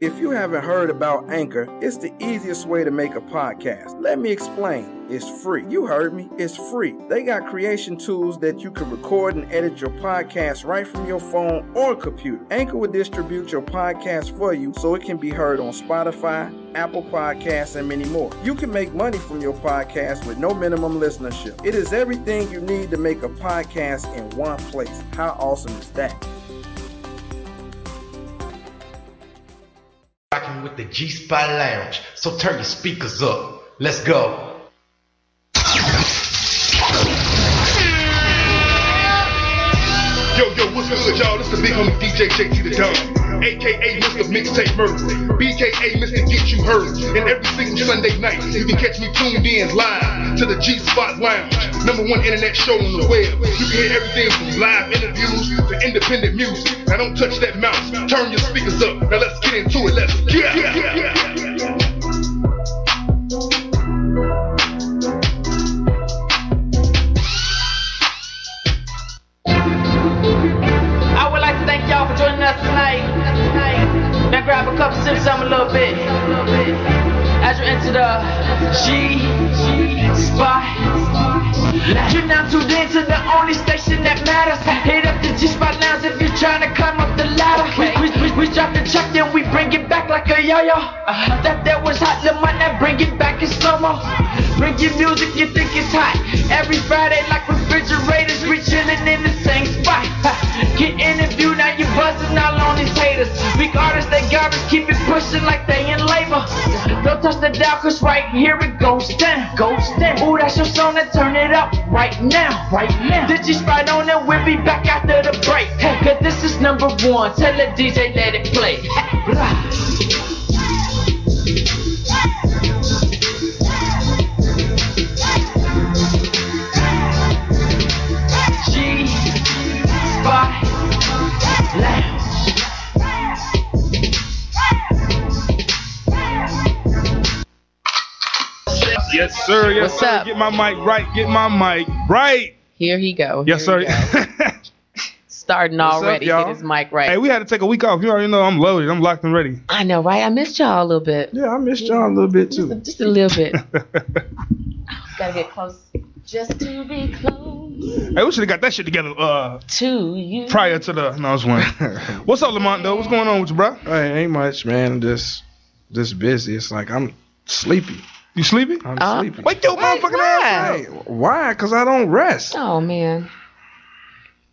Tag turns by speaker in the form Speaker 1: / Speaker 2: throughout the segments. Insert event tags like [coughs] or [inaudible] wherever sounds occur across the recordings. Speaker 1: If you haven't heard about Anchor, it's the easiest way to make a podcast. Let me explain. It's free. You heard me. It's free. They got creation tools that you can record and edit your podcast right from your phone or computer. Anchor will distribute your podcast for you so it can be heard on Spotify, Apple Podcasts, and many more. You can make money from your podcast with no minimum listenership. It is everything you need to make a podcast in one place. How awesome is that?
Speaker 2: rocking with the G Spot Lounge. So turn your speakers up. Let's go.
Speaker 3: Yo, yo, what's good, y'all? This the big homie DJ JT the Don, aka Mr. Mixtape Murder, BKA Mr. Get You Heard. And every single Sunday night, you can catch me tuned in live to the G Spot Lounge, number one internet show on the web. You can hear everything from live interviews to independent music. Now don't touch that mouse, turn your speakers up. Now let's get into it. Let's yeah, yeah, yeah, yeah.
Speaker 4: I would like to thank y'all for joining us tonight. Now grab a cup, sip some a little bit. As you enter the G spot, you're now tuned in to the only station that matters. Hit up the G spot lounge if you're trying to climb up the ladder. We, we, we, we drop the check then we bring it back like a yo-yo. Uh-huh. That that was hot, the might not bring it back in slow-mo. Bring your music, you think it's hot. Every Friday like refrigerators, we chillin' in the same spot. Get interviewed, now you buzzing all on these haters. Big artists, they garbage, keep it pushing like they in labor. Don't touch the dial, cause right here it goes down. Goes down. Ooh, that's your song, then turn it up right now. Right now. Did you spot on and we'll be back after the break. Hey, cause this is number one. Tell the DJ, let it play. Blah. G Spot Lounge.
Speaker 5: Yes, sir. Yes,
Speaker 6: What's
Speaker 5: sir.
Speaker 6: up?
Speaker 5: Get my mic right. Get my mic right.
Speaker 6: Here he go.
Speaker 5: Yes,
Speaker 6: Here
Speaker 5: sir.
Speaker 6: he go. Starting
Speaker 5: What's up,
Speaker 6: already. Hit
Speaker 5: y'all?
Speaker 6: his mic right.
Speaker 5: hey, we had to take a week off. You already know I'm loaded. I'm locked and ready.
Speaker 6: I know, right? I missed y'all a little bit.
Speaker 5: Yeah, I missed y'all a little bit
Speaker 6: Just a,
Speaker 5: too.
Speaker 6: just a
Speaker 5: [laughs]
Speaker 6: little bit.
Speaker 5: hey,
Speaker 6: Gotta get close. Just to be close
Speaker 5: we should have got that shit together uh
Speaker 6: to you.
Speaker 5: prior to the. No, I was one. What's up, Lamont? Though, what's going on with you, bro?
Speaker 7: Hey, ain't much, man. I'm just, just busy. It's like I'm sleepy.
Speaker 5: You sleepy?
Speaker 7: I'm
Speaker 6: Uh,
Speaker 7: sleepy.
Speaker 5: Wake your
Speaker 6: Wait,
Speaker 5: motherfucking
Speaker 6: why?
Speaker 5: ass up.
Speaker 7: Hey, why? Cause I don't rest.
Speaker 6: Oh man.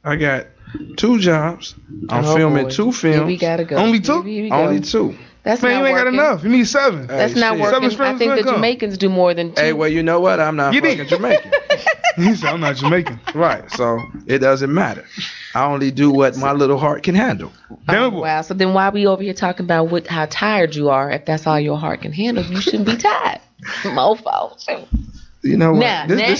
Speaker 7: I got two jobs. I'm
Speaker 6: Oh,
Speaker 7: filming
Speaker 6: boy.
Speaker 7: two
Speaker 6: Here we
Speaker 7: films.
Speaker 6: gotta go.
Speaker 5: Only two?
Speaker 6: Here we- here we go.
Speaker 7: Only two.
Speaker 6: That's
Speaker 5: Man,
Speaker 6: not
Speaker 5: you ain't got
Speaker 6: working.
Speaker 5: enough. You need seven.
Speaker 7: Hey,
Speaker 6: That's not
Speaker 7: shit.
Speaker 5: Seven
Speaker 6: working. I
Speaker 5: strands
Speaker 6: think the
Speaker 5: will come.
Speaker 6: Jamaicans do more than two.
Speaker 7: Hey, well, you know what? I'm not
Speaker 5: You
Speaker 7: fucking
Speaker 5: did.
Speaker 7: Jamaican.
Speaker 5: [laughs] He said, I'm not Jamaican.
Speaker 7: right. So it doesn't matter. I only do what my little heart can handle.
Speaker 6: Oh,
Speaker 5: Damn boy.
Speaker 6: wow. So then why we over here talking about what how tired you are? If that's all your heart can handle, you shouldn't be tired. [laughs] Mofo.
Speaker 7: You know what?
Speaker 6: Nah, nah.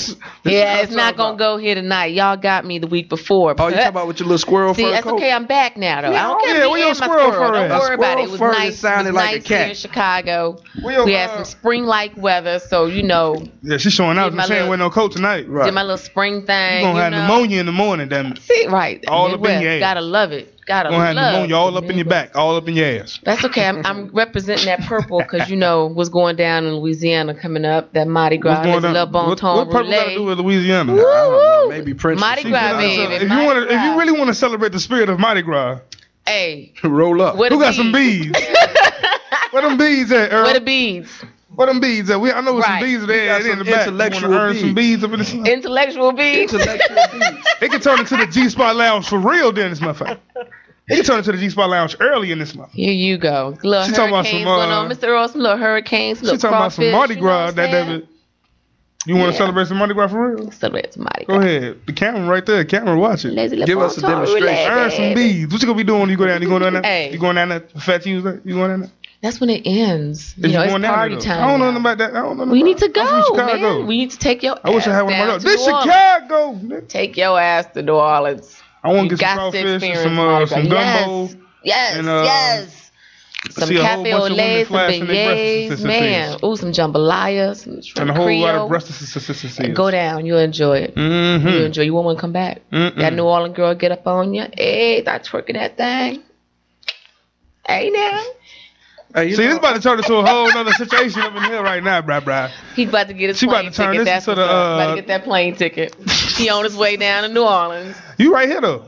Speaker 6: yeah, it's not gonna go here tonight. Y'all got me the week before.
Speaker 7: Oh, you talking about with your little squirrel
Speaker 6: See,
Speaker 7: fur
Speaker 6: that's
Speaker 7: coat?
Speaker 6: okay. I'm back now, though. I don't
Speaker 5: Yeah,
Speaker 6: care. if
Speaker 5: where
Speaker 6: you
Speaker 5: your
Speaker 6: in my
Speaker 5: squirrel fur
Speaker 6: Don't
Speaker 5: at?
Speaker 6: worry about it.
Speaker 7: Squirrel
Speaker 6: It was
Speaker 7: fur that
Speaker 6: nice.
Speaker 7: sounded
Speaker 6: it was
Speaker 7: like a
Speaker 6: nice here
Speaker 7: cat.
Speaker 6: in Chicago.
Speaker 5: Where your,
Speaker 6: We had
Speaker 5: uh,
Speaker 6: some spring-like weather, so you know,
Speaker 5: Yeah, she's showing out.
Speaker 6: Did my
Speaker 5: She ain't
Speaker 6: little-
Speaker 5: wearing no coat tonight.
Speaker 7: Right.
Speaker 6: did my little spring thing.
Speaker 5: You gonna
Speaker 6: you
Speaker 5: have
Speaker 6: know?
Speaker 5: pneumonia in the morning, damn it.
Speaker 6: See, right.
Speaker 5: All up in
Speaker 6: Midwest.
Speaker 5: your ass.
Speaker 6: Gotta love it. Gotta
Speaker 5: Gonna have
Speaker 6: love.
Speaker 5: pneumonia all up in your back, all up in your ass.
Speaker 6: That's okay.
Speaker 5: [laughs]
Speaker 6: I'm, I'm representing that purple because you know what's going down in Louisiana coming up. That Mardi Gras,
Speaker 5: What's
Speaker 6: that's
Speaker 5: going on?
Speaker 6: Le Bon
Speaker 5: what,
Speaker 6: Ton
Speaker 5: what purple got to do
Speaker 6: Roulette.
Speaker 5: with Louisiana?
Speaker 7: I don't know,
Speaker 6: Woo-woo.
Speaker 7: Maybe Prince.
Speaker 6: Mardi
Speaker 7: will
Speaker 5: See,
Speaker 6: Gras,
Speaker 5: uh,
Speaker 6: baby,
Speaker 5: so If you
Speaker 6: Mardi
Speaker 5: want to, if
Speaker 6: Gras.
Speaker 5: you really want to celebrate the spirit of Mardi Gras,
Speaker 6: Hey,
Speaker 7: roll up.
Speaker 6: what
Speaker 5: who
Speaker 6: the
Speaker 5: got some beads? Where them beads at, Earl?
Speaker 6: Where
Speaker 5: Where,
Speaker 6: the beads?
Speaker 5: them beads at? We, I know where
Speaker 6: Right.
Speaker 5: some beads are
Speaker 7: We got
Speaker 5: there in
Speaker 7: some
Speaker 5: the back. you
Speaker 7: intellectual
Speaker 5: wanna earn some beads up in the
Speaker 6: Intellectual beads.
Speaker 7: Intellectual beats.
Speaker 5: It can turn into the G Spot Lounge for real during this motherfucker. It can turn into the G Spot Lounge early in this month.
Speaker 6: Here you go. Little
Speaker 5: She talking about
Speaker 6: hurricanes
Speaker 5: some, uh,
Speaker 6: going on. Mr. Earl, some little hurricanes,
Speaker 5: She
Speaker 6: little
Speaker 5: talking about some
Speaker 6: crawfish,
Speaker 5: Mardi
Speaker 6: you know
Speaker 5: Gras.
Speaker 6: what
Speaker 5: That
Speaker 6: I'm saying?
Speaker 5: David. You want
Speaker 6: Yeah.
Speaker 5: to celebrate some Mardi Gras for real?
Speaker 6: So that's Mardi
Speaker 5: Go
Speaker 6: Gras.
Speaker 5: ahead. The camera right there. Camera, watch it.
Speaker 6: Lazy Le
Speaker 7: Give
Speaker 6: Bon
Speaker 7: us a
Speaker 6: Ton
Speaker 7: demonstration.
Speaker 6: Roulette,
Speaker 5: Earn some
Speaker 6: baby.
Speaker 5: beads. What you gonna be doing when you go down? You going down there?
Speaker 6: Hey.
Speaker 5: You going down there? Fat Tuesday? You going down there?
Speaker 6: That's when it ends. You
Speaker 5: Is
Speaker 6: know,
Speaker 5: you
Speaker 6: it's
Speaker 5: going down there,
Speaker 6: party
Speaker 5: though?
Speaker 6: time.
Speaker 5: I don't know
Speaker 6: now.
Speaker 5: nothing about that. I don't know. nothing
Speaker 6: We need to
Speaker 5: about- I'm
Speaker 6: go,
Speaker 5: from Chicago.
Speaker 6: man. We need to take your.
Speaker 5: I wish I
Speaker 6: ass
Speaker 5: had one of my
Speaker 6: down
Speaker 5: girls.
Speaker 6: to
Speaker 5: This
Speaker 6: New Orleans.
Speaker 5: Chicago. nigga.
Speaker 6: Take your ass to New Orleans.
Speaker 5: I want to
Speaker 6: You
Speaker 5: get some
Speaker 6: got to
Speaker 5: crawfish and
Speaker 6: experience
Speaker 5: some uh,
Speaker 6: Mardi
Speaker 5: some
Speaker 6: Gras.
Speaker 5: gumbo.
Speaker 6: Yes,
Speaker 5: and, uh,
Speaker 6: yes. Some
Speaker 5: see a whole
Speaker 6: cafe
Speaker 5: bunch
Speaker 6: au
Speaker 5: of women
Speaker 6: lait, some
Speaker 5: flashing their breasts
Speaker 6: beignets,
Speaker 5: and
Speaker 6: man. Ooh, some jambalaya, some
Speaker 5: And
Speaker 6: shrimp
Speaker 5: a whole lot
Speaker 6: creole.
Speaker 5: of breast
Speaker 6: Go down, you'll enjoy it. You
Speaker 5: Mm-hmm.
Speaker 6: enjoy. You won't want to come back. That New Orleans girl get up on you. Hey, start twerking that thing. Hey now.
Speaker 7: Hey, you
Speaker 5: See,
Speaker 7: know-
Speaker 5: this about to turn into a whole nother situation up in here right now, bruh, bruh.
Speaker 6: He's about to get his
Speaker 5: She about
Speaker 6: plane
Speaker 5: to turn
Speaker 6: ticket.
Speaker 5: this
Speaker 6: That's
Speaker 5: into
Speaker 6: what's
Speaker 5: the,
Speaker 6: up. about
Speaker 5: uh,
Speaker 6: to get that
Speaker 5: [laughs]
Speaker 6: plane ticket. he on his way down to New Orleans.
Speaker 5: You right here though.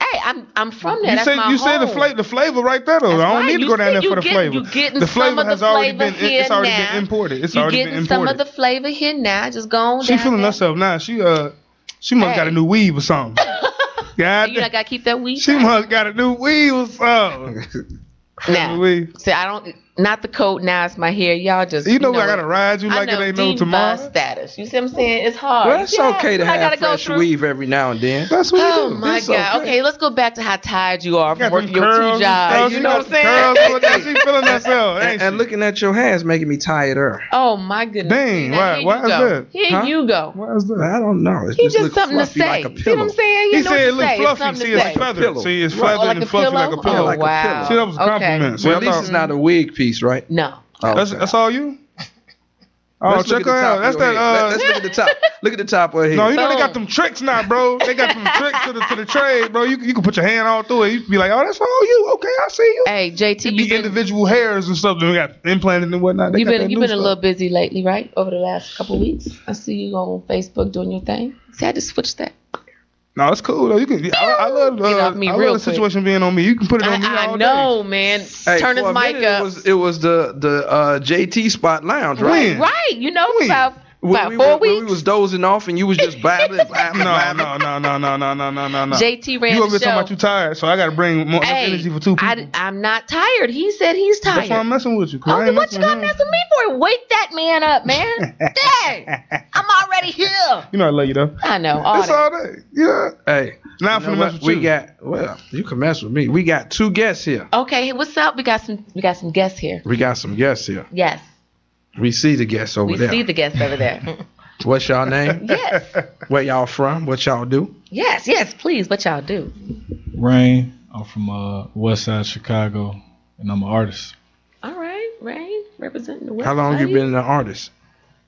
Speaker 6: Hey, I'm I'm from there.
Speaker 5: you
Speaker 6: That's
Speaker 5: said
Speaker 6: my
Speaker 5: you
Speaker 6: home.
Speaker 5: said the flavor, the flavor right there though.
Speaker 6: That's
Speaker 5: I don't
Speaker 6: right.
Speaker 5: need to
Speaker 6: You
Speaker 5: go down
Speaker 6: said
Speaker 5: there
Speaker 6: you
Speaker 5: for the
Speaker 6: getting-
Speaker 5: flavor.
Speaker 6: you getting
Speaker 5: the
Speaker 6: some
Speaker 5: flavor
Speaker 6: of the
Speaker 5: has already
Speaker 6: flavor
Speaker 5: been it- it's
Speaker 6: here
Speaker 5: already
Speaker 6: now.
Speaker 5: been imported. It's
Speaker 6: you
Speaker 5: already
Speaker 6: getting
Speaker 5: been
Speaker 6: some of
Speaker 5: imported.
Speaker 6: the flavor here now. Just go on
Speaker 5: She
Speaker 6: down
Speaker 5: feeling
Speaker 6: there.
Speaker 5: herself now. She uh she must got a
Speaker 6: Hey.
Speaker 5: new weave or
Speaker 6: [laughs]
Speaker 5: something. God,
Speaker 6: You know, I gotta keep that weed.
Speaker 5: she must got a new weave or
Speaker 6: [laughs]
Speaker 5: something.
Speaker 6: Now,
Speaker 5: Weave.
Speaker 6: see, I don't. Not the coat. Now it's my hair. Y'all just.
Speaker 5: You know, I gotta ride you
Speaker 6: I
Speaker 5: like it
Speaker 6: know,
Speaker 5: ain't no
Speaker 6: diva
Speaker 5: tomorrow.
Speaker 6: status. You see what I'm saying? It's hard.
Speaker 7: Well, it's
Speaker 6: Oh, Yeah,
Speaker 7: okay to
Speaker 6: I gotta
Speaker 7: have
Speaker 6: go
Speaker 7: fresh
Speaker 6: through.
Speaker 7: weave every now and then.
Speaker 5: That's what
Speaker 6: Oh
Speaker 5: you do.
Speaker 6: my
Speaker 7: It's
Speaker 6: god.
Speaker 7: okay.
Speaker 6: Okay, let's go back to how tired you are
Speaker 5: Got
Speaker 6: from
Speaker 5: them
Speaker 6: working your
Speaker 5: curls.
Speaker 6: two jobs.
Speaker 5: Hey,
Speaker 6: you
Speaker 5: she
Speaker 6: know
Speaker 5: got
Speaker 6: what I'm saying?
Speaker 5: Curls, going down. she feeling
Speaker 6: [laughs]
Speaker 5: herself. ain't
Speaker 7: And, and
Speaker 5: she?
Speaker 7: looking at your hands making me tired.
Speaker 6: Oh my goodness.
Speaker 5: Dang,
Speaker 6: Now,
Speaker 5: why-
Speaker 6: here
Speaker 5: why
Speaker 6: you
Speaker 5: is
Speaker 6: go.
Speaker 5: that?
Speaker 6: Here
Speaker 7: Huh?
Speaker 6: you go.
Speaker 5: Why is that?
Speaker 7: I don't know. It's
Speaker 6: He's just,
Speaker 7: look
Speaker 6: something to
Speaker 7: fluffy Like
Speaker 6: say.
Speaker 7: a
Speaker 6: See what
Speaker 7: pillow.
Speaker 6: I'm saying? You
Speaker 5: He
Speaker 6: know what
Speaker 5: said
Speaker 6: to
Speaker 5: it look
Speaker 6: say. It's
Speaker 5: fluffy.
Speaker 6: something
Speaker 5: See,
Speaker 6: to
Speaker 5: it's
Speaker 6: say.
Speaker 5: feathered.
Speaker 7: Pillow.
Speaker 5: See, it's
Speaker 7: Right.
Speaker 5: feathered
Speaker 6: Oh, like
Speaker 5: and
Speaker 6: a
Speaker 5: fluffy like a
Speaker 6: pillow?
Speaker 5: pillow.
Speaker 6: Oh,
Speaker 7: like a pillow.
Speaker 6: wow.
Speaker 5: See, that was a
Speaker 6: Okay.
Speaker 5: compliment. See,
Speaker 7: Well,
Speaker 5: I
Speaker 7: at least
Speaker 5: thought-
Speaker 7: it's not a wig piece, right?
Speaker 6: No.
Speaker 7: Oh,
Speaker 5: That's,
Speaker 7: okay.
Speaker 5: that's all you? Oh,
Speaker 7: Let's look
Speaker 5: check
Speaker 7: at
Speaker 5: her
Speaker 7: the top
Speaker 5: out.
Speaker 7: of
Speaker 5: That's
Speaker 7: your
Speaker 5: that.
Speaker 7: head.
Speaker 5: Uh,
Speaker 7: Let- Let's look at the top. Look at the top of her head.
Speaker 5: no, you know they
Speaker 6: Boom.
Speaker 5: got them tricks now, bro. They got them tricks to the to the trade, bro. You can- you can put your hand all through it. You can be like, oh, that's all you. Okay, I see you.
Speaker 6: Hey, JT,
Speaker 5: It'd be
Speaker 6: you've been
Speaker 5: individual hairs and stuff. They got implanted and whatnot. They
Speaker 6: you've
Speaker 5: got
Speaker 6: been
Speaker 5: that
Speaker 6: you've
Speaker 5: new
Speaker 6: been a
Speaker 5: stuff.
Speaker 6: little busy lately, right? Over the last couple weeks. I see you on Facebook doing your thing. See, I just switched that.
Speaker 5: No, it's cool though. You can. I, I love. Uh,
Speaker 6: Get off me
Speaker 5: I
Speaker 6: real
Speaker 5: love the
Speaker 6: quick.
Speaker 5: situation being on me. You can put it on me
Speaker 6: I,
Speaker 5: all
Speaker 6: I
Speaker 5: day.
Speaker 6: know, man.
Speaker 7: Hey,
Speaker 6: Turn his
Speaker 7: for a
Speaker 6: mic
Speaker 7: minute,
Speaker 6: up.
Speaker 7: It was, it was the the uh, JT Spot Lounge,
Speaker 5: When?
Speaker 7: right?
Speaker 6: right. You know,
Speaker 5: When?
Speaker 6: about,
Speaker 7: When
Speaker 6: about
Speaker 7: we
Speaker 6: four
Speaker 7: were- when
Speaker 6: weeks.
Speaker 7: we was dozing off and you was just babbling. babbling,
Speaker 5: No,
Speaker 7: babbling.
Speaker 5: no, no, no, no, no, no, no, no, no.
Speaker 6: JT ran
Speaker 5: You over
Speaker 6: the
Speaker 5: here talking
Speaker 6: show.
Speaker 5: about you tired, so I gotta bring more
Speaker 6: Hey,
Speaker 5: energy for two people.
Speaker 6: I, am not tired. He said he's tired.
Speaker 5: That's why I'm messing with you. 'cause I
Speaker 6: Oh,
Speaker 5: ain't
Speaker 6: then what you
Speaker 5: messing
Speaker 6: gonna
Speaker 5: with
Speaker 6: mess with me for? Wake that man
Speaker 5: [laughs]
Speaker 6: up, man. Dang, I'm already here.
Speaker 5: You know I love you though.
Speaker 6: I know. All
Speaker 5: It's
Speaker 6: that.
Speaker 5: all day. Yeah.
Speaker 7: Hey,
Speaker 5: Now I'm
Speaker 7: you know
Speaker 5: finna
Speaker 7: what?
Speaker 5: mess with
Speaker 7: we
Speaker 5: you.
Speaker 7: got well, you can mess with me. We got two guests here.
Speaker 6: Okay, hey, what's up? We got some. We got some guests here.
Speaker 7: We got some guests here.
Speaker 6: Yes,
Speaker 7: We see the guests over
Speaker 6: we
Speaker 7: there.
Speaker 6: see the guests
Speaker 5: [laughs]
Speaker 6: over there.
Speaker 7: What's y'all name?
Speaker 6: [laughs] yes,
Speaker 7: Where y'all from? What y'all do?
Speaker 6: yes, yes. Please, what y'all do?
Speaker 8: Rain. I'm from uh, West Side Chicago, and I'm an artist.
Speaker 6: All right, Ray, representing the West.
Speaker 7: How long you
Speaker 6: Side.
Speaker 7: been an artist?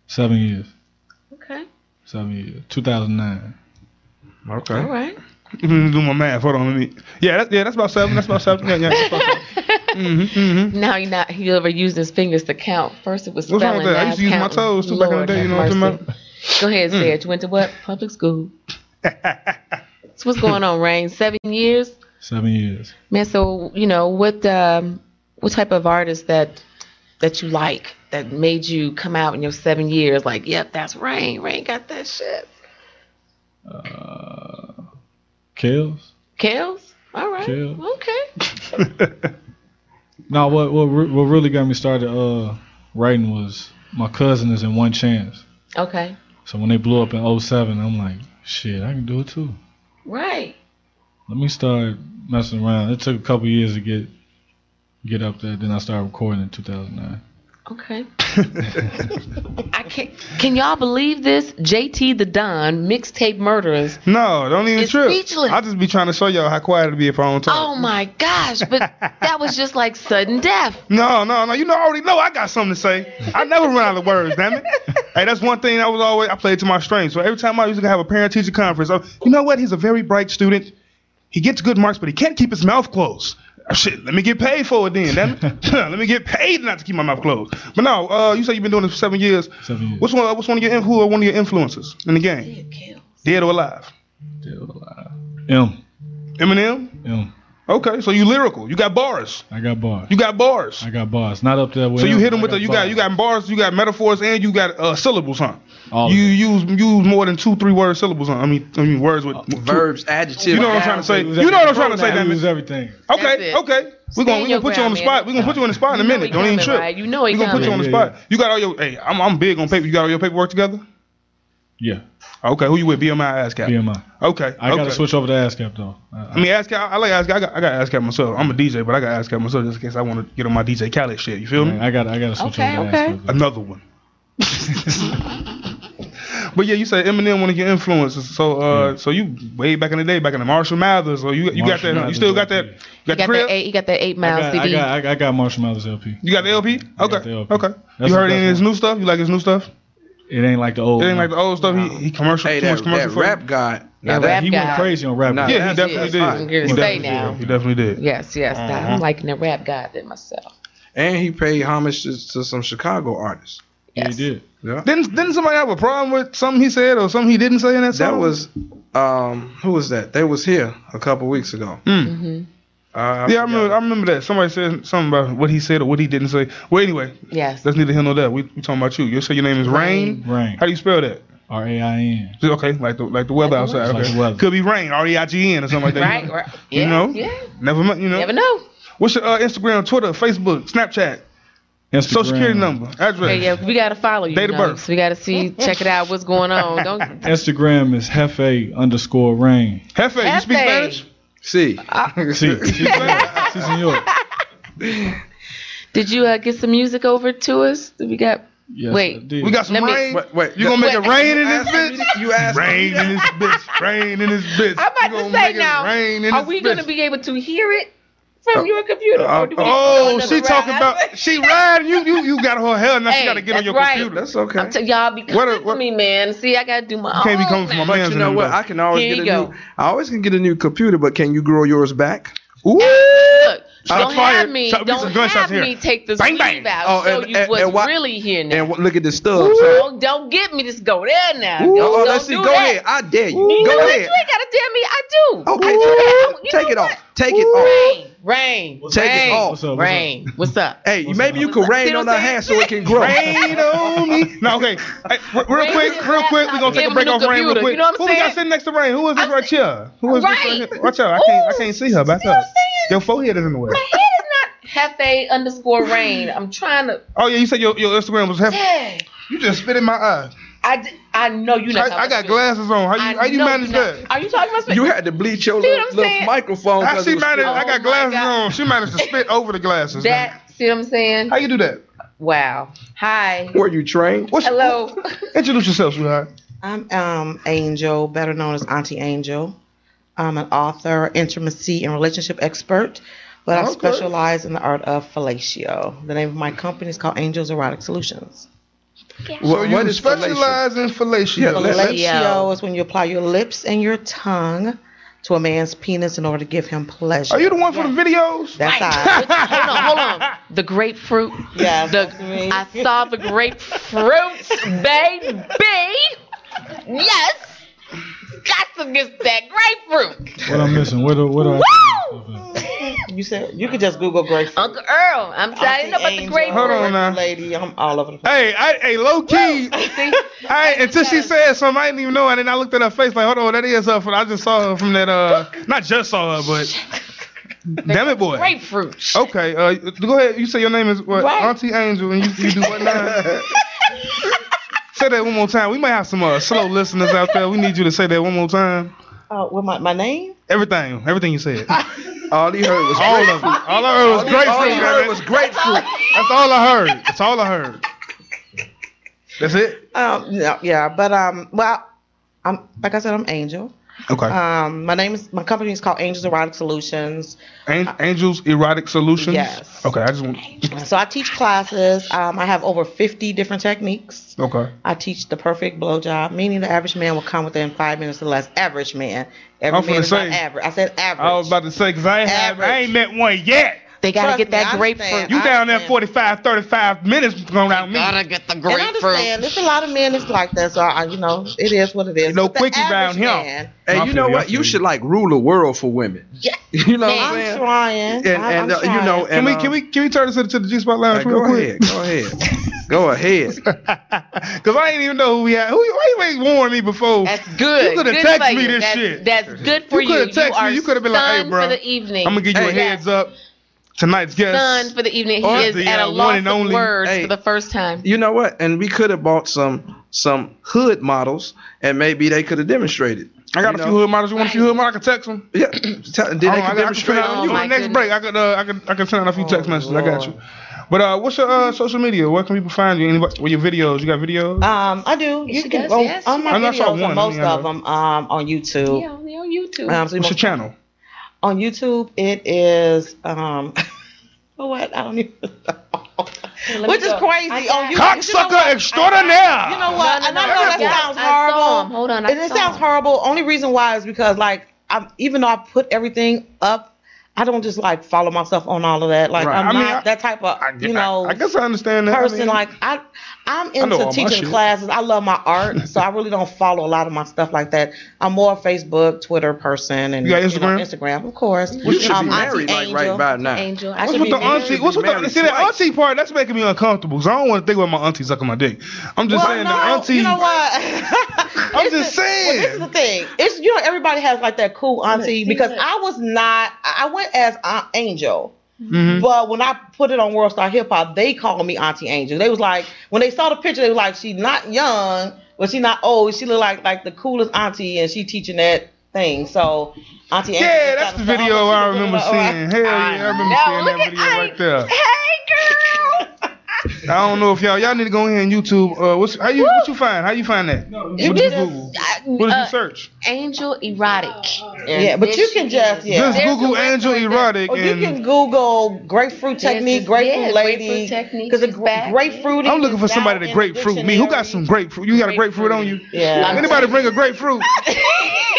Speaker 8: Seven years.
Speaker 6: Okay.
Speaker 8: Seven years. 2009.
Speaker 7: Okay.
Speaker 6: All right.
Speaker 5: Let me Mm-hmm. do my math. Hold on. Let me. Yeah, that, yeah, that's about seven. That's about seven. Yeah, yeah. that's about
Speaker 6: [laughs]
Speaker 5: seven. Mm-hmm,
Speaker 6: Now you're not. He ever used his fingers to count. First it was
Speaker 5: What's wrong
Speaker 6: spelling.
Speaker 5: with that? I
Speaker 6: now
Speaker 5: used
Speaker 6: it's
Speaker 5: to use my
Speaker 6: counting.
Speaker 5: toes too back in the
Speaker 6: Lord
Speaker 5: day. You
Speaker 6: have
Speaker 5: know what I'm
Speaker 6: mercy.
Speaker 5: talking about? Mm.
Speaker 6: Go ahead, Sage. You went to what?
Speaker 5: [laughs]
Speaker 6: Public school. so what's going on, Rain? Seven years?
Speaker 8: Seven years.
Speaker 6: Man, so you know, what um what type of artist that that you like that made you come out in your seven years like, yep, that's Rain. Rain got that shit.
Speaker 8: Kills.
Speaker 6: Kels? All right.
Speaker 8: Kels.
Speaker 6: Okay.
Speaker 7: [laughs]
Speaker 8: No, what what re- what really got me started uh, writing was my cousin is in One Chance.
Speaker 6: Okay.
Speaker 8: So when they blew up in 07, I'm like, shit, I can do it too.
Speaker 6: Right.
Speaker 8: Let me start messing around. It took a couple years to get get up there. Then I started recording in 2009.
Speaker 6: Okay.
Speaker 8: [laughs]
Speaker 6: I can't can y'all believe this? JT the Don, mixtape
Speaker 8: [laughs]
Speaker 6: murderers.
Speaker 5: No, don't even
Speaker 6: It's
Speaker 5: trip.
Speaker 6: speechless.
Speaker 5: I just be trying to show y'all how quiet it'd be if I don't talk.
Speaker 6: Oh my gosh, but that was just like sudden death.
Speaker 5: No, no, no. You know, I already know I got something to say. I never run out of words, damn it. Hey, that's one thing I was always I played to my strengths. So every time I used to have a parent teacher conference, I, you know what? He's a very bright student. He gets good marks, but he can't keep his mouth closed. Oh, Shit, let me get paid for it then. Damn
Speaker 8: [laughs]
Speaker 5: it. [laughs] let me get paid not to keep my mouth closed. But no, uh, you say you've been doing this for seven years.
Speaker 8: Seven years.
Speaker 5: What's one? What's one of your in- who are one of your influences in the game?
Speaker 6: Kels.
Speaker 5: Dead or alive?
Speaker 8: Still alive. M.
Speaker 5: Eminem.
Speaker 8: M.
Speaker 5: Okay, so you lyrical. You got bars.
Speaker 8: I got bars.
Speaker 5: You got bars.
Speaker 8: I got bars. Not up there with
Speaker 5: So you hit
Speaker 8: uh, I
Speaker 5: them with the you got
Speaker 8: bars.
Speaker 5: you got bars, you got metaphors, and you got uh, syllables, huh?
Speaker 8: All
Speaker 5: you
Speaker 8: of it.
Speaker 5: use use more than two, three word syllables, huh? I mean, I mean words with. two-
Speaker 7: Uh, Verbs, adjectives.
Speaker 5: You know what I'm trying to say. You know what I'm trying to say, damn
Speaker 8: Lose
Speaker 5: it.
Speaker 8: everything.
Speaker 6: That's
Speaker 5: Okay,
Speaker 6: it.
Speaker 5: okay. We're gonna we gonna
Speaker 6: your
Speaker 5: put you on the
Speaker 6: ground,
Speaker 5: spot. We're gonna put you on the spot in a
Speaker 6: You know
Speaker 5: minute.
Speaker 6: he
Speaker 5: Don't even
Speaker 6: coming,
Speaker 5: trip.
Speaker 6: right? You know he
Speaker 5: We're gonna put you on
Speaker 6: coming.
Speaker 5: the
Speaker 8: Yeah, yeah,
Speaker 5: spot. You got all your hey, I'm I'm big on paper. You got all your paperwork together?
Speaker 8: Yeah,
Speaker 5: Okay, who you with? BMI ASCAP.
Speaker 8: BMI.
Speaker 5: Okay.
Speaker 8: I
Speaker 5: okay.
Speaker 8: gotta switch over to ASCAP though. I,
Speaker 5: I mean, ASCAP. I like ASCAP. I got, I got ASCAP myself. I'm a DJ, but I got ASCAP myself just in case I want to get on my DJ Khaled shit. You feel me?
Speaker 8: I, I gotta I gotta switch
Speaker 6: Okay,
Speaker 8: over to
Speaker 6: okay.
Speaker 8: ASCAP.
Speaker 5: Another one. [laughs] but yeah, you said Eminem one of your influences. So uh, so you way back in the day, back in the Marshall Mathers, or you you got
Speaker 8: Marshall
Speaker 5: that?
Speaker 8: Mathers
Speaker 5: you still got that?
Speaker 8: LP.
Speaker 5: You
Speaker 6: He
Speaker 5: got, the
Speaker 6: got that
Speaker 5: crib?
Speaker 6: eight he got that eight
Speaker 8: I
Speaker 6: mile
Speaker 8: got,
Speaker 6: CD.
Speaker 8: I got I, I got Marshall Mathers LP.
Speaker 5: You got the LP?
Speaker 8: got
Speaker 5: Okay,
Speaker 8: the LP.
Speaker 5: okay. you
Speaker 8: That's the
Speaker 5: heard any of
Speaker 8: best
Speaker 5: his
Speaker 8: one.
Speaker 5: new stuff? You like his new stuff?
Speaker 8: It ain't like the old.
Speaker 5: It ain't like
Speaker 8: one.
Speaker 5: the old stuff. He he commercial
Speaker 7: Hey,
Speaker 5: too
Speaker 7: that,
Speaker 5: much commercial
Speaker 7: that
Speaker 5: for
Speaker 7: rap
Speaker 5: him.
Speaker 7: guy.
Speaker 6: Yeah,
Speaker 7: Now that,
Speaker 6: rap
Speaker 8: He
Speaker 6: guy.
Speaker 8: went crazy on rap.
Speaker 7: Nah,
Speaker 5: Yeah, he
Speaker 6: That's
Speaker 5: definitely
Speaker 6: it.
Speaker 5: did.
Speaker 6: I'm gonna
Speaker 5: He
Speaker 6: say
Speaker 5: definitely
Speaker 6: now.
Speaker 8: Uh-huh.
Speaker 5: did. He definitely did.
Speaker 6: Yes, yes. that- I'm liking the rap god than myself.
Speaker 7: and he paid homage to, to some Chicago artists.
Speaker 8: Yeah, he did.
Speaker 7: Yeah,
Speaker 5: Didn't didn't somebody have a problem with something he said or something he didn't say in that song?
Speaker 7: that was um, who was that? They was here a couple weeks ago.
Speaker 6: Mm-hmm.
Speaker 7: Uh,
Speaker 5: yeah, I remember. I remember that somebody said something about what he said or what he didn't say. Well, anyway,
Speaker 6: Yes.
Speaker 5: that's neither here nor there. We we talking about you. You say your name is Rain.
Speaker 8: Rain.
Speaker 5: How do you spell that?
Speaker 8: R A I N.
Speaker 5: Okay, like the like the weather
Speaker 6: Like the
Speaker 5: outside.
Speaker 8: weather. Like
Speaker 5: Okay.
Speaker 8: the weather.
Speaker 5: Could be Rain, R E I G N or something like that.
Speaker 6: Right,
Speaker 5: You know?
Speaker 6: right.
Speaker 5: You
Speaker 6: Yeah,
Speaker 5: know?
Speaker 6: yeah.
Speaker 5: Never mind. You know.
Speaker 6: Never know.
Speaker 5: What's your uh, Instagram, Twitter, Facebook, Snapchat, social security number, address?
Speaker 6: Yeah, yeah, we gotta follow you.
Speaker 5: Date of
Speaker 6: know.
Speaker 5: birth.
Speaker 6: So we gotta see, check it out. What's going on?
Speaker 5: [laughs]
Speaker 6: Don't.
Speaker 8: Instagram is Hefe underscore Rain.
Speaker 5: Hefe, you speak
Speaker 6: Hefe.
Speaker 5: Spanish?
Speaker 7: See,
Speaker 6: Uh,
Speaker 8: [laughs] See, see, see, senor.
Speaker 5: [laughs]
Speaker 6: Did you uh, get some music over to us? That We got.
Speaker 8: Yes,
Speaker 6: Wait.
Speaker 8: I did.
Speaker 5: We got some
Speaker 6: Let me-
Speaker 5: rain.
Speaker 7: wait, wait,
Speaker 5: You gonna make it rain
Speaker 6: [laughs]
Speaker 5: in this bitch?
Speaker 7: You asked
Speaker 5: Rain in this bitch. Rain in this bitch. You
Speaker 6: I'm about
Speaker 5: gonna
Speaker 6: to say
Speaker 5: make it
Speaker 6: now.
Speaker 5: Rain in
Speaker 6: Are
Speaker 5: this
Speaker 6: we
Speaker 5: bitch.
Speaker 6: gonna be able to hear it from your computer?
Speaker 7: uh,
Speaker 6: or do we
Speaker 5: Oh,
Speaker 6: go another
Speaker 5: she talking
Speaker 6: round?
Speaker 5: about
Speaker 6: [laughs]
Speaker 5: she riding. You you you got her hell. Now she
Speaker 6: Hey,
Speaker 5: got to get on
Speaker 6: that's
Speaker 5: your
Speaker 6: right.
Speaker 5: computer.
Speaker 7: That's okay.
Speaker 6: I'm t- y'all be
Speaker 5: What a-
Speaker 6: coming for
Speaker 5: what-
Speaker 6: me, man. See, I gotta do my own.
Speaker 5: Can't be coming from
Speaker 6: now.
Speaker 5: my man's
Speaker 7: But you know
Speaker 5: in
Speaker 7: what?
Speaker 5: them,
Speaker 7: I can always
Speaker 6: Oh, Here
Speaker 7: get a
Speaker 6: you go.
Speaker 7: new. I always can get a new computer, but can you grow yours back? Ooh.
Speaker 6: Look, don't
Speaker 5: fired.
Speaker 6: have me.
Speaker 5: Shot- we some
Speaker 6: Don't
Speaker 5: gunshots
Speaker 6: have
Speaker 5: here.
Speaker 6: me take this
Speaker 5: Bang,
Speaker 6: weave
Speaker 5: bang.
Speaker 6: out.
Speaker 7: Oh,
Speaker 6: show
Speaker 7: and-
Speaker 6: you
Speaker 7: and-
Speaker 6: what's
Speaker 7: and why-
Speaker 6: really here now.
Speaker 7: And w- look at the stub.
Speaker 6: don't, don't get me. Just go there now.
Speaker 7: Ooh,
Speaker 6: don't,
Speaker 7: oh,
Speaker 6: don't
Speaker 7: let's see.
Speaker 6: do
Speaker 7: Go
Speaker 6: that.
Speaker 7: ahead. I dare you.
Speaker 6: You know
Speaker 7: Go
Speaker 6: what?
Speaker 7: ahead.
Speaker 6: You ain't gotta tell me. I do.
Speaker 7: Okay,
Speaker 6: Ooh, I-
Speaker 7: take
Speaker 6: you
Speaker 7: it, take
Speaker 6: know
Speaker 7: it
Speaker 6: what?
Speaker 7: off. Take it off.
Speaker 6: Rain, rain,
Speaker 7: Take it
Speaker 6: rain,
Speaker 7: off.
Speaker 8: What's up, what's up?
Speaker 6: rain. What's up?
Speaker 7: Hey, you- maybe you
Speaker 6: up?
Speaker 7: can
Speaker 6: See
Speaker 7: rain
Speaker 6: what
Speaker 7: on
Speaker 6: I'm
Speaker 7: her
Speaker 6: saying?
Speaker 7: hair so it can
Speaker 6: [laughs]
Speaker 7: grow.
Speaker 5: Rain
Speaker 7: [laughs]
Speaker 5: on me. No, okay. Hey, r- real
Speaker 6: Rain
Speaker 5: quick,
Speaker 6: is
Speaker 5: real quick. We're
Speaker 6: laptop.
Speaker 5: gonna take a
Speaker 6: Give
Speaker 5: break
Speaker 6: him
Speaker 5: off
Speaker 6: the
Speaker 5: rain real
Speaker 6: computer.
Speaker 5: quick.
Speaker 6: You know what I'm
Speaker 5: Who we got
Speaker 6: saying?
Speaker 5: sitting next to rain? Who is this
Speaker 6: I'm
Speaker 5: right here? Who is this right
Speaker 6: Right.
Speaker 5: here? Watch out. I can't I can't see her. Back
Speaker 6: See what
Speaker 5: up.
Speaker 6: I'm saying?
Speaker 5: Your forehead is in the way.
Speaker 6: My head is not Hefe underscore rain. I'm trying to.
Speaker 5: Oh yeah, you said your, your Instagram was heavy.
Speaker 6: Yeah.
Speaker 5: You just spit in my eye.
Speaker 6: I, d- I know you're not.
Speaker 5: I, I
Speaker 6: talking
Speaker 5: got
Speaker 6: to me.
Speaker 5: glasses on. How you
Speaker 6: I
Speaker 5: how you
Speaker 6: know
Speaker 5: manage
Speaker 6: you're not-
Speaker 5: that?
Speaker 6: Are you talking about?
Speaker 7: You had to bleach your
Speaker 6: See what
Speaker 7: little,
Speaker 6: I'm
Speaker 7: little
Speaker 6: saying?
Speaker 7: microphone.
Speaker 5: I
Speaker 7: 'cause
Speaker 5: Ah, she
Speaker 7: it was
Speaker 5: managed.
Speaker 7: spitting.
Speaker 5: I got
Speaker 6: Oh, my
Speaker 5: glasses
Speaker 6: God.
Speaker 5: on. She managed to spit over the glasses.
Speaker 6: that? See what I'm saying?
Speaker 5: How you do that?
Speaker 6: Wow. Hi.
Speaker 7: Were you trained?
Speaker 5: What's
Speaker 6: Hello.
Speaker 5: Introduce yourself, sweetheart.
Speaker 9: I'm um, Angel, better known as Auntie Angel. I'm an author, intimacy, and relationship expert, but I
Speaker 5: Okay.
Speaker 9: specialize in the art of fellatio. The name of my company is called Angel's Erotic Solutions.
Speaker 7: What-
Speaker 5: So you
Speaker 7: what is
Speaker 5: specialize in fellatio.
Speaker 7: Yeah, let- let-
Speaker 5: uh,
Speaker 9: Fellatio is when you apply your lips and your tongue to a man's penis in order to give him pleasure.
Speaker 5: Are you the one for the videos?
Speaker 9: That's I.
Speaker 6: hold on, hold on. The [laughs] grapefruit.
Speaker 9: Yes,
Speaker 6: The,
Speaker 9: that's me.
Speaker 6: I saw the grapefruit, baby. Yes. Got to get that grapefruit.
Speaker 8: What I'm missing? What do, what do
Speaker 6: Woo!
Speaker 8: I?
Speaker 9: You said you could just Google grapefruit.
Speaker 6: Uncle [laughs] Earl, I'm telling you about the
Speaker 9: Angel,
Speaker 5: Hold
Speaker 6: grapefruit.
Speaker 5: on now.
Speaker 9: lady. I'm all over the
Speaker 5: Hey,
Speaker 9: place.
Speaker 5: I, hey, low
Speaker 9: [laughs]
Speaker 5: key.
Speaker 6: See?
Speaker 5: I, until she said something, I didn't even know. And then I looked at her face like, hold on, that is her. From, I just saw her from that. Uh, not just saw her, but
Speaker 9: [laughs]
Speaker 5: damn it, boy.
Speaker 6: Grapefruit.
Speaker 5: Okay, uh, go ahead. You say your name is what?
Speaker 9: Right.
Speaker 5: Auntie Angel, and you, you do what now?
Speaker 6: [laughs]
Speaker 9: [laughs]
Speaker 5: say that one more time. We might have some uh, slow listeners out there. We need you to say that one more time.
Speaker 9: Oh, with my, my name?
Speaker 5: Everything, everything you
Speaker 9: [laughs]
Speaker 5: said.
Speaker 7: All he heard was
Speaker 5: All of it. All I heard was
Speaker 7: All
Speaker 5: grapefruit.
Speaker 7: he heard was grapefruit.
Speaker 5: That's all I heard. That's all I heard. That's it.
Speaker 9: Um, no, yeah, but um, well, I'm like I said, I'm Angel.
Speaker 5: Okay.
Speaker 9: Um, my name is my company is called Angels Erotic Solutions.
Speaker 5: An- Angels Erotic Solutions.
Speaker 9: Yes.
Speaker 5: Okay, I just want.
Speaker 9: So I teach classes. Um, I have over 50 different techniques.
Speaker 5: Okay.
Speaker 9: I teach the perfect blowjob, meaning the average man will come within five minutes or less. Average man. Every
Speaker 5: I'm finna
Speaker 9: man is
Speaker 5: say-
Speaker 9: not average. I said average.
Speaker 5: I was about to say because I ain't have, I ain't met one yet.
Speaker 6: They gotta
Speaker 9: Trust
Speaker 6: get that
Speaker 9: me, I
Speaker 6: grapefruit.
Speaker 9: understand.
Speaker 5: You
Speaker 9: I
Speaker 5: down there
Speaker 9: understand.
Speaker 5: 45, 35 minutes going around me.
Speaker 6: Gotta get the
Speaker 9: and I understand.
Speaker 6: grapefruit.
Speaker 9: There's a lot of men that's like that. So I, you know, it is what it is.
Speaker 5: No
Speaker 9: But the
Speaker 5: quickie round
Speaker 9: average
Speaker 5: here.
Speaker 9: man-
Speaker 7: Hey,
Speaker 5: I
Speaker 7: you
Speaker 5: feel
Speaker 7: know
Speaker 5: you, I
Speaker 7: what?
Speaker 5: feel
Speaker 7: You
Speaker 5: you.
Speaker 7: should like rule the world for women.
Speaker 6: Yeah.
Speaker 7: [laughs] You know what I'm
Speaker 6: Man.
Speaker 9: I'm
Speaker 7: saying?
Speaker 9: trying.
Speaker 7: And, and
Speaker 9: i
Speaker 7: uh, you know,
Speaker 5: Can
Speaker 7: and,
Speaker 5: we
Speaker 7: uh,
Speaker 5: can we can we turn this into the G Spot Lounge
Speaker 7: hey,
Speaker 5: real
Speaker 7: go
Speaker 5: quick?
Speaker 7: ahead, go
Speaker 5: [laughs]
Speaker 7: ahead, go ahead.
Speaker 5: Because I didn't even know who we had. Who why you ain't warned me before?
Speaker 6: That's good.
Speaker 5: You coulda
Speaker 6: Good
Speaker 5: texted
Speaker 6: for
Speaker 5: me
Speaker 6: you.
Speaker 5: this
Speaker 6: that's,
Speaker 5: shit.
Speaker 6: That's good for
Speaker 5: You
Speaker 6: you.
Speaker 5: coulda texted
Speaker 6: you
Speaker 5: me.
Speaker 6: are
Speaker 5: You coulda been like, "Hey,
Speaker 6: stunned
Speaker 5: bro,
Speaker 6: for the evening.
Speaker 5: I'm gonna give you a
Speaker 7: Hey.
Speaker 5: heads up. Tonight's
Speaker 6: stunned
Speaker 5: guest.
Speaker 6: for the evening. He
Speaker 5: Or
Speaker 6: is
Speaker 5: the,
Speaker 6: at
Speaker 5: uh,
Speaker 6: a
Speaker 5: one
Speaker 6: loss
Speaker 5: and
Speaker 6: of
Speaker 5: only-
Speaker 6: words
Speaker 7: Hey.
Speaker 6: for the first time.
Speaker 7: You know what? And we could have bought some some hood models, and maybe they could have demonstrated.
Speaker 5: I got a
Speaker 7: You
Speaker 5: few
Speaker 7: know?
Speaker 5: hood models. You want a few
Speaker 6: Right.
Speaker 5: hood models? I can text them.
Speaker 7: Yeah, tell- then they
Speaker 5: Oh, I
Speaker 7: could
Speaker 5: got- I can
Speaker 7: demonstrate
Speaker 5: send out
Speaker 7: on
Speaker 5: on
Speaker 7: you.
Speaker 5: you.
Speaker 6: my
Speaker 5: The next
Speaker 6: goodness.
Speaker 5: break, I could, uh, I could, I could send out a few text messages. I got
Speaker 9: Lord.
Speaker 5: you. But uh, what's your uh, social media? Where can people find you? Anybody, well, your videos? You got videos?
Speaker 9: Um, I do. You
Speaker 6: she
Speaker 9: can
Speaker 6: does,
Speaker 9: on,
Speaker 6: yes.
Speaker 9: on my
Speaker 5: I know I saw
Speaker 9: videos, on
Speaker 5: one, I
Speaker 9: most
Speaker 5: mean, I
Speaker 9: of
Speaker 5: know.
Speaker 9: them, um, on YouTube.
Speaker 6: Yeah, on on YouTube.
Speaker 9: Um, so
Speaker 5: What's your
Speaker 9: you must-
Speaker 5: channel?
Speaker 9: on YouTube, it is um, [laughs] oh, what I don't even,
Speaker 6: me
Speaker 9: which is
Speaker 6: go.
Speaker 9: crazy.
Speaker 6: I
Speaker 9: On
Speaker 6: got-
Speaker 9: YouTube, you know
Speaker 5: Cocksucker
Speaker 9: what?
Speaker 5: extraordinaire.
Speaker 9: You know what?
Speaker 6: No, no,
Speaker 9: and I
Speaker 6: no,
Speaker 9: know
Speaker 6: I
Speaker 9: that
Speaker 6: got-
Speaker 9: sounds
Speaker 6: I saw
Speaker 9: horrible.
Speaker 6: him. Hold on, I
Speaker 9: and it
Speaker 6: saw
Speaker 9: sounds
Speaker 6: him.
Speaker 9: horrible. Only reason why is because like I'm even though I put everything up, I don't just like follow myself on all of that. Like
Speaker 5: Right.
Speaker 9: I'm
Speaker 5: I mean,
Speaker 9: not
Speaker 5: I-
Speaker 9: that type of you know
Speaker 5: I, I guess I understand that. I
Speaker 9: person.
Speaker 5: mean,
Speaker 9: like I, I'm
Speaker 5: know all
Speaker 9: into
Speaker 5: my
Speaker 9: teaching
Speaker 5: shit.
Speaker 9: classes. I love my
Speaker 5: [laughs]
Speaker 9: art, so I really don't follow a lot of my stuff like that. I'm more a Facebook, Twitter person, and
Speaker 5: You got
Speaker 9: know,
Speaker 5: Instagram?
Speaker 9: Instagram, of course.
Speaker 7: You should be
Speaker 9: Um, Auntie
Speaker 7: married like
Speaker 9: Angel.
Speaker 7: right by now.
Speaker 6: Angel. I
Speaker 5: What's
Speaker 6: should
Speaker 5: with
Speaker 6: be
Speaker 5: the
Speaker 6: married.
Speaker 5: auntie? What's with
Speaker 7: married
Speaker 5: the see that
Speaker 7: twice.
Speaker 5: auntie part? That's making me uncomfortable. Cause I don't want to think about my auntie sucking my dick. I'm just
Speaker 9: Well,
Speaker 5: saying the
Speaker 9: no,
Speaker 5: auntie.
Speaker 9: you
Speaker 5: [laughs]
Speaker 9: know what? I'm
Speaker 5: just saying.
Speaker 9: this is the thing. It's you know everybody has like that cool auntie because I was not. I I went as Aunt Angel.
Speaker 5: Mhm.
Speaker 9: But when I put it on World Star Hip Hop, they called me Auntie Angel. They was like, when they saw the picture, they was like, she's not young, but she's not old. She look like like the coolest auntie, and she teaching that thing. So Auntie Angel.
Speaker 5: Yeah,
Speaker 9: just
Speaker 5: that's the
Speaker 9: kinda said,
Speaker 5: video
Speaker 9: "Oh,
Speaker 5: I
Speaker 9: she looking
Speaker 5: remember
Speaker 9: like- oh, I-
Speaker 5: seeing. Hell yeah, I remember
Speaker 6: know,
Speaker 5: seeing that
Speaker 6: look at
Speaker 5: video right
Speaker 6: Ike.
Speaker 5: there.
Speaker 6: Hey, girl.
Speaker 5: I don't know if y'all y'all need to go ahead and YouTube. Uh, what's how you what you find? How you find that?
Speaker 6: You
Speaker 5: what did you
Speaker 6: just-
Speaker 5: Google?
Speaker 6: I-
Speaker 5: What did
Speaker 6: uh,
Speaker 5: you search?
Speaker 6: Angel erotic.
Speaker 9: Yeah, but you can just yeah.
Speaker 5: Just
Speaker 6: There's
Speaker 5: Google
Speaker 6: a
Speaker 5: Angel
Speaker 6: website
Speaker 5: erotic
Speaker 9: Or Oh, you
Speaker 5: and
Speaker 9: can Google grapefruit
Speaker 6: There's
Speaker 9: technique,
Speaker 6: this-
Speaker 9: grapefruit
Speaker 6: yeah,
Speaker 9: lady.
Speaker 6: grapefruit technique
Speaker 9: Because
Speaker 6: is back.
Speaker 9: grapefruit.
Speaker 5: I'm looking for somebody to grapefruit me. Who got some grapefruit? You got a grapefruit on you?
Speaker 9: Yeah.
Speaker 5: Anybody bring a grapefruit?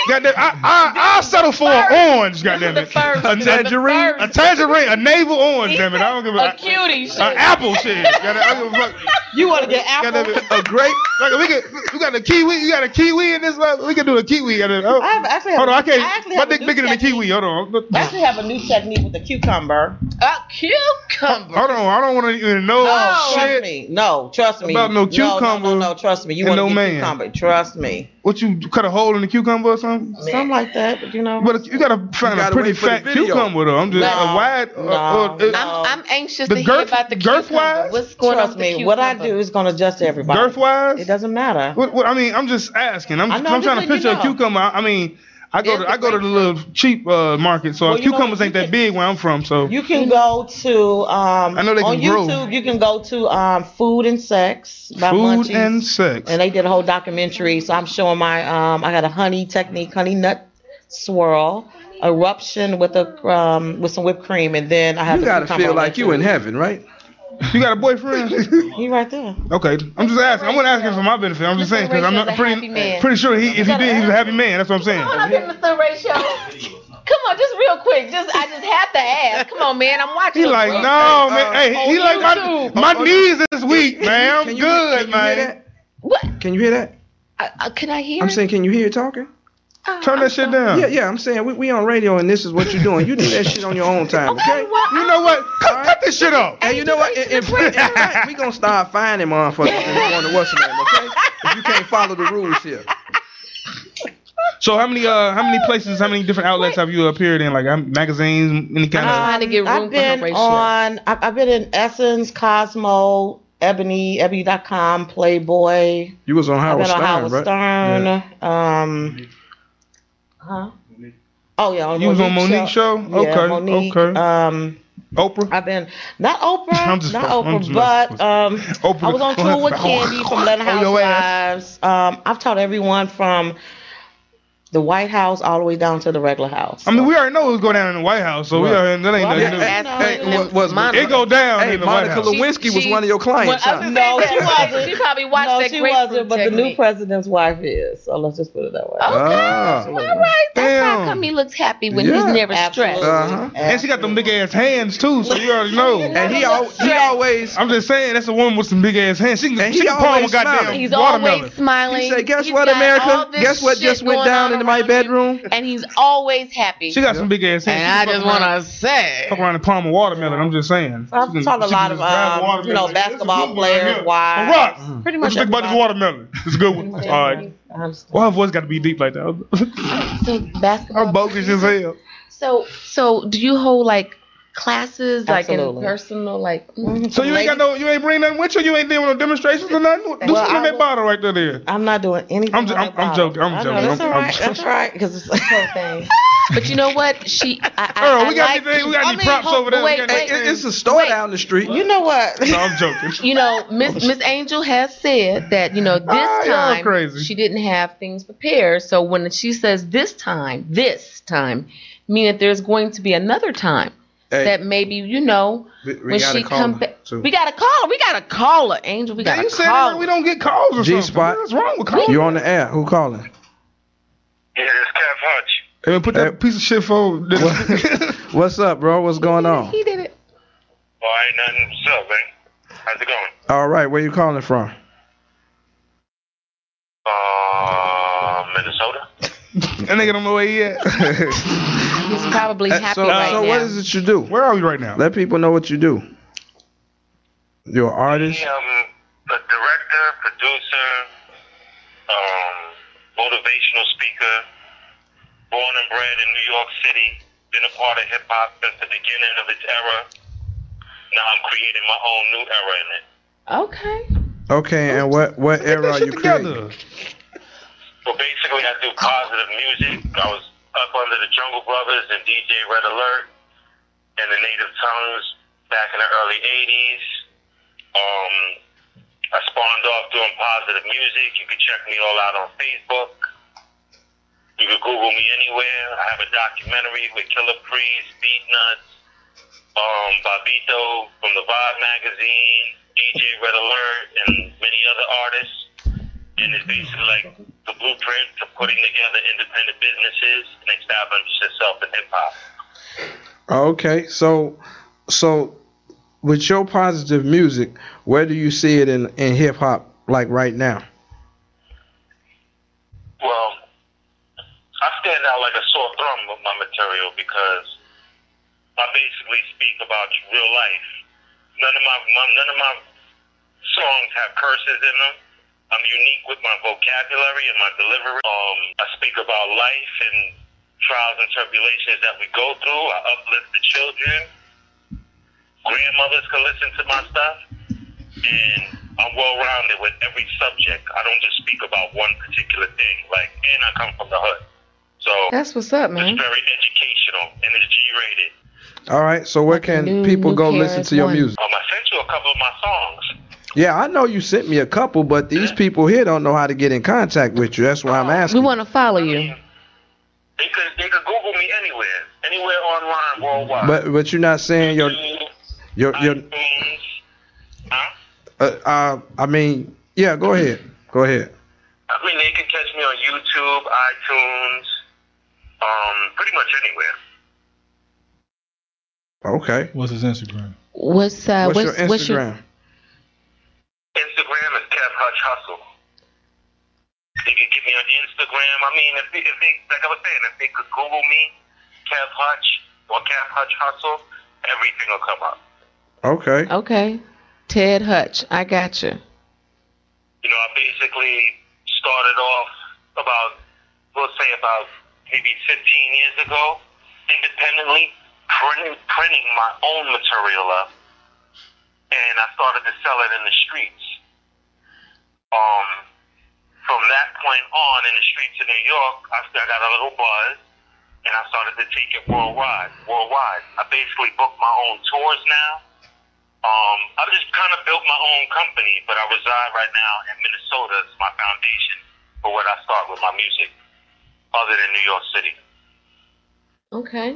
Speaker 5: Goddamn, I I I'll settle for an orange. Goddamn it, a tangerine, a tangerine, a navel orange. Damn it, I don't give a.
Speaker 6: A cutie.
Speaker 5: An apple shit. Goddamn, I don't give a fuck.
Speaker 9: You want to get apple?
Speaker 5: Goddamn it, a grape. Like we could, we got a kiwi. You got a kiwi in this. mother- We can do a kiwi. Goddamn. Oh,
Speaker 9: I have, actually have
Speaker 5: hold on, I
Speaker 9: I
Speaker 5: can't.
Speaker 9: actually
Speaker 5: My
Speaker 9: have a
Speaker 5: dick
Speaker 9: new
Speaker 5: bigger than a
Speaker 9: technique.
Speaker 5: kiwi. Hold on. Hold
Speaker 9: I
Speaker 5: on,
Speaker 9: actually have a new technique with the cucumber.
Speaker 6: A cucumber.
Speaker 5: I don't want to even know
Speaker 9: No, trust
Speaker 5: shit.
Speaker 9: me. No, trust me.
Speaker 5: About no
Speaker 9: No,
Speaker 5: cucumber
Speaker 9: no, no, trust me. You
Speaker 5: and
Speaker 9: want
Speaker 5: no
Speaker 9: to
Speaker 5: man.
Speaker 9: get cucumber? Trust me.
Speaker 5: What you cut a hole in the cucumber or something?
Speaker 9: Something like that, but you know.
Speaker 5: But you gotta find
Speaker 7: You gotta
Speaker 5: a pretty
Speaker 7: wait for the
Speaker 5: fat
Speaker 7: video.
Speaker 5: cucumber though. I'm just
Speaker 9: No,
Speaker 5: a wide. uh,
Speaker 9: no,
Speaker 5: uh, uh,
Speaker 9: no.
Speaker 6: I'm, I'm anxious
Speaker 5: The
Speaker 6: to hear
Speaker 5: girth-
Speaker 6: about the
Speaker 5: girth
Speaker 6: cucumber.
Speaker 5: wise?
Speaker 6: What's going on
Speaker 9: trust
Speaker 6: with the
Speaker 9: me. What I
Speaker 6: cucumber?
Speaker 9: do is gonna adjust everybody.
Speaker 5: girth wise.
Speaker 9: It doesn't matter.
Speaker 5: What, what, I mean, I'm just asking. I'm,
Speaker 9: I know,
Speaker 5: I'm
Speaker 9: I'm
Speaker 5: trying to
Speaker 9: just
Speaker 5: picture
Speaker 9: letting you
Speaker 5: a
Speaker 9: know.
Speaker 5: cucumber. I, I mean, I go
Speaker 6: There's
Speaker 5: to
Speaker 6: the
Speaker 5: I go to the little cheap uh, market, so
Speaker 9: Well, you know what,
Speaker 5: cucumbers
Speaker 9: you
Speaker 5: ain't that
Speaker 9: can-
Speaker 5: big where I'm from. So
Speaker 9: You can go to um
Speaker 5: I know they
Speaker 9: on
Speaker 5: can grow.
Speaker 9: YouTube. You can go to um Food and Sex by
Speaker 5: food
Speaker 9: Munchies.
Speaker 5: and sex.
Speaker 9: and they did a whole documentary. So I'm showing my um I got a honey technique, honey nut swirl, eruption with a um with some whipped cream, and then I have
Speaker 7: You
Speaker 9: the
Speaker 7: gotta
Speaker 9: cucumber
Speaker 7: feel
Speaker 9: on
Speaker 7: like
Speaker 9: there,
Speaker 7: you
Speaker 9: too.
Speaker 7: in heaven, right?
Speaker 5: you got a
Speaker 9: [laughs]
Speaker 5: boyfriend? [laughs]
Speaker 9: You right there.
Speaker 5: okay, I'm just asking. I'm not asking for my benefit. I'm just
Speaker 6: Mr.
Speaker 5: saying because I'm
Speaker 6: Rachel's
Speaker 5: not
Speaker 6: a happy
Speaker 5: pretty
Speaker 6: man.
Speaker 5: pretty sure he if he
Speaker 6: gotta
Speaker 5: did he was a
Speaker 6: ask
Speaker 5: happy man. That's what I'm saying.
Speaker 9: [laughs]
Speaker 6: Come on up here, Mr. Ratio. Come on, just real quick. Just I just have to ask. Come on, man. I'm watching.
Speaker 5: He
Speaker 6: the
Speaker 5: like
Speaker 6: program.
Speaker 5: no
Speaker 7: uh,
Speaker 5: man. Hey, he
Speaker 6: on
Speaker 5: like my
Speaker 6: YouTube.
Speaker 5: my knees is weak, man. I'm
Speaker 7: Can you-
Speaker 5: good,
Speaker 7: can you hear
Speaker 5: man.
Speaker 7: that?
Speaker 6: What?
Speaker 7: Can you hear that?
Speaker 6: Uh, uh, can I hear?
Speaker 7: I'm saying, can you hear it talking?
Speaker 6: Oh,
Speaker 5: Turn
Speaker 6: I'm
Speaker 5: that shit
Speaker 6: sorry.
Speaker 5: down.
Speaker 7: Yeah, yeah. I'm saying we, we on radio and this is what you're doing. You do that shit on your own time, okay?
Speaker 6: Well,
Speaker 5: You know what? Cut, cut this shit off.
Speaker 7: And you know what? If, if, in fact, we gonna start finding motherfuckers and going to what's the name, okay? If you can't follow the rules here.
Speaker 5: So how many uh how many places how many different outlets have you appeared in like um, magazines any kind of
Speaker 6: trying to get room
Speaker 9: I've
Speaker 6: for
Speaker 9: been
Speaker 6: her ratio.
Speaker 9: on. I've, I've been in Essence, Cosmo, Ebony, Ebony.com, Playboy.
Speaker 7: You was on
Speaker 9: I've
Speaker 7: Howard
Speaker 9: been on
Speaker 7: Stern,
Speaker 9: Howard
Speaker 7: right?
Speaker 9: Stern. Um, huh? Oh yeah, on
Speaker 5: You was on Monique's
Speaker 9: Monique's
Speaker 5: show? Okay,
Speaker 9: yeah, Monique,
Speaker 5: okay.
Speaker 9: Um,
Speaker 5: Oprah?
Speaker 9: I've been not Oprah,
Speaker 5: [laughs] I'm just
Speaker 9: not
Speaker 5: fucking- I'm
Speaker 9: Oprah,
Speaker 5: just
Speaker 9: but
Speaker 5: fucking-
Speaker 9: um,
Speaker 5: Oprah.
Speaker 9: I was on tour with Candy from Letting
Speaker 5: On Oh, your
Speaker 9: Housewives. Um, I've taught everyone from the White House all the way down to the regular house.
Speaker 5: I mean we already know it was go down in the White House, so we
Speaker 7: Right.
Speaker 5: already that ain't
Speaker 9: Well,
Speaker 5: nothing
Speaker 9: I'm
Speaker 5: new.
Speaker 9: just
Speaker 7: Hey,
Speaker 9: asking
Speaker 7: was- was-
Speaker 6: Monica.
Speaker 5: It go down
Speaker 7: Hey,
Speaker 5: in the White
Speaker 7: Monica
Speaker 5: House.
Speaker 7: Lewinsky was
Speaker 6: she-
Speaker 7: one of your clients.
Speaker 6: Well, I
Speaker 7: Huh?
Speaker 6: was
Speaker 9: No,
Speaker 6: gonna say
Speaker 9: she
Speaker 6: that.
Speaker 9: wasn't.
Speaker 6: She probably watched
Speaker 9: no,
Speaker 6: that
Speaker 9: she
Speaker 6: grapefruit
Speaker 9: wasn't, but the new
Speaker 6: technique.
Speaker 9: president's wife is. So let's just put it that way.
Speaker 6: Okay.
Speaker 7: Ah.
Speaker 6: All right. That's how
Speaker 5: Damn.
Speaker 6: come he looks happy when
Speaker 7: Yeah.
Speaker 6: he's never
Speaker 9: Absolutely.
Speaker 6: stressed.
Speaker 7: Uh-huh.
Speaker 5: And she got them big ass hands too, so you already know.
Speaker 7: And he, al- he always
Speaker 5: I'm just saying that's a woman with some big ass hands. She can,
Speaker 7: And
Speaker 5: she
Speaker 7: he
Speaker 5: can palm a
Speaker 7: always
Speaker 5: goddamn
Speaker 7: smiling.
Speaker 6: He's
Speaker 5: watermelon.
Speaker 6: always smiling.
Speaker 7: he said, "Guess
Speaker 6: He's
Speaker 7: what,
Speaker 6: got all
Speaker 7: America?
Speaker 6: this
Speaker 7: Guess what
Speaker 6: shit
Speaker 7: just went
Speaker 6: going
Speaker 7: down
Speaker 6: on
Speaker 7: into my
Speaker 6: around
Speaker 7: bedroom?
Speaker 6: him, And he's always happy.
Speaker 5: She got some big ass hands. She
Speaker 6: and
Speaker 5: can
Speaker 6: I just
Speaker 5: fuck around-
Speaker 6: want to say,
Speaker 5: fuck around and palm a watermelon. I'm just saying.
Speaker 9: I've
Speaker 5: She can-
Speaker 9: taught a
Speaker 5: she can
Speaker 9: lot
Speaker 5: just
Speaker 9: of,
Speaker 5: grab a
Speaker 9: um,
Speaker 5: watermelon
Speaker 9: you know,
Speaker 5: like, "This is a
Speaker 9: basketball
Speaker 5: good one right
Speaker 9: players,
Speaker 5: here.
Speaker 9: wives.
Speaker 5: Rock.
Speaker 6: Mm.
Speaker 9: Pretty
Speaker 5: What
Speaker 9: much
Speaker 5: you think about this
Speaker 9: everybody.
Speaker 5: watermelon? It's a good
Speaker 9: [laughs]
Speaker 5: one. All right.
Speaker 9: I understand.
Speaker 5: Well, her voice got to be deep like that. [laughs]
Speaker 6: so
Speaker 5: Her
Speaker 6: basketball.
Speaker 5: bogus as hell.
Speaker 6: So, so do you hold like classes, like in
Speaker 9: Absolutely.
Speaker 6: personal, like?
Speaker 5: So you ain't got no, you ain't bring nothing with you. You ain't doing no demonstrations or nothing. Do
Speaker 9: Well,
Speaker 5: something in
Speaker 9: I
Speaker 5: that
Speaker 9: will-
Speaker 5: bottle right there. there.
Speaker 9: I'm not doing anything.
Speaker 5: I'm j-
Speaker 9: on
Speaker 5: I'm-
Speaker 9: that
Speaker 5: I'm
Speaker 9: bottle.
Speaker 5: joking, I'm
Speaker 9: I know,
Speaker 5: joking,
Speaker 9: That's
Speaker 5: I'm-
Speaker 9: all
Speaker 5: I'm
Speaker 9: right. That's all right. Because it's the whole [laughs] thing.
Speaker 6: But you know what? She, I, I,
Speaker 5: Earl,
Speaker 6: I
Speaker 5: we got
Speaker 6: like-
Speaker 5: any, we got
Speaker 6: I
Speaker 5: any
Speaker 6: mean,
Speaker 5: props
Speaker 6: hold-
Speaker 5: over there? We
Speaker 6: Wait,
Speaker 5: got
Speaker 7: Hey,
Speaker 6: wait.
Speaker 5: anything?
Speaker 7: it- it's a store
Speaker 6: Wait.
Speaker 7: down the street.
Speaker 9: You know what?
Speaker 5: no, I'm joking.
Speaker 6: [laughs] you know, Miss Miss Angel has said that you know this
Speaker 5: Oh, Ah, y'all
Speaker 6: time
Speaker 5: crazy.
Speaker 6: she didn't have things prepared. So when she says this time, this time, mean that there's going to be another time
Speaker 7: Hey.
Speaker 6: that maybe you know
Speaker 7: We- we
Speaker 6: when
Speaker 7: gotta
Speaker 6: she
Speaker 7: call
Speaker 6: come
Speaker 7: her,
Speaker 6: back.
Speaker 7: too.
Speaker 6: We gotta call her. We gotta call her, Angel. We
Speaker 5: Damn,
Speaker 6: gotta
Speaker 5: you said it
Speaker 6: call.
Speaker 5: like
Speaker 6: her.
Speaker 5: we don't get calls or
Speaker 7: G
Speaker 5: something.
Speaker 7: spot.
Speaker 5: What's wrong with calls?
Speaker 7: You're on the air. Who calling?
Speaker 3: Yeah, it's Kev Hutch.
Speaker 5: Hey, man, put that piece of shit for.
Speaker 7: [laughs] What? What's up, bro? What's going on?
Speaker 6: Oh. He did it.
Speaker 10: Well, ain't nothing. What's up, man? How's it going?
Speaker 7: All right, where you calling
Speaker 6: [laughs]
Speaker 7: from?
Speaker 10: Uh, Minnesota.
Speaker 5: [laughs] That nigga don't know where he at.
Speaker 6: He's
Speaker 5: [laughs]
Speaker 6: probably happy
Speaker 7: so,
Speaker 6: right
Speaker 7: so
Speaker 6: now.
Speaker 7: what is it you do?
Speaker 5: Where are we right now?
Speaker 7: Let people know what you do. You're an artist.
Speaker 10: I am a um, director, producer, um, motivational speaker. Born and bred in New York City. Been a part of hip hop since the beginning of its era. Now I'm creating my own new era in it.
Speaker 6: Okay.
Speaker 7: Okay, and what what
Speaker 5: Get
Speaker 7: era
Speaker 5: that
Speaker 7: are
Speaker 5: shit
Speaker 7: you creating?
Speaker 5: together.
Speaker 10: Well, basically, I do positive music. I was up under the Jungle Brothers and DJ Red Alert and the Native Tongues back in the early 80s. Um, I spawned off doing positive music. You can check me all out on Facebook. You can Google me anywhere. I have a documentary with Killer Priest, Beat Nuts, um, Bobito from the Vibe magazine, DJ Red Alert, and many other artists. And it's basically like the blueprint to putting together independent businesses and establishing yourself in hip hop.
Speaker 7: Okay, so so with your positive music, where do you see it in in hip hop like right now?
Speaker 10: Well, I stand out like a sore thumb with my material because I basically speak about real life. None of my, my none of my songs have curses in them. I'm unique with my vocabulary and my delivery. Um, I speak about life and trials and tribulations that we go through. I uplift the children. Grandmothers can listen to my stuff, and I'm well rounded with every subject. I don't just speak about one particular thing. Like, and I come from the hood, so
Speaker 6: That's what's up, man.
Speaker 10: it's very educational and it's G-rated.
Speaker 7: All right, so where
Speaker 6: New-
Speaker 7: can people
Speaker 6: new
Speaker 7: go
Speaker 6: Paris
Speaker 7: listen to your
Speaker 6: one.
Speaker 7: music?
Speaker 10: Um, I sent you a couple of my songs.
Speaker 7: Yeah, I know you sent me a couple, but these people here don't know how to get in contact with you. That's why I'm
Speaker 6: We
Speaker 7: asking.
Speaker 6: want to follow you.
Speaker 10: They could they could Google me anywhere, anywhere online, worldwide.
Speaker 7: But but you're not saying your
Speaker 10: YouTube,
Speaker 7: your your
Speaker 10: iTunes, huh?
Speaker 7: uh, uh I mean yeah. Go ahead, go ahead.
Speaker 10: I mean, they can catch me on YouTube, iTunes, um, pretty much anywhere.
Speaker 7: Okay.
Speaker 8: What's his Instagram?
Speaker 6: What's uh?
Speaker 7: What's,
Speaker 6: What's
Speaker 7: your Instagram?
Speaker 6: What's your
Speaker 10: Instagram is Kev Hutch Hustle. They could get me on Instagram. I mean, if they, if they, like I was saying, if they could Google me, Kev Hutch or Kev Hutch Hustle, everything will come up.
Speaker 7: Okay.
Speaker 6: okay? Ted Hutch, I got you.
Speaker 10: You know, I basically started off about, we'll say about maybe 15 years ago, independently printing, printing my own material up, and I started to sell it in the streets. Um, from that point on, in the streets of New York, I I got a little buzz, and I started to take it worldwide. Worldwide, I basically booked my own tours now. Um, I've just kind of built my own company, but I reside right now in Minnesota. It's my foundation for what I start with my music, other than New York City.
Speaker 6: Okay.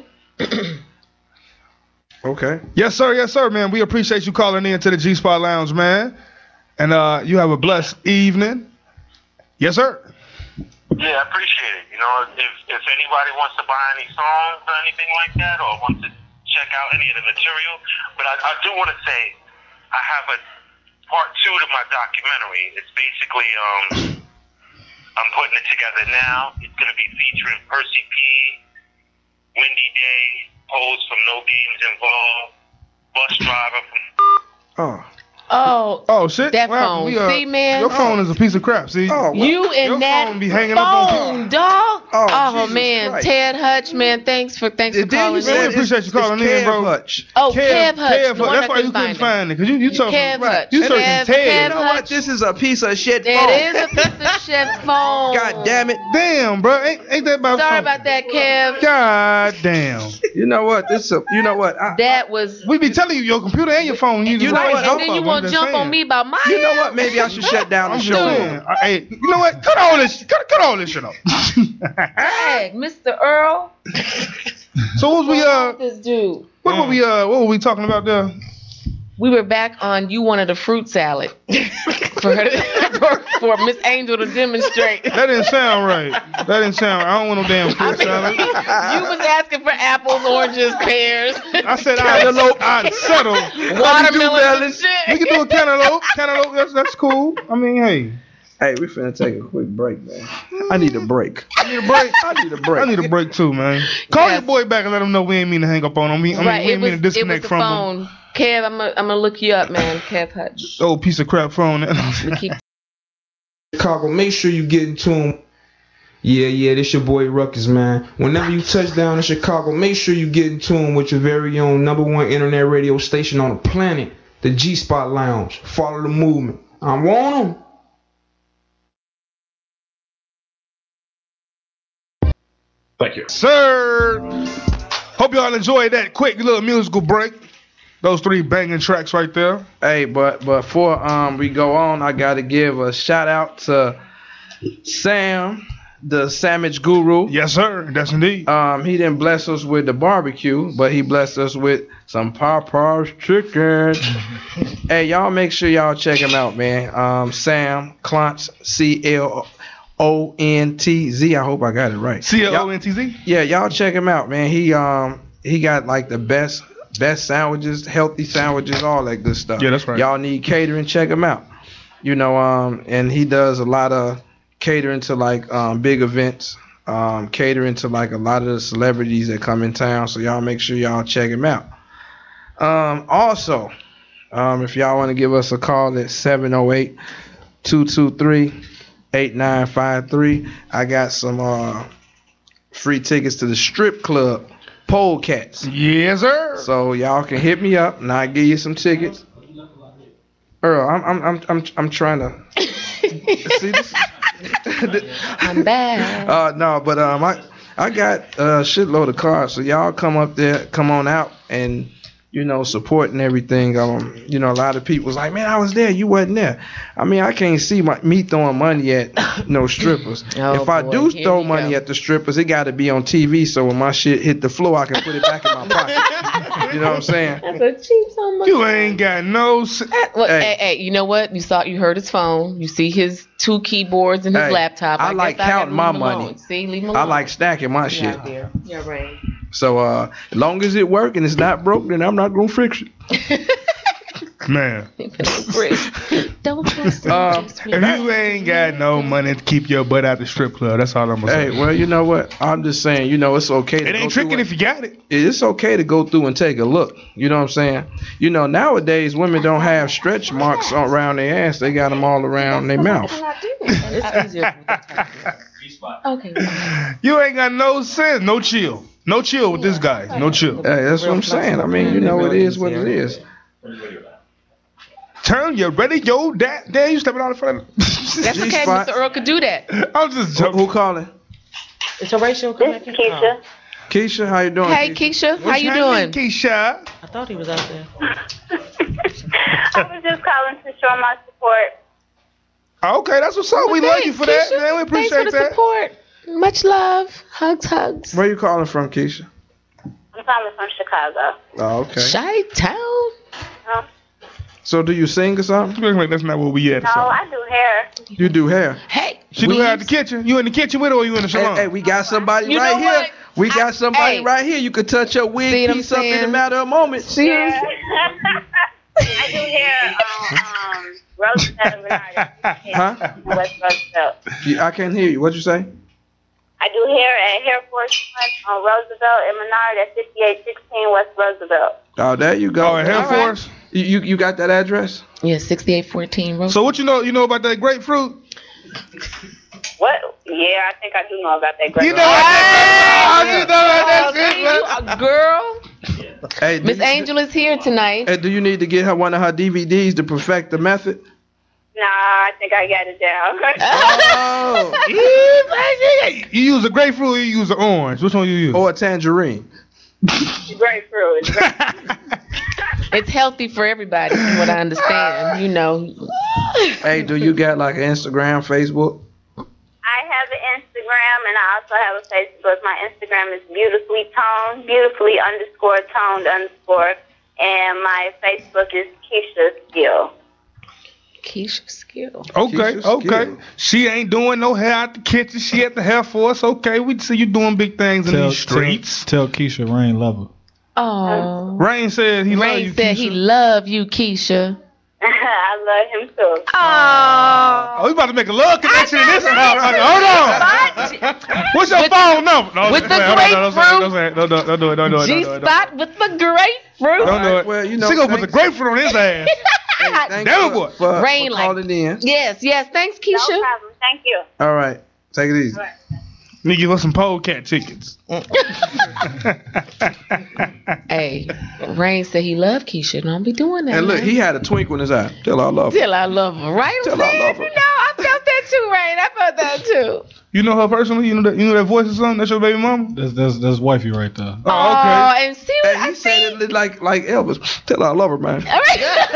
Speaker 7: Okay.
Speaker 5: Yes, sir. Yes, sir, man. We appreciate you calling in to the G Spot Lounge, man. And uh, you have a blessed evening. Yes, sir.
Speaker 10: Yeah, I appreciate it. You know, if if anybody wants to buy any songs or anything like that, or wants to check out any of the material, but I, I do want to say I have a part two to my documentary. It's basically um, I'm putting it together now. It's going to be featuring Percy P, Wendy Day, Pose from No Games Involved, bus driver from
Speaker 7: Oh.
Speaker 6: Oh,
Speaker 5: Oh shit.
Speaker 6: That
Speaker 5: Well,
Speaker 6: phone.
Speaker 5: we, uh,
Speaker 6: See, man?
Speaker 5: Your phone is a piece of crap. See.
Speaker 7: Oh. Well,
Speaker 6: you and
Speaker 5: your
Speaker 6: that
Speaker 5: phone be hanging up on
Speaker 6: phone, dog.
Speaker 7: Oh,
Speaker 6: Oh,
Speaker 7: Jesus
Speaker 6: man,
Speaker 7: Christ.
Speaker 6: Ted Hutch, man. Thanks for thanks for calling
Speaker 5: said
Speaker 6: in.
Speaker 5: it's- appreciate you calling in, bro.
Speaker 7: Hutch.
Speaker 6: Oh, Kev, Hutch,
Speaker 5: Kev
Speaker 6: the one
Speaker 5: That's
Speaker 6: I
Speaker 5: why you
Speaker 6: couldn't
Speaker 5: couldn't
Speaker 6: find.
Speaker 5: find it, cause you you talking
Speaker 6: Kev
Speaker 5: right.
Speaker 6: Hutch.
Speaker 5: You
Speaker 6: Kev-
Speaker 5: searching
Speaker 7: You
Speaker 5: Ted.
Speaker 6: Kev-
Speaker 7: know what? This is a piece of shit. phone.
Speaker 6: That is a piece of shit
Speaker 7: [laughs]
Speaker 6: phone.
Speaker 7: God damn it.
Speaker 5: Damn, bro. Ain't, ain't that about
Speaker 6: Sorry
Speaker 5: something?
Speaker 6: about that, Kev.
Speaker 5: God damn.
Speaker 7: You know what? This is a, you know what? I,
Speaker 6: That was.
Speaker 5: We be telling you your computer and your phone. You,
Speaker 7: You know
Speaker 5: right,
Speaker 7: what?
Speaker 6: And then
Speaker 7: I'm
Speaker 6: you want to jump on me about my.
Speaker 7: you know what? Maybe I
Speaker 6: [laughs]
Speaker 7: should shut down the
Speaker 5: I'm
Speaker 7: show.
Speaker 5: just saying.
Speaker 7: then.
Speaker 5: I- Hey, you know what? Cut all this. Cut, cut all this shit off.
Speaker 6: Dag, Mr.
Speaker 5: [laughs]
Speaker 6: Earl.
Speaker 5: so what was we uh?
Speaker 6: this dude.
Speaker 5: What were we uh? What were we talking about there? [laughs]
Speaker 6: We were back on. You wanted a fruit salad. for her [laughs] to, for, for Miss Angel to demonstrate.
Speaker 5: That didn't sound right. That didn't sound. I don't want no damn fruit salad.
Speaker 6: [laughs] You was asking for apples, oranges, pears.
Speaker 5: I said I'd,
Speaker 6: [laughs]
Speaker 5: I'd settle.
Speaker 6: Watermelon and shit.
Speaker 5: We can do a cantaloupe. Cantaloupe. That's, that's cool. I mean, hey.
Speaker 7: Hey, we finna take a quick break, man. I need a break.
Speaker 5: I need a break. I need a break. I need a break too, man. Call your boy back and let him know we ain't mean to hang up on him. We, I mean,
Speaker 6: right,
Speaker 5: we
Speaker 6: it
Speaker 5: ain't
Speaker 6: was,
Speaker 5: mean to
Speaker 6: it was
Speaker 5: disconnect
Speaker 6: the
Speaker 5: from him.
Speaker 6: phone. Kev, I'm gonna I'm gonna look you up, man. Kev Hutch.
Speaker 5: Old piece of crap phone. [laughs]
Speaker 6: Keep
Speaker 7: Chicago, make sure you get into him. Yeah, yeah, this your boy Ruckus, man. Whenever you touch down in Chicago, make sure you get into him with your very own number one internet radio station on the planet, the G Spot Lounge. Follow the movement. I'm on him.
Speaker 11: Thank you.
Speaker 5: Sir. Hope y'all enjoyed that quick little musical break. Those three banging tracks right there.
Speaker 7: Hey, but before um we go on, I gotta give a shout out to Sam, the sandwich guru.
Speaker 5: Yes, sir. That's indeed.
Speaker 7: Um, he didn't bless us with the barbecue, but he blessed us with some Popeye's
Speaker 5: [laughs]
Speaker 7: chicken. hey, y'all, make sure y'all check him out, man. Um, Sam Clontz, C L O N T Z. I hope I got it right.
Speaker 5: C L O N T Z.
Speaker 7: Yeah, y'all check him out, man. He um he got like the best best sandwiches, healthy sandwiches, all that good stuff.
Speaker 5: Yeah, that's right.
Speaker 7: Y'all need catering, check him out. You know, um, and he does a lot of catering to like um, big events, um, catering to like a lot of the celebrities that come in town. So y'all make sure y'all check him out. Um, also, um, if y'all want to give us a call at 708 223 8953, I got some uh, free tickets to the strip club, Pole Cats.
Speaker 5: Yes, sir.
Speaker 7: So y'all can hit me up and I give you some tickets. Earl, I'm I'm I'm I'm, I'm trying to see this.
Speaker 6: [laughs] I'm back.
Speaker 7: Uh, no, but um, I I got a shitload of cars, so y'all come up there, come on out, and you know support and everything. Um, you know, a lot of people's like, man, I was there, you wasn't there. I mean, I can't see my me throwing money
Speaker 6: [laughs]
Speaker 7: at no strippers.
Speaker 6: Oh,
Speaker 7: if I
Speaker 6: boy,
Speaker 7: do
Speaker 6: here
Speaker 7: throw
Speaker 6: we
Speaker 7: money
Speaker 6: go.
Speaker 7: at the strippers, it got to be on TV, so when my shit hit the floor, I can put it back in my
Speaker 6: [laughs]
Speaker 7: pocket. you know what I'm saying?
Speaker 6: That's a cheap so much.
Speaker 5: You ain't got no. s-
Speaker 6: Well,
Speaker 7: Hey.
Speaker 6: hey. Hey, you know what? You saw, you heard his phone. You see his two keyboards and his
Speaker 7: Hey,
Speaker 6: laptop.
Speaker 7: I
Speaker 6: guess
Speaker 7: like
Speaker 6: gotta
Speaker 7: counting my
Speaker 6: leave him
Speaker 7: money.
Speaker 6: alone. See, leave him alone.
Speaker 7: I like stacking my shit.
Speaker 6: Yeah, dear. Yeah, right.
Speaker 7: So uh, as long as it work and it's not broke, then I'm not gonna
Speaker 6: [laughs]
Speaker 7: fix it.
Speaker 5: [laughs] Man, [laughs]
Speaker 6: Don't trust him.
Speaker 7: Um,
Speaker 6: just
Speaker 5: if you ain't got no money to keep your butt out the strip club, that's all I'm gonna
Speaker 7: hey,
Speaker 5: say.
Speaker 7: well, you know what? I'm just saying, you know, it's okay. To
Speaker 5: It
Speaker 7: go
Speaker 5: ain't
Speaker 7: through
Speaker 5: tricking
Speaker 7: and-
Speaker 5: if you got it.
Speaker 7: It's okay to go through and take a look. You know what I'm saying? You know, nowadays women don't have stretch marks around their ass. They got them all around their mouth.
Speaker 6: It's easier with the tablet. Okay.
Speaker 5: You ain't got no sense, no chill, no chill with this guy, no chill.
Speaker 7: Hey, that's what I'm saying. I mean, you know, it is what it is.
Speaker 5: Turn your radio down. Damn, you stepping out in front of.
Speaker 6: That's okay.
Speaker 7: G-spot.
Speaker 6: Mr. Earl could do that.
Speaker 5: [laughs] I'm just
Speaker 7: Who,
Speaker 5: joking.
Speaker 7: who calling?
Speaker 9: It's a racial connection.
Speaker 12: Keisha.
Speaker 7: Keisha, how you doing?
Speaker 6: Hey, Keisha, how
Speaker 5: What's
Speaker 6: you
Speaker 5: happening,
Speaker 6: doing?
Speaker 5: Keisha?
Speaker 9: I thought he was out there.
Speaker 12: I was just calling to show my support.
Speaker 5: Okay, that's what's up. we
Speaker 6: Well,
Speaker 5: love you
Speaker 6: thanks,
Speaker 5: for that,
Speaker 6: Keisha.
Speaker 5: man. We appreciate
Speaker 6: Thanks for the
Speaker 5: that.
Speaker 6: support. Much love. Hugs, hugs.
Speaker 7: Where you calling from, Keisha?
Speaker 12: I'm calling from Chicago.
Speaker 7: Oh, okay.
Speaker 6: Shy town.
Speaker 12: Um,
Speaker 7: So, do you sing or something?
Speaker 5: Look like That's not where we at. or
Speaker 12: no,
Speaker 5: something.
Speaker 12: I do hair.
Speaker 7: You do hair.
Speaker 6: Hey.
Speaker 5: She do
Speaker 6: Weezy.
Speaker 5: it at the kitchen. You in the kitchen with her or you in the
Speaker 7: Hey,
Speaker 5: salon?
Speaker 7: hey, we got somebody
Speaker 6: You
Speaker 7: right
Speaker 6: know
Speaker 7: here.
Speaker 6: what?
Speaker 7: We got
Speaker 6: I-
Speaker 7: somebody
Speaker 6: hey.
Speaker 7: right here. You could touch your wig
Speaker 6: See what I'm
Speaker 7: piece up in a
Speaker 6: saying?
Speaker 7: matter of moments. See what I'm
Speaker 12: Yeah. [laughs]
Speaker 7: saying?
Speaker 12: I do hair on um,
Speaker 5: [laughs]
Speaker 12: Roosevelt Renata.
Speaker 7: Huh?
Speaker 12: West Roosevelt.
Speaker 7: You- I can't hear you. What'd you say?
Speaker 12: I do hair at Hair Force One on Roosevelt and Menard at 5816 West Roosevelt.
Speaker 7: Oh, there you go.
Speaker 5: Oh, at Hair
Speaker 7: All right.
Speaker 5: Force?
Speaker 7: You, you you got that address?
Speaker 6: Yeah, 6814 Road.
Speaker 5: So what you know you know about that grapefruit?
Speaker 12: What? Yeah, I think I do know about that. Great
Speaker 5: You know about that grapefruit? Oh, you know about that
Speaker 6: Okay,
Speaker 5: shit,
Speaker 6: you a girl,
Speaker 7: Hey, do
Speaker 6: Miss
Speaker 7: you-
Speaker 6: Angel is here tonight.
Speaker 7: Hey, do you need to get her one of her DVDs to perfect the method?
Speaker 12: Nah, I think I got it down. [laughs]
Speaker 5: [laughs]
Speaker 7: Oh,
Speaker 5: man. You use a grapefruit or you use an orange? Which one you use?
Speaker 7: or Oh, a tangerine.
Speaker 12: grapefruit. Grape-
Speaker 6: It's healthy for everybody, from what I understand. You know,
Speaker 7: Hey, do you got like Instagram, Facebook?
Speaker 12: I have an Instagram and I also have a Facebook. My Instagram is beautifully toned, beautifully underscore toned underscore, and my Facebook is Keisha Skill.
Speaker 6: Keisha Skill.
Speaker 5: Okay,
Speaker 6: Keisha
Speaker 5: okay.
Speaker 6: Skill.
Speaker 5: She ain't doing no hair out the kitchen. She at the hair for us. Okay, we see you doing big things in these streets.
Speaker 8: Tell, Keisha Rain love
Speaker 6: Oh.
Speaker 5: Rain said he
Speaker 6: Rain
Speaker 5: love you.
Speaker 6: said he love you, Keisha.
Speaker 12: I love him too.
Speaker 6: Oh.
Speaker 5: Oh, we about to make a love connection in this house. Hold on. What's your phone number? No,
Speaker 6: with the
Speaker 5: wait, hold on, Don't don't- don't do it. Don't do it. Don't do
Speaker 6: G
Speaker 5: it. Don't do it.
Speaker 6: spot with the grapefruit.
Speaker 5: Don't do it. she gonna put the grapefruit on his
Speaker 6: [laughs]
Speaker 5: ass. That boy.
Speaker 6: Rain like Yes, yes. Thanks, Keisha. No problem.
Speaker 12: Thank you.
Speaker 5: All right, take it
Speaker 12: easy.
Speaker 5: Nigga, give us some polecat chickens. Uh-uh.
Speaker 6: [laughs] hey, Rain said he loved Keisha. Don't be doing that.
Speaker 7: And look, he had a twinkle in his eye. Tell her I love her.
Speaker 6: Still, I love her, right?
Speaker 7: Still, I
Speaker 6: See,
Speaker 7: love her.
Speaker 6: You know, I felt that too, Rain. I felt that too.
Speaker 5: You know her personally? You know that you know that voice or something? That's your baby mama?
Speaker 8: That's that's that's wifey right there.
Speaker 6: Oh, and see what I see.
Speaker 7: Look Like like Elvis. Tell her I love her, man. [laughs]
Speaker 6: All right.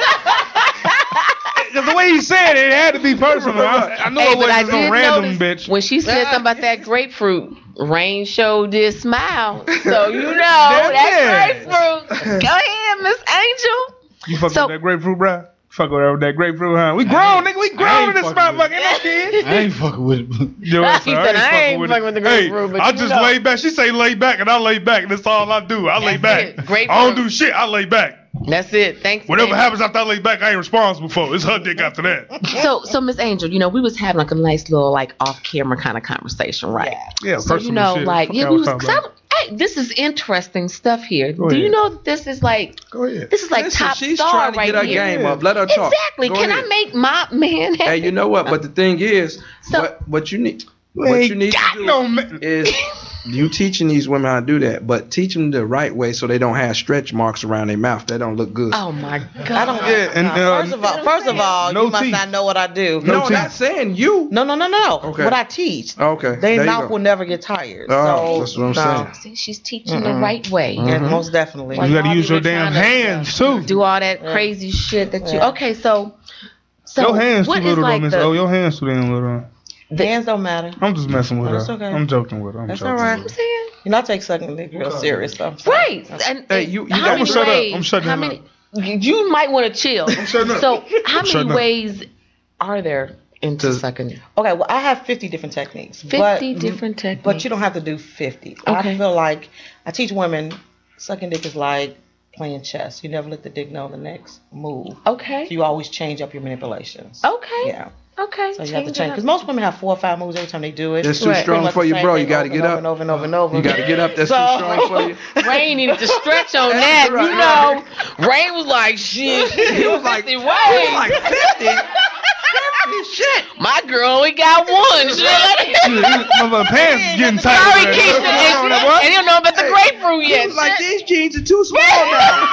Speaker 5: The way he said it, it had to be personal. I, I knew
Speaker 6: Hey,
Speaker 5: it
Speaker 6: but I
Speaker 5: wasn't some
Speaker 6: did
Speaker 5: random
Speaker 6: notice
Speaker 5: bitch.
Speaker 6: When she said something about that grapefruit, Rain showed this smile. So [laughs] you know
Speaker 5: That's
Speaker 6: that
Speaker 5: it.
Speaker 6: [laughs] grapefruit. Go ahead, Miss Angel.
Speaker 5: You fuck with that grapefruit, bruh? Fuck with that- with that grapefruit, huh? We grown, nigga. We
Speaker 8: I ain't
Speaker 5: grown in this
Speaker 8: fucking
Speaker 5: motherfucker. Ain't No kid.
Speaker 8: I ain't fucking with it.
Speaker 5: [laughs] Yo, I
Speaker 8: He said, "I ain't fucking with the grapefruit,
Speaker 5: Hey,
Speaker 8: but
Speaker 5: I
Speaker 8: you
Speaker 5: just
Speaker 8: know."
Speaker 5: lay back. She say lay back, and I lay back. That's all I do. I lay
Speaker 6: That's
Speaker 5: back.
Speaker 6: it.
Speaker 5: I don't do shit. I lay back.
Speaker 6: That's it. Thanks.
Speaker 5: Whatever
Speaker 6: baby.
Speaker 5: happens after I lay back, I ain't responsible for. it. It's her dick after that.
Speaker 6: So, so Miss Angel, you know, we was having like a nice little like off camera kind of conversation, right?
Speaker 5: Yeah,
Speaker 6: So you
Speaker 5: personal
Speaker 6: know,
Speaker 5: shit.
Speaker 6: like
Speaker 5: Fuck
Speaker 6: yeah,
Speaker 5: I
Speaker 6: we
Speaker 5: was
Speaker 6: was.
Speaker 5: talking
Speaker 6: Cause I'm, hey, this is interesting stuff here.
Speaker 7: Go
Speaker 6: Do you
Speaker 7: ahead.
Speaker 6: know that this is like this is like
Speaker 7: Listen,
Speaker 6: top
Speaker 7: she's
Speaker 6: star
Speaker 7: trying to
Speaker 6: right
Speaker 7: get her
Speaker 6: here.
Speaker 7: game up. Let her talk.
Speaker 6: Exactly.
Speaker 7: Go
Speaker 6: Can
Speaker 7: ahead.
Speaker 6: I make my man? happy?
Speaker 7: Hey, you know what? But the thing
Speaker 6: [laughs]
Speaker 7: is, what what you need what you need to do is you teaching these women how to do that, but teach them the right way so they don't have stretch marks around their mouth. That don't look good.
Speaker 6: [laughs] Oh my god.
Speaker 9: I don't.
Speaker 7: Yeah, and,
Speaker 9: no,
Speaker 7: uh,
Speaker 9: first of all, first of all,
Speaker 7: No
Speaker 9: you must
Speaker 7: teeth.
Speaker 9: not know what I do.
Speaker 7: No No, teeth. not saying you.
Speaker 9: No, no, no, no.
Speaker 7: Okay.
Speaker 9: What I teach.
Speaker 7: Okay.
Speaker 9: Their
Speaker 7: there you
Speaker 9: mouth
Speaker 7: go.
Speaker 9: will never get tired.
Speaker 7: Oh,
Speaker 9: so,
Speaker 7: that's what I'm
Speaker 9: no.
Speaker 7: saying.
Speaker 6: See, she's teaching the
Speaker 9: Mm-mm.
Speaker 6: right way.
Speaker 9: Yeah, most definitely.
Speaker 6: Like,
Speaker 5: You gotta
Speaker 6: all
Speaker 5: use
Speaker 6: we
Speaker 5: your
Speaker 6: were
Speaker 5: damn
Speaker 6: trying to
Speaker 5: hands too.
Speaker 6: Do all that crazy shit that you.
Speaker 9: Yeah.
Speaker 6: Okay, so. So
Speaker 5: your hands too
Speaker 6: what is,
Speaker 5: little though,
Speaker 6: like
Speaker 5: Miss
Speaker 6: the-
Speaker 5: O. Your hands too damn little.
Speaker 6: the-
Speaker 9: Hands don't matter.
Speaker 5: I'm just messing
Speaker 6: Oh,
Speaker 5: with
Speaker 9: That's
Speaker 5: her.
Speaker 9: okay.
Speaker 5: I'm joking with her. I'm
Speaker 9: That's
Speaker 5: joking
Speaker 9: all right.
Speaker 5: with her.
Speaker 9: You know, I take sucking dick real serious. So.
Speaker 6: Right. And,
Speaker 9: Hey,
Speaker 6: and
Speaker 9: you- you
Speaker 6: how
Speaker 9: got-
Speaker 6: many
Speaker 9: I'm shut up.
Speaker 6: ways-
Speaker 9: I'm shutting
Speaker 6: how
Speaker 9: him
Speaker 6: many, You might want to
Speaker 9: [laughs]
Speaker 6: chill.
Speaker 9: shutting up.
Speaker 6: So, how
Speaker 9: I'm
Speaker 6: many
Speaker 9: shutting up.
Speaker 6: ways are there into sucking?
Speaker 9: Okay, well, I have 50 different techniques.
Speaker 6: 50 different techniques.
Speaker 9: But you don't have to do 50. I feel like I teach women sucking dick is like playing chess. You never let the dick know the next move.
Speaker 6: Okay.
Speaker 9: So you always change up your manipulations.
Speaker 6: Okay.
Speaker 9: Yeah.
Speaker 6: Okay.
Speaker 9: So you have to change because most women have four or five moves every time they do it.
Speaker 7: That's too Right. strong
Speaker 9: Pretty much
Speaker 7: for
Speaker 9: the
Speaker 7: you,
Speaker 9: same
Speaker 7: bro. You
Speaker 9: thing
Speaker 7: gotta
Speaker 9: over
Speaker 7: get
Speaker 9: and
Speaker 7: up.
Speaker 9: Over and over and over.
Speaker 7: You gotta get up. That's too strong for you.
Speaker 6: [laughs] Rain needed to
Speaker 9: [laughs]
Speaker 6: stretch on that.
Speaker 7: That's right.
Speaker 6: You know, Rain was
Speaker 5: [laughs]
Speaker 6: like, shit.
Speaker 7: [laughs] He was like-
Speaker 6: [laughs] he was
Speaker 7: he was like, 50? shit.
Speaker 6: My girl only
Speaker 9: [laughs]
Speaker 6: got one. shit.
Speaker 5: My mother pants getting tight.
Speaker 6: Sorry, Keisha. And you don't know about the grapefruit yet.
Speaker 7: like these jeans are too small now.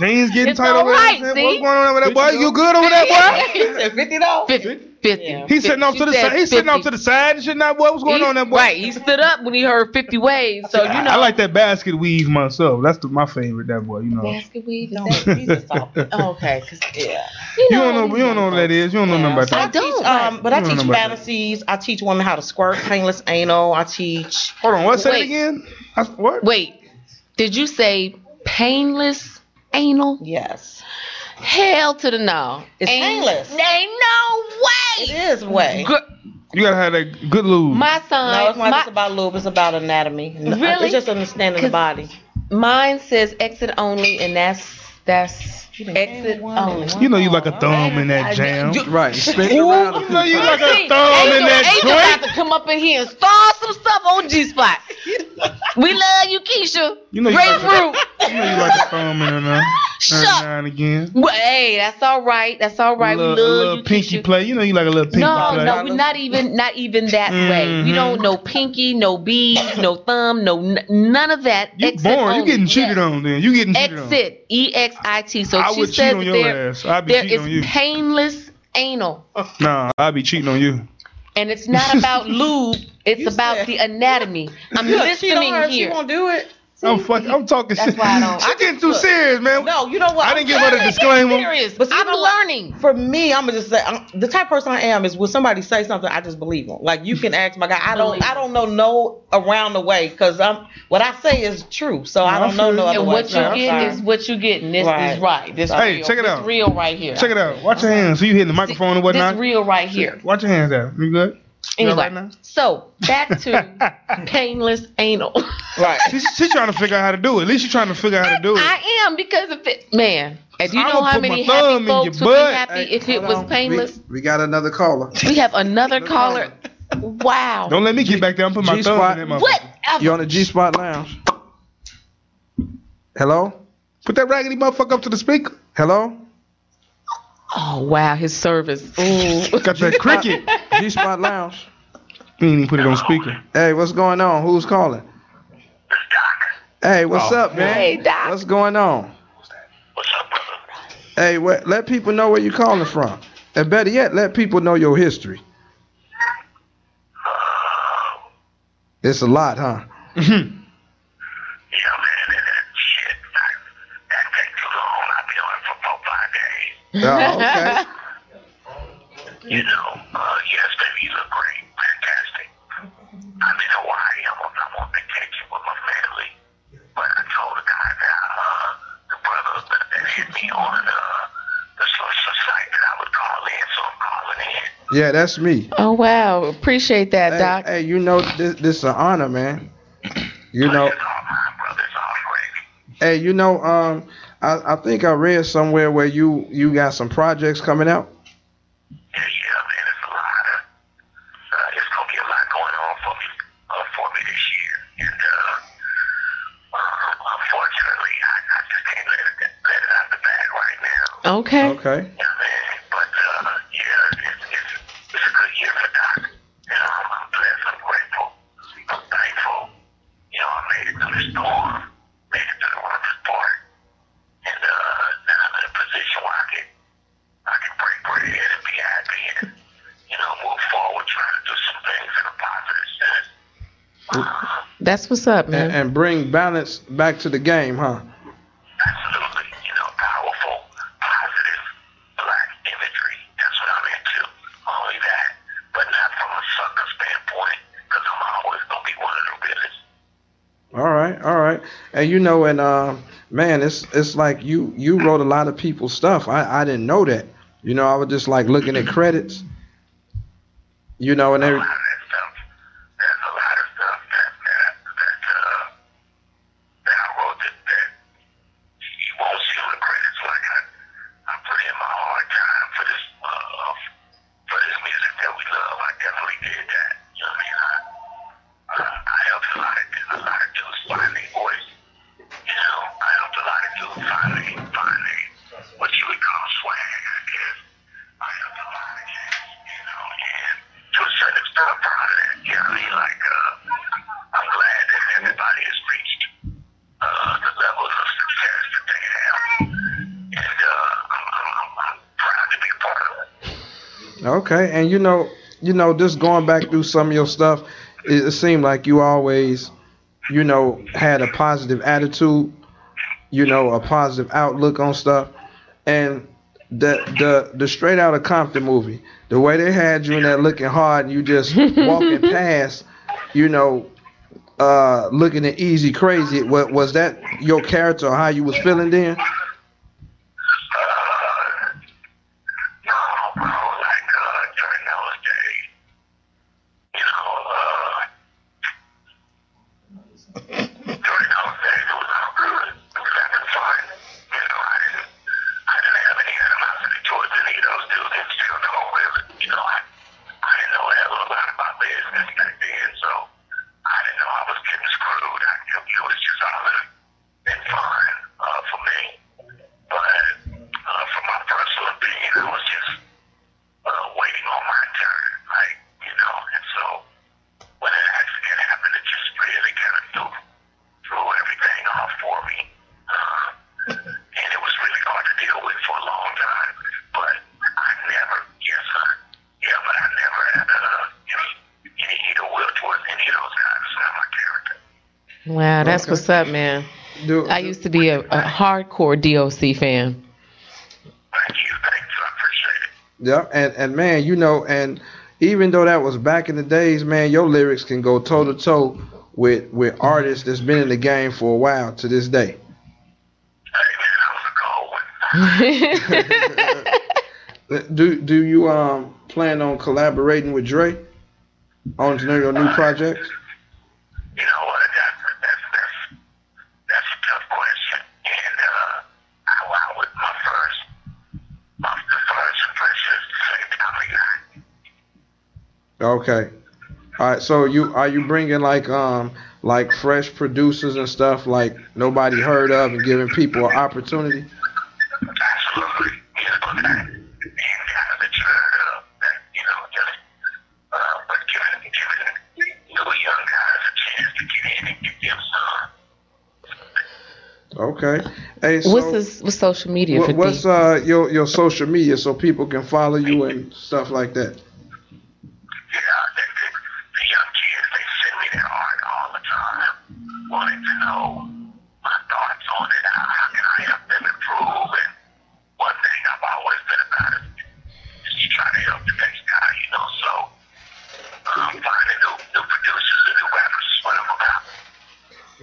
Speaker 5: James getting
Speaker 6: It's
Speaker 5: tight over
Speaker 6: alright,
Speaker 5: there.
Speaker 6: see?
Speaker 5: What's going on over there, boy? You good over there,
Speaker 6: [laughs]
Speaker 5: boy?
Speaker 9: Said Fifty dollars.
Speaker 6: Fifty.
Speaker 5: He's sitting off to the side. He's sitting off to the side and shit. Now, what was going on there, boy?
Speaker 6: Right, he stood up when he heard 50 ways. So, you
Speaker 5: I-
Speaker 6: know.
Speaker 5: I like that basket weave myself. That's the, my favorite. That boy, you know. [laughs]
Speaker 6: Basket weave. is that-
Speaker 5: you
Speaker 6: Okay, because, yeah.
Speaker 5: don't know. You don't know what that is. You don't know nothing about that.
Speaker 9: don't. Um, but I
Speaker 5: You don't
Speaker 9: teach
Speaker 5: know about that.
Speaker 9: fantasies. I teach women how to squirt painless anal. I teach.
Speaker 5: Hold on. What? Say
Speaker 6: Wait.
Speaker 5: it again. I, what?
Speaker 6: Wait, did you say painless anal?
Speaker 9: Yes.
Speaker 6: Hell to the no.
Speaker 9: It's painless.
Speaker 6: Ain't no way.
Speaker 9: It is way.
Speaker 5: You gotta have that good lube.
Speaker 6: My son.
Speaker 9: No, it's not
Speaker 6: my-
Speaker 9: just about lube. It's about anatomy. uh,
Speaker 6: Really?
Speaker 9: It's just understanding the body.
Speaker 6: Mine says exit only, and that's that's exit only.
Speaker 5: You know you like a thumb in that jam.
Speaker 7: Right. Spin
Speaker 5: Ooh,
Speaker 7: around.
Speaker 5: you know you like a
Speaker 6: Listen,
Speaker 5: thumb in
Speaker 6: Angel,
Speaker 5: that
Speaker 6: Angel
Speaker 5: joint.
Speaker 6: about to come up in here and start some stuff on G Spot. we love you, Keisha.
Speaker 5: You know you like
Speaker 6: Grapefruit.
Speaker 5: a, you know you like a thumb
Speaker 6: [laughs]
Speaker 5: in there now. Every
Speaker 6: Shut-
Speaker 5: now and again.
Speaker 6: Well, hey, that's all right. That's all right.
Speaker 5: a little,
Speaker 6: we
Speaker 5: a
Speaker 6: love
Speaker 5: little
Speaker 6: you,
Speaker 5: pinky play. You know you like a little pinky
Speaker 6: no,
Speaker 5: play.
Speaker 6: no, we're not even not even that way. We
Speaker 5: Mhm.
Speaker 6: don't no pinky, no beads, no thumb, no n- none of that.
Speaker 5: You
Speaker 6: Exit
Speaker 5: born. You
Speaker 6: only.
Speaker 5: getting cheated on then. You getting cheated on.
Speaker 6: Exit, E X I T. So
Speaker 5: I
Speaker 6: she
Speaker 5: would cheat
Speaker 6: says
Speaker 5: on
Speaker 6: that
Speaker 5: your
Speaker 6: there,
Speaker 5: ass. I'd be
Speaker 6: there
Speaker 5: cheating
Speaker 6: is
Speaker 5: on you. Oh.
Speaker 6: painless anal,
Speaker 5: Nah, I be cheating on you.
Speaker 6: and it's not about lube. It's about the anatomy. I'm
Speaker 9: You gonna cheat on
Speaker 6: listening
Speaker 9: her if she
Speaker 6: here.
Speaker 9: won't do it.
Speaker 5: I'm fucking. I'm talking
Speaker 9: That's
Speaker 5: shit.
Speaker 9: why
Speaker 5: [laughs]
Speaker 9: I don't.
Speaker 5: She
Speaker 9: I
Speaker 5: getting
Speaker 9: just-
Speaker 5: too
Speaker 9: look.
Speaker 5: serious, man.
Speaker 9: No, you know what?
Speaker 5: I
Speaker 9: I'm
Speaker 5: didn't give her the
Speaker 9: trying to get
Speaker 5: disclaimer.
Speaker 9: serious, But I'm learning. For me, I'm gonna just say I'm, the type of person I am is when somebody say something, I just believe them. Like you can ask my guy. I don't. I don't know no around the way because I'm what I say is true. So I don't know no other
Speaker 6: And
Speaker 9: way.
Speaker 6: what you
Speaker 9: I'm
Speaker 6: get
Speaker 9: sorry.
Speaker 6: is what you get, and this
Speaker 9: Right.
Speaker 6: is right. This
Speaker 5: Hey,
Speaker 6: real.
Speaker 5: check it
Speaker 6: This
Speaker 5: out.
Speaker 6: real right here.
Speaker 5: Check it out. Watch your hands. So you hitting the microphone and whatnot.
Speaker 6: This real right here.
Speaker 5: Watch your hands out. You good? You all
Speaker 6: Anyway,
Speaker 5: right now?
Speaker 6: so back
Speaker 5: [laughs]
Speaker 6: to painless anal.
Speaker 9: Right.
Speaker 5: She's, she's trying to figure out how to do it. At least she's trying to figure out how to do it.
Speaker 6: I am because if it, man, if you
Speaker 5: I'm
Speaker 6: know
Speaker 5: gonna
Speaker 6: how
Speaker 5: put
Speaker 6: many
Speaker 5: my
Speaker 6: happy
Speaker 5: thumb in your
Speaker 6: folks would be
Speaker 5: butt.
Speaker 6: happy
Speaker 5: Hey,
Speaker 6: if it was painless.
Speaker 7: We got another caller.
Speaker 6: We, have another caller. Wow.
Speaker 5: Don't let me get back there. I'm putting my thumb
Speaker 7: G-spot.
Speaker 5: in that motherfucker.
Speaker 6: What?
Speaker 7: You on the G Spot Lounge? Hello?
Speaker 5: Put that raggedy motherfucker up to the speaker.
Speaker 7: Hello?
Speaker 6: Oh wow, his service. [laughs] Ooh.
Speaker 5: Got that cricket.
Speaker 7: [laughs] G Spot Lounge.
Speaker 5: You ain't even put it on speaker.
Speaker 7: Hey, what's going on? Who's calling? Hey, what's
Speaker 5: Oh,
Speaker 7: up, man?
Speaker 6: Hey, Doc.
Speaker 7: What's going on? Hey, what, let people know where you calling from. And better yet, let people know your history. It's a lot, huh?
Speaker 5: Mm-hmm.
Speaker 7: Oh,
Speaker 10: [laughs] You know, uh, yes, baby, you look great. Fantastic. I'm in Hawaii. I'm on, I'm on vacation with my family. But I told the guy that uh, the brother that, that hit me on the, the social site that I would call in, so I'm calling in.
Speaker 7: okay. Yeah, that's me.
Speaker 6: Oh wow, appreciate that,
Speaker 7: Hey,
Speaker 6: Doc.
Speaker 7: hey, you know this, this is an honor, man. You know. Hey, you know, um, I, I think I read somewhere where you you got some projects coming out.
Speaker 6: Okay.
Speaker 7: Okay.
Speaker 6: That's what's up, man.
Speaker 7: And, and bring balance back to the game, huh? All right, all right. And you know, and um, man, it's it's like you you wrote a lot of people's stuff. I I didn't know that. You know, I was just like looking at credits. You know, and every, Okay, and you know, you know, just going back through some of your stuff, it, it seemed like you always, you know, had a positive attitude, you know, a positive outlook on stuff, and the the the straight out of Compton movie, the way they had you in there looking hard, and you just walking past, you know, uh, looking at easy crazy. What was that your character or how you was feeling then?
Speaker 6: Wow, that's
Speaker 7: Okay.
Speaker 6: what's up, man. I used to be a, a hardcore DOC fan.
Speaker 7: Yeah, and, and man, you know, and even though that was back in the days, man, your lyrics can go toe to toe with with artists that's been in the game for a while to this day. [laughs] do do you um plan on collaborating with Dre on your new project? Okay. All right. So you are you bringing like um like fresh producers and stuff like nobody heard of and giving people an opportunity? Okay. Hey, so
Speaker 6: what's this? What's social media
Speaker 7: what-
Speaker 6: for
Speaker 7: what's
Speaker 6: D?
Speaker 7: uh your your social media so people can follow you and stuff like that?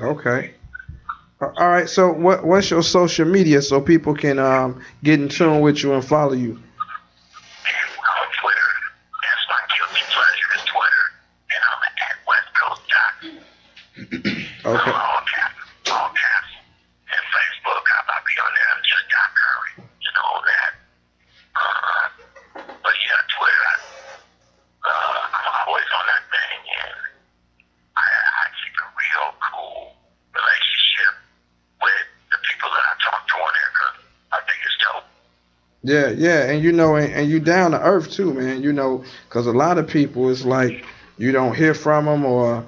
Speaker 7: Okay. A- All right. So what what's your social media so people can um get in tune with you and follow you? Okay. Yeah, yeah, and you know, and, and you down to earth too, man. You know, because a lot of people, it's like you don't hear from them, or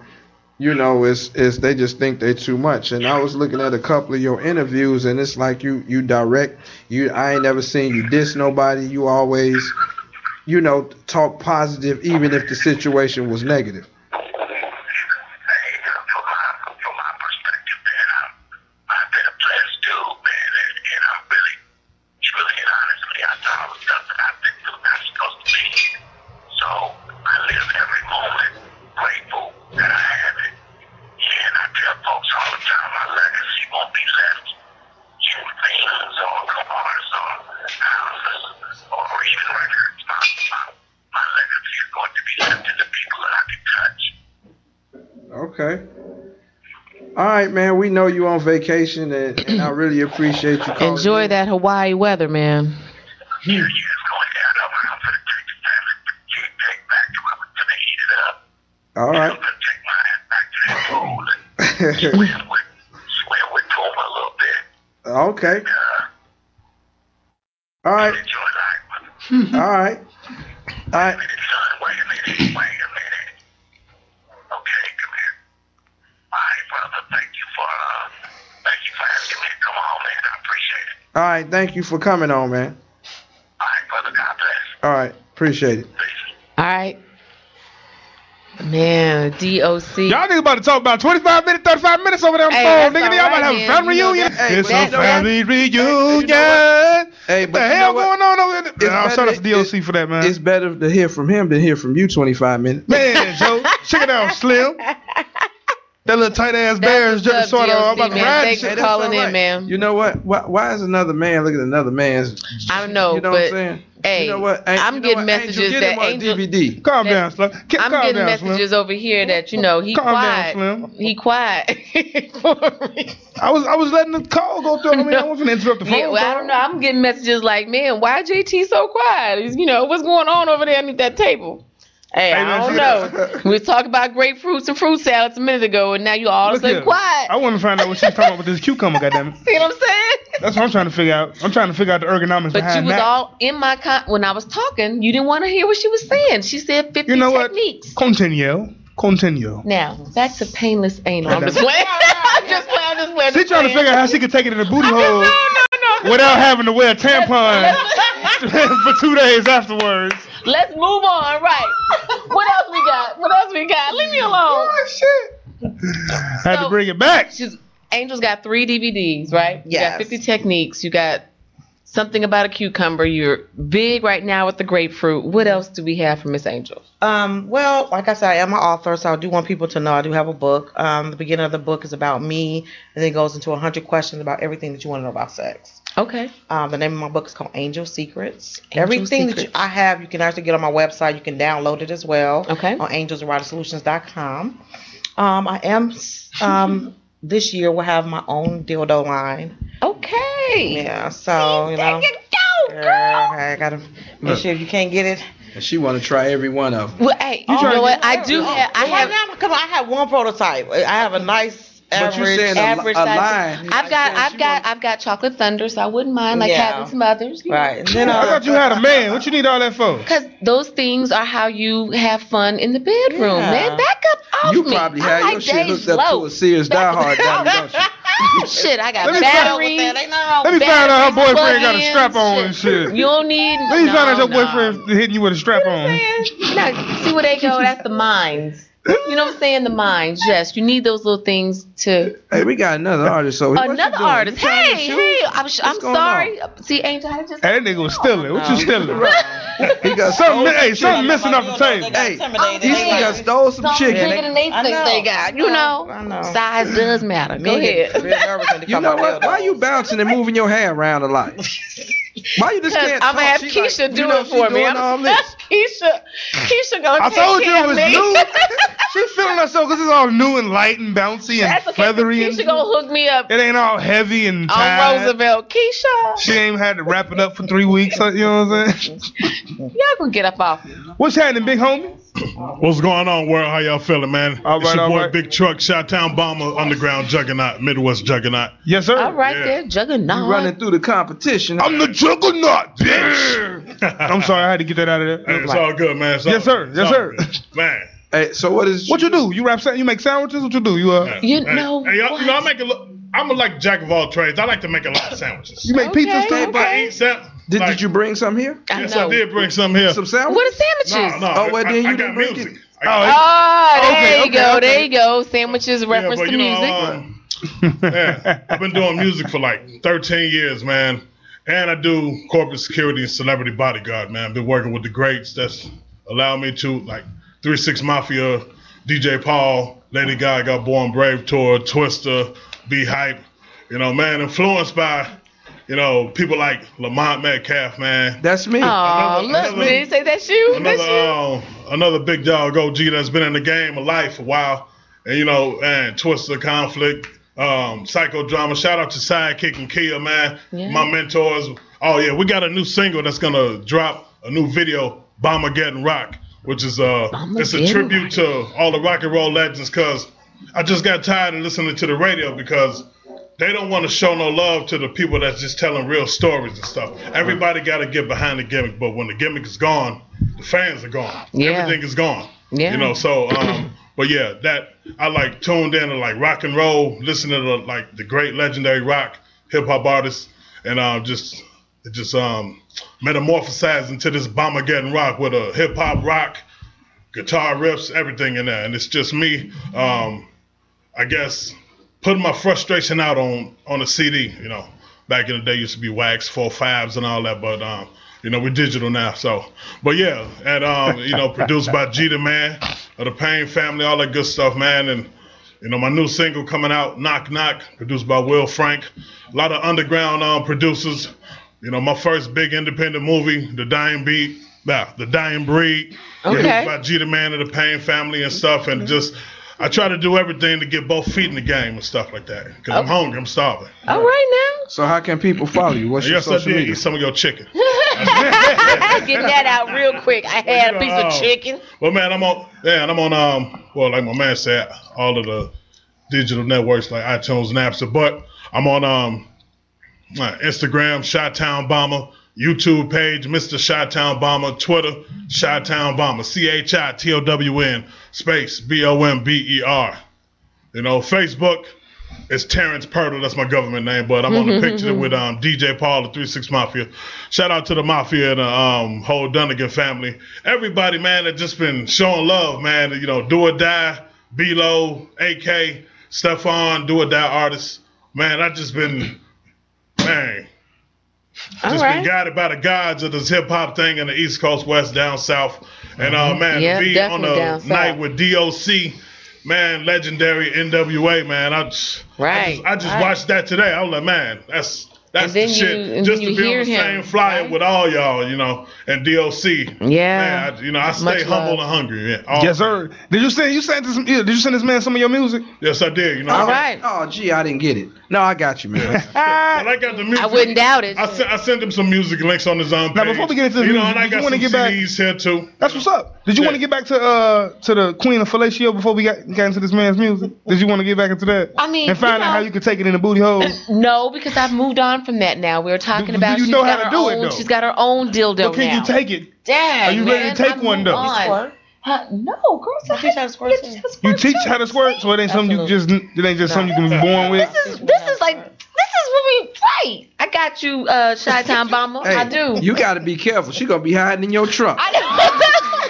Speaker 7: you know, it's it's they just think they too much. And I was looking at a couple of your interviews, and it's like you you direct. You I ain't never seen you diss nobody. You always, you know, talk positive, even if the situation was negative. Okay. All right, man. We know you on vacation, and, and I really appreciate you calling.
Speaker 6: Enjoy that Hawaii
Speaker 7: [laughs]
Speaker 6: weather, man.
Speaker 7: All right. okay. All right. All right. All right. All right. Thank you for coming on, man. All right. Appreciate it.
Speaker 6: All right. Man, DOC.
Speaker 5: Y'all niggas about to talk about 25 minutes, 35 minutes over there on the
Speaker 6: Hey,
Speaker 5: phone,
Speaker 6: that's
Speaker 5: nigga. Y'all about to have
Speaker 6: all right,
Speaker 5: a family
Speaker 6: man. You know
Speaker 5: reunion. It's
Speaker 6: that- hey,
Speaker 5: a
Speaker 6: but you know
Speaker 5: family reunion.
Speaker 7: Hey,
Speaker 5: what the
Speaker 7: but you
Speaker 5: hell
Speaker 7: know
Speaker 5: going on over there? Nah, shout out to DOC
Speaker 7: for that, man. It's better to hear from him than hear from you 25 minutes.
Speaker 6: [laughs]
Speaker 5: Man, Joe, check it out, Slim. That little tight ass bears just sort of. I'm about to ride this shit.
Speaker 6: man.
Speaker 7: You know what? Why, why is another man looking at another man's?
Speaker 6: I don't know,
Speaker 7: You know
Speaker 6: but
Speaker 7: what I'm saying?
Speaker 6: hey,
Speaker 7: You know what? Ain't-
Speaker 6: I'm
Speaker 7: you know
Speaker 6: getting
Speaker 7: what, Angel,
Speaker 6: messages
Speaker 7: get
Speaker 6: that
Speaker 7: him on
Speaker 6: Angel.
Speaker 7: DVD. Calm down, Slim.
Speaker 6: I'm getting messages over here that you know he
Speaker 5: Calm down,
Speaker 6: quiet. he quiet. [laughs]
Speaker 5: I was I was letting the call go through. I mean, I wasn't interrupt the phone.
Speaker 6: Yeah, well, I
Speaker 5: call.
Speaker 6: don't know. I'm getting messages like, man, why JT so quiet? He's- You know, what's going on over there underneath that table? Hey,
Speaker 5: Hey,
Speaker 6: I
Speaker 5: man,
Speaker 6: don't
Speaker 5: check it
Speaker 6: know. we was talking about grapefruits and fruit salads a minute ago, and now you all of a
Speaker 5: Look
Speaker 6: sudden
Speaker 5: here.
Speaker 6: quiet.
Speaker 5: I want to find out what she's talking about with this cucumber, goddammit.
Speaker 6: See what I'm saying?
Speaker 5: That's what I'm trying to figure out. I'm trying to figure out the ergonomics
Speaker 6: But you
Speaker 5: behind
Speaker 6: was
Speaker 5: that.
Speaker 6: all in my con- when I was talking. You didn't want to hear what she was saying. She said 50
Speaker 5: you know what?
Speaker 6: techniques.
Speaker 5: Continue. Continue.
Speaker 6: Now back to painless anal. I'm
Speaker 5: [laughs]
Speaker 6: just playing. [laughs] I'm just playing. I'm just playing.
Speaker 5: She's trying to figure out how she could take it in the booty hole without having to wear a
Speaker 6: [laughs]
Speaker 5: tampon [laughs] for two days afterwards.
Speaker 6: [laughs] Let's move on. Right. What else we got? What else we got? Leave me alone.
Speaker 5: Oh, shit. Had to bring it back.
Speaker 6: She's, Angel's got three DVDs, right? You
Speaker 9: Yes.
Speaker 6: got 50 techniques. You got something about a cucumber. You're big right now with the grapefruit. What else do we have for Miss Angel?
Speaker 9: Um, well, like I said, I am an author, so I do want people to know I do have a book. Um, the beginning of the book is about me, and then it goes into 100 questions about everything that you want to know about sex.
Speaker 6: Okay.
Speaker 9: Um, the name of my book is called Angel Secrets.
Speaker 6: Angel
Speaker 9: everything that
Speaker 6: Secrets.
Speaker 9: you, I have, you can actually get on my website. You can download it as well.
Speaker 6: Okay.
Speaker 9: On angelswritersolutions.com. Um, I am
Speaker 6: [laughs]
Speaker 9: um, this year will have my own dildo line.
Speaker 6: Okay.
Speaker 9: Yeah. So you know. Girl, I gotta make sure if you can't get it.
Speaker 7: And she want to try every one of them.
Speaker 6: Well, hey,
Speaker 7: You trying
Speaker 9: oh, you
Speaker 7: to
Speaker 9: know
Speaker 7: get
Speaker 9: what? I do
Speaker 7: everything.
Speaker 9: have. I have. Now, come on, I have one prototype. I have a nice
Speaker 7: But
Speaker 9: average.
Speaker 7: you saying a li-
Speaker 9: average
Speaker 7: a
Speaker 9: size-
Speaker 7: line.
Speaker 6: I've got, I've got, I've got chocolate thunder, so I wouldn't mind like
Speaker 9: Yeah.
Speaker 6: having some others. you know.
Speaker 9: Right. And then,
Speaker 5: I
Speaker 9: uh,
Speaker 5: thought you had a man. What you need all that
Speaker 6: [laughs]
Speaker 5: for?
Speaker 6: Because those things are how you have fun in the bedroom,
Speaker 5: Yeah.
Speaker 6: man. Back up off
Speaker 7: You
Speaker 6: me.
Speaker 7: probably
Speaker 6: I
Speaker 7: had
Speaker 6: like
Speaker 7: your shit
Speaker 6: days
Speaker 7: hooked up
Speaker 6: low.
Speaker 7: to a serious diehard. down there, don't you?
Speaker 6: [laughs] shit, I got
Speaker 5: Let me find-
Speaker 6: batteries.
Speaker 5: Let me find out her
Speaker 6: batteries,
Speaker 5: boyfriend got a
Speaker 6: plug-ins,
Speaker 5: strap on and shit.
Speaker 6: You don't need.
Speaker 5: Let me
Speaker 6: no,
Speaker 5: find out your
Speaker 6: no.
Speaker 5: boyfriend hitting you with a strap on.
Speaker 6: Now, see where they go. That's the minds. You know what I'm saying? The minds. Yes, you need those little things to.
Speaker 7: Hey, we got another artist over here. What
Speaker 6: Another
Speaker 7: you doing?
Speaker 6: artist.
Speaker 7: You trying to
Speaker 6: Hey,
Speaker 7: shoot?
Speaker 6: hey. I'm, sh- I'm
Speaker 7: going
Speaker 6: sorry. See, Angel, I just.
Speaker 5: Hey, that nigga was stealing. What you
Speaker 6: [laughs]
Speaker 5: stealing?
Speaker 7: He
Speaker 5: Something,
Speaker 7: got stole
Speaker 5: hey,
Speaker 7: some
Speaker 5: something
Speaker 7: shit.
Speaker 5: missing off the table.
Speaker 7: Hey, he got stole some
Speaker 6: Something
Speaker 7: chicken.
Speaker 6: bigger than they
Speaker 9: I
Speaker 6: think
Speaker 9: know.
Speaker 6: they got. You know, size does matter. [laughs] Go
Speaker 5: [laughs]
Speaker 6: ahead.
Speaker 7: You know what? Why you bouncing and moving your hair around a lot? Why you just can't talk?
Speaker 6: I'm gonna have
Speaker 7: She
Speaker 6: Keisha
Speaker 7: like,
Speaker 6: do
Speaker 7: you know
Speaker 6: it
Speaker 7: she
Speaker 6: for me.
Speaker 7: doing
Speaker 6: I'm- [laughs]
Speaker 7: all this.
Speaker 6: Keisha, Keisha gonna
Speaker 5: I
Speaker 6: take
Speaker 5: told you
Speaker 6: care
Speaker 5: it
Speaker 6: of
Speaker 5: was
Speaker 6: me. [laughs]
Speaker 5: new. She feeling herself because it's all new and light and bouncy and
Speaker 6: That's okay.
Speaker 5: feathery.
Speaker 6: Keisha
Speaker 5: And
Speaker 6: gonna hook me up
Speaker 5: it ain't all heavy and
Speaker 6: on
Speaker 5: tied.
Speaker 6: Roosevelt. Keisha,
Speaker 5: She ain't had to wrap it up for three weeks. You know what I'm saying?
Speaker 6: [laughs] y'all gonna get up off me.
Speaker 5: What's happening, big homie?
Speaker 13: What's going on, world? How y'all feeling, man?
Speaker 5: All
Speaker 13: it's
Speaker 5: right,
Speaker 13: your
Speaker 5: all
Speaker 13: boy,
Speaker 5: right.
Speaker 13: Big Truck, Shot Town Bomber, Underground Juggernaut, Midwest Juggernaut.
Speaker 5: Yes, sir.
Speaker 6: All right
Speaker 13: Yeah.
Speaker 6: there, juggernaut.
Speaker 7: You running through the competition.
Speaker 13: I'm the juggernaut, bitch.
Speaker 5: [laughs] I'm sorry, I had to get that out of there.
Speaker 13: Hey, it's all good, man. It's all
Speaker 5: Yes, sir.
Speaker 13: good. It's
Speaker 5: Yes,
Speaker 13: all
Speaker 5: sir.
Speaker 13: good. Man.
Speaker 7: Hey, so what is?
Speaker 5: What you do? You rap? sa- You make sandwiches? What you do? You uh?
Speaker 6: You
Speaker 13: Hey,
Speaker 6: know
Speaker 13: Hey, y'all, you know, I
Speaker 6: what?
Speaker 13: make a lo- I'm a, like jack of all trades. I like to make a lot of sandwiches.
Speaker 5: You make pizzas
Speaker 6: Okay,
Speaker 5: too?
Speaker 13: I
Speaker 6: okay.
Speaker 13: eat some.
Speaker 7: Did,
Speaker 13: like-
Speaker 7: did you bring some here?
Speaker 6: I
Speaker 13: Yes,
Speaker 6: know.
Speaker 13: I did bring some here.
Speaker 7: Some sandwiches?
Speaker 6: What are sandwiches?
Speaker 13: No, no,
Speaker 7: Oh, well,
Speaker 13: I-
Speaker 7: then
Speaker 13: I,
Speaker 7: you
Speaker 13: I got
Speaker 7: didn't bring
Speaker 13: music.
Speaker 7: it.
Speaker 13: I got-
Speaker 6: Ah, there
Speaker 5: Oh, Okay,
Speaker 6: you
Speaker 5: okay,
Speaker 6: go.
Speaker 5: okay.
Speaker 6: There you go. Sandwiches reference to music.
Speaker 13: um, yeah, I've been doing music for like 13 years, man. And I do corporate security and celebrity bodyguard, man. I've been working with the greats. That's allowed me to, like, 3 6 Mafia, DJ Paul, Lady Gaga, Born Brave Tour, Twister, Be Hype. You know, man, influenced by, you know, people like Lamont Metcalf, man.
Speaker 7: That's me.
Speaker 6: Oh,
Speaker 13: Another-
Speaker 6: look,
Speaker 13: another-
Speaker 6: did he say that's you? That's
Speaker 13: another
Speaker 6: you.
Speaker 13: um, another big dog OG that's been in the game of life a while, and you know, and Twister Conflict, um, Psychodrama. Shout out to Sidekick and Kia, man,
Speaker 6: Yeah.
Speaker 13: my mentors. Oh yeah, we got a new single that's gonna drop, a new video, Bombergetting Rock, which is uh, it's a
Speaker 6: Bombergetting
Speaker 13: tribute to all the rock and roll legends, cause I just got tired of listening to the radio because they don't want to show no love to the people that's just telling real stories and stuff. Everybody got to get behind the gimmick, but when the gimmick is gone, the fans are gone.
Speaker 6: Yeah.
Speaker 13: Everything is gone.
Speaker 6: Yeah.
Speaker 13: You know, so um, but yeah, that I like tuned in to like rock and roll, listening to like the great legendary rock hip hop artists, and um, just just um, metamorphosized into this bomber getting rock with a hip hop rock guitar riffs, everything in there, and it's just me. Um, I guess putting my frustration out on on a CD. You know, back in the day used to be wax four fives and all that, but um, you know we're digital now. So, but yeah, and um, you know, produced by Jeter Man of the Payne Family, all that good stuff, man, and. You know, my new single coming out, Knock Knock, produced by Will Frank. A lot of underground um, producers. You know, my first big independent movie, The Dying Beat, nah, The Dying Breed,
Speaker 6: Okay. Mm-hmm.
Speaker 13: produced by Jeter Man of the Payne Family and stuff. And just, I try to do everything to get both feet in the game and stuff like that. Because I'm
Speaker 6: Okay.
Speaker 13: hungry, I'm starving.
Speaker 6: Oh. All right now.
Speaker 7: So how can people follow you? What's your
Speaker 13: yes, I
Speaker 7: social
Speaker 13: did eat
Speaker 7: media?
Speaker 13: some of your chicken.
Speaker 6: [laughs] Get that out real quick. I had a
Speaker 13: you
Speaker 6: piece
Speaker 13: know,
Speaker 6: of
Speaker 13: um,
Speaker 6: uh, chicken.
Speaker 13: Well, man, I'm on. Yeah, and I'm on. Um, well, like my man said, all of the digital networks like iTunes and Napster. But I'm on um, uh, Instagram, Shot Town Bomber, YouTube page, Mr. Shot Town Bomber, Twitter, Shot Town Bomber, C H I T O W N space B O M B E R. You know, Facebook. It's Terrence Purtle, that's my government name, but I'm on
Speaker 6: Mm-hmm,
Speaker 13: the picture with um, DJ Paul, the 36 Mafia. Shout out to the Mafia and the um, whole Dunnigan family. Everybody, man, that just been showing love, man. You know, do or die, B-Lo, AK, Stefan, Do or Die Artist. Man, I just been, man,
Speaker 6: All
Speaker 13: just
Speaker 6: right.
Speaker 13: been guided by the gods of this hip hop thing in the East Coast, West, down South. And uh, man,
Speaker 6: Mm-hmm. Yeah,
Speaker 13: to be on
Speaker 6: definitely
Speaker 13: the
Speaker 6: down south.
Speaker 13: night with DOC, man, legendary NWA, man. I just, I just, I just
Speaker 6: right.
Speaker 13: watched that today. I was like, man, that's that's the
Speaker 6: then
Speaker 13: shit.
Speaker 6: you- and
Speaker 13: just
Speaker 6: then
Speaker 13: to
Speaker 6: you
Speaker 13: be on
Speaker 6: hear
Speaker 13: the
Speaker 6: him,
Speaker 13: same flyer with all y'all, you know, and DOC.
Speaker 6: Yeah.
Speaker 13: Man, I, you know, I stay
Speaker 5: Much
Speaker 13: humble
Speaker 5: love.
Speaker 13: and hungry. Yeah, all-
Speaker 5: Yes, sir. Did you send you sent this? yeah, Did you send this man some of your music?
Speaker 13: Yes, I did. You know,
Speaker 5: All
Speaker 13: I-
Speaker 5: right.
Speaker 7: [laughs] Oh, gee, I didn't get it. No, I got you, man.
Speaker 6: Ah,
Speaker 13: But I got the music. I wouldn't doubt it. I, sen- I sent him some music links on his own page.
Speaker 5: Now, before we get into the
Speaker 13: you know,
Speaker 5: music,
Speaker 13: and I
Speaker 5: did you
Speaker 13: got
Speaker 5: wanna
Speaker 13: some
Speaker 5: get back-
Speaker 13: CDs here too.
Speaker 5: That's what's up. Did you want to get back to uh to the Queen of Fellatio before we got, got into this man's music? Did you want to get back into that?
Speaker 6: I mean,
Speaker 5: and find
Speaker 6: you
Speaker 5: out
Speaker 6: know-
Speaker 5: how you could take it in the booty hole.
Speaker 6: No, because I've moved on from that now. We were talking about
Speaker 5: you
Speaker 6: she's
Speaker 5: know
Speaker 6: got
Speaker 5: how to
Speaker 6: her
Speaker 5: do it,
Speaker 6: own-
Speaker 5: though?
Speaker 6: She's got her own dildo
Speaker 5: But can you
Speaker 6: now.
Speaker 5: take it?
Speaker 6: Dang,
Speaker 5: Are you ready
Speaker 6: man,
Speaker 5: to take
Speaker 6: I
Speaker 5: one,
Speaker 6: moved
Speaker 5: though? You
Speaker 6: on.
Speaker 5: squirt?
Speaker 6: Huh? No, girl. You teach how to squirt. [laughs]
Speaker 5: You teach how to squirt, so it ain't something you just it ain't just something you can be born with.
Speaker 6: This is like this is what we right. I got you,
Speaker 5: [laughs]
Speaker 6: uh, shy time bomber. I do.
Speaker 7: You gotta be careful. She gonna be hiding in your trunk.
Speaker 6: [laughs]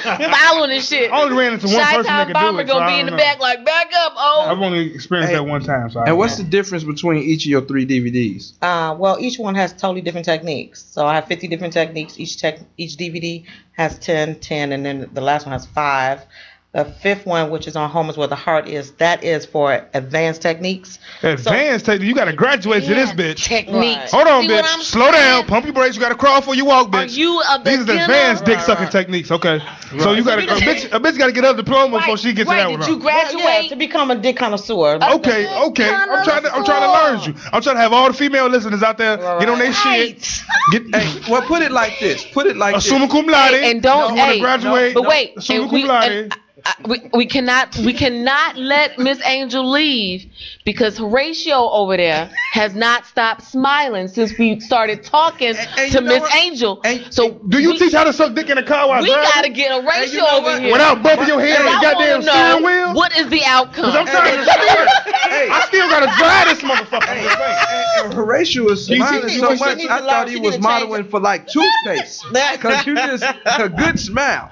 Speaker 6: Following and shit.
Speaker 5: I only ran into one
Speaker 6: Shy
Speaker 5: person that
Speaker 6: time
Speaker 5: could do
Speaker 6: bomber
Speaker 5: it, so
Speaker 6: gonna
Speaker 5: I
Speaker 6: be in
Speaker 5: don't know.
Speaker 6: the back like back up. Oh,
Speaker 5: I've only experienced that one time. So I
Speaker 7: And
Speaker 5: don't
Speaker 7: what's
Speaker 5: know.
Speaker 7: the difference between each of your three DVDs?
Speaker 9: Uh, well, each one has totally different techniques. So I have 50 different techniques. Each tech, each DVD has 10, 10, and then the last one has five. The fifth one, which is on Homer's Where the Heart Is, that is for advanced techniques.
Speaker 5: Advanced technique. You got to graduate to this bitch.
Speaker 9: techniques.
Speaker 5: Hold on,
Speaker 9: See what
Speaker 5: bitch.
Speaker 9: I'm
Speaker 5: Slow down. Pump your brakes. You got to crawl before you walk, bitch.
Speaker 6: you a
Speaker 5: These are the
Speaker 6: beginner?
Speaker 5: advanced dick
Speaker 6: Right,
Speaker 5: sucking techniques. Okay. So you
Speaker 9: So
Speaker 5: got to
Speaker 9: we
Speaker 5: a bitch.
Speaker 9: just-
Speaker 5: A bitch got to get up diploma before she gets to that one. huh?
Speaker 9: graduate to become a dick connoisseur?
Speaker 5: Okay, okay. I'm trying to I'm trying to learn you. I'm trying to have all the female listeners out there get on their shit. Get hey,
Speaker 7: well put it like this. Put it like
Speaker 5: this. Summa cum laude.
Speaker 6: Hey, and don't
Speaker 5: you wanna
Speaker 6: hey,
Speaker 5: graduate.
Speaker 6: But wait,
Speaker 5: Summa
Speaker 6: and
Speaker 5: cum
Speaker 6: we,
Speaker 5: laude.
Speaker 6: and I- I- we, we cannot we cannot let Miss Angel leave because Horatio over there has not stopped smiling since we started talking to Miss Angel. so
Speaker 5: do you teach how to suck dick in a car while
Speaker 6: we
Speaker 5: driving?
Speaker 6: gotta get Horatio
Speaker 5: And you know
Speaker 6: over
Speaker 5: what?
Speaker 6: here
Speaker 5: Without bumping your head on the
Speaker 6: 'Cause I wanna
Speaker 5: goddamn
Speaker 6: know
Speaker 5: steering wheel?
Speaker 6: What is the outcome?
Speaker 5: 'Cause I'm trying to
Speaker 6: [laughs]
Speaker 5: I still gotta drive this motherfucker.
Speaker 7: And Horatio was
Speaker 5: You
Speaker 7: smiling
Speaker 5: see, she
Speaker 7: so
Speaker 5: needs- she
Speaker 7: much,
Speaker 5: needs
Speaker 7: I
Speaker 5: to
Speaker 7: thought
Speaker 5: learn-
Speaker 7: he
Speaker 5: she
Speaker 7: was
Speaker 5: need to change
Speaker 7: modeling for like
Speaker 6: [laughs]
Speaker 7: toothpaste. Cause you just a good smile.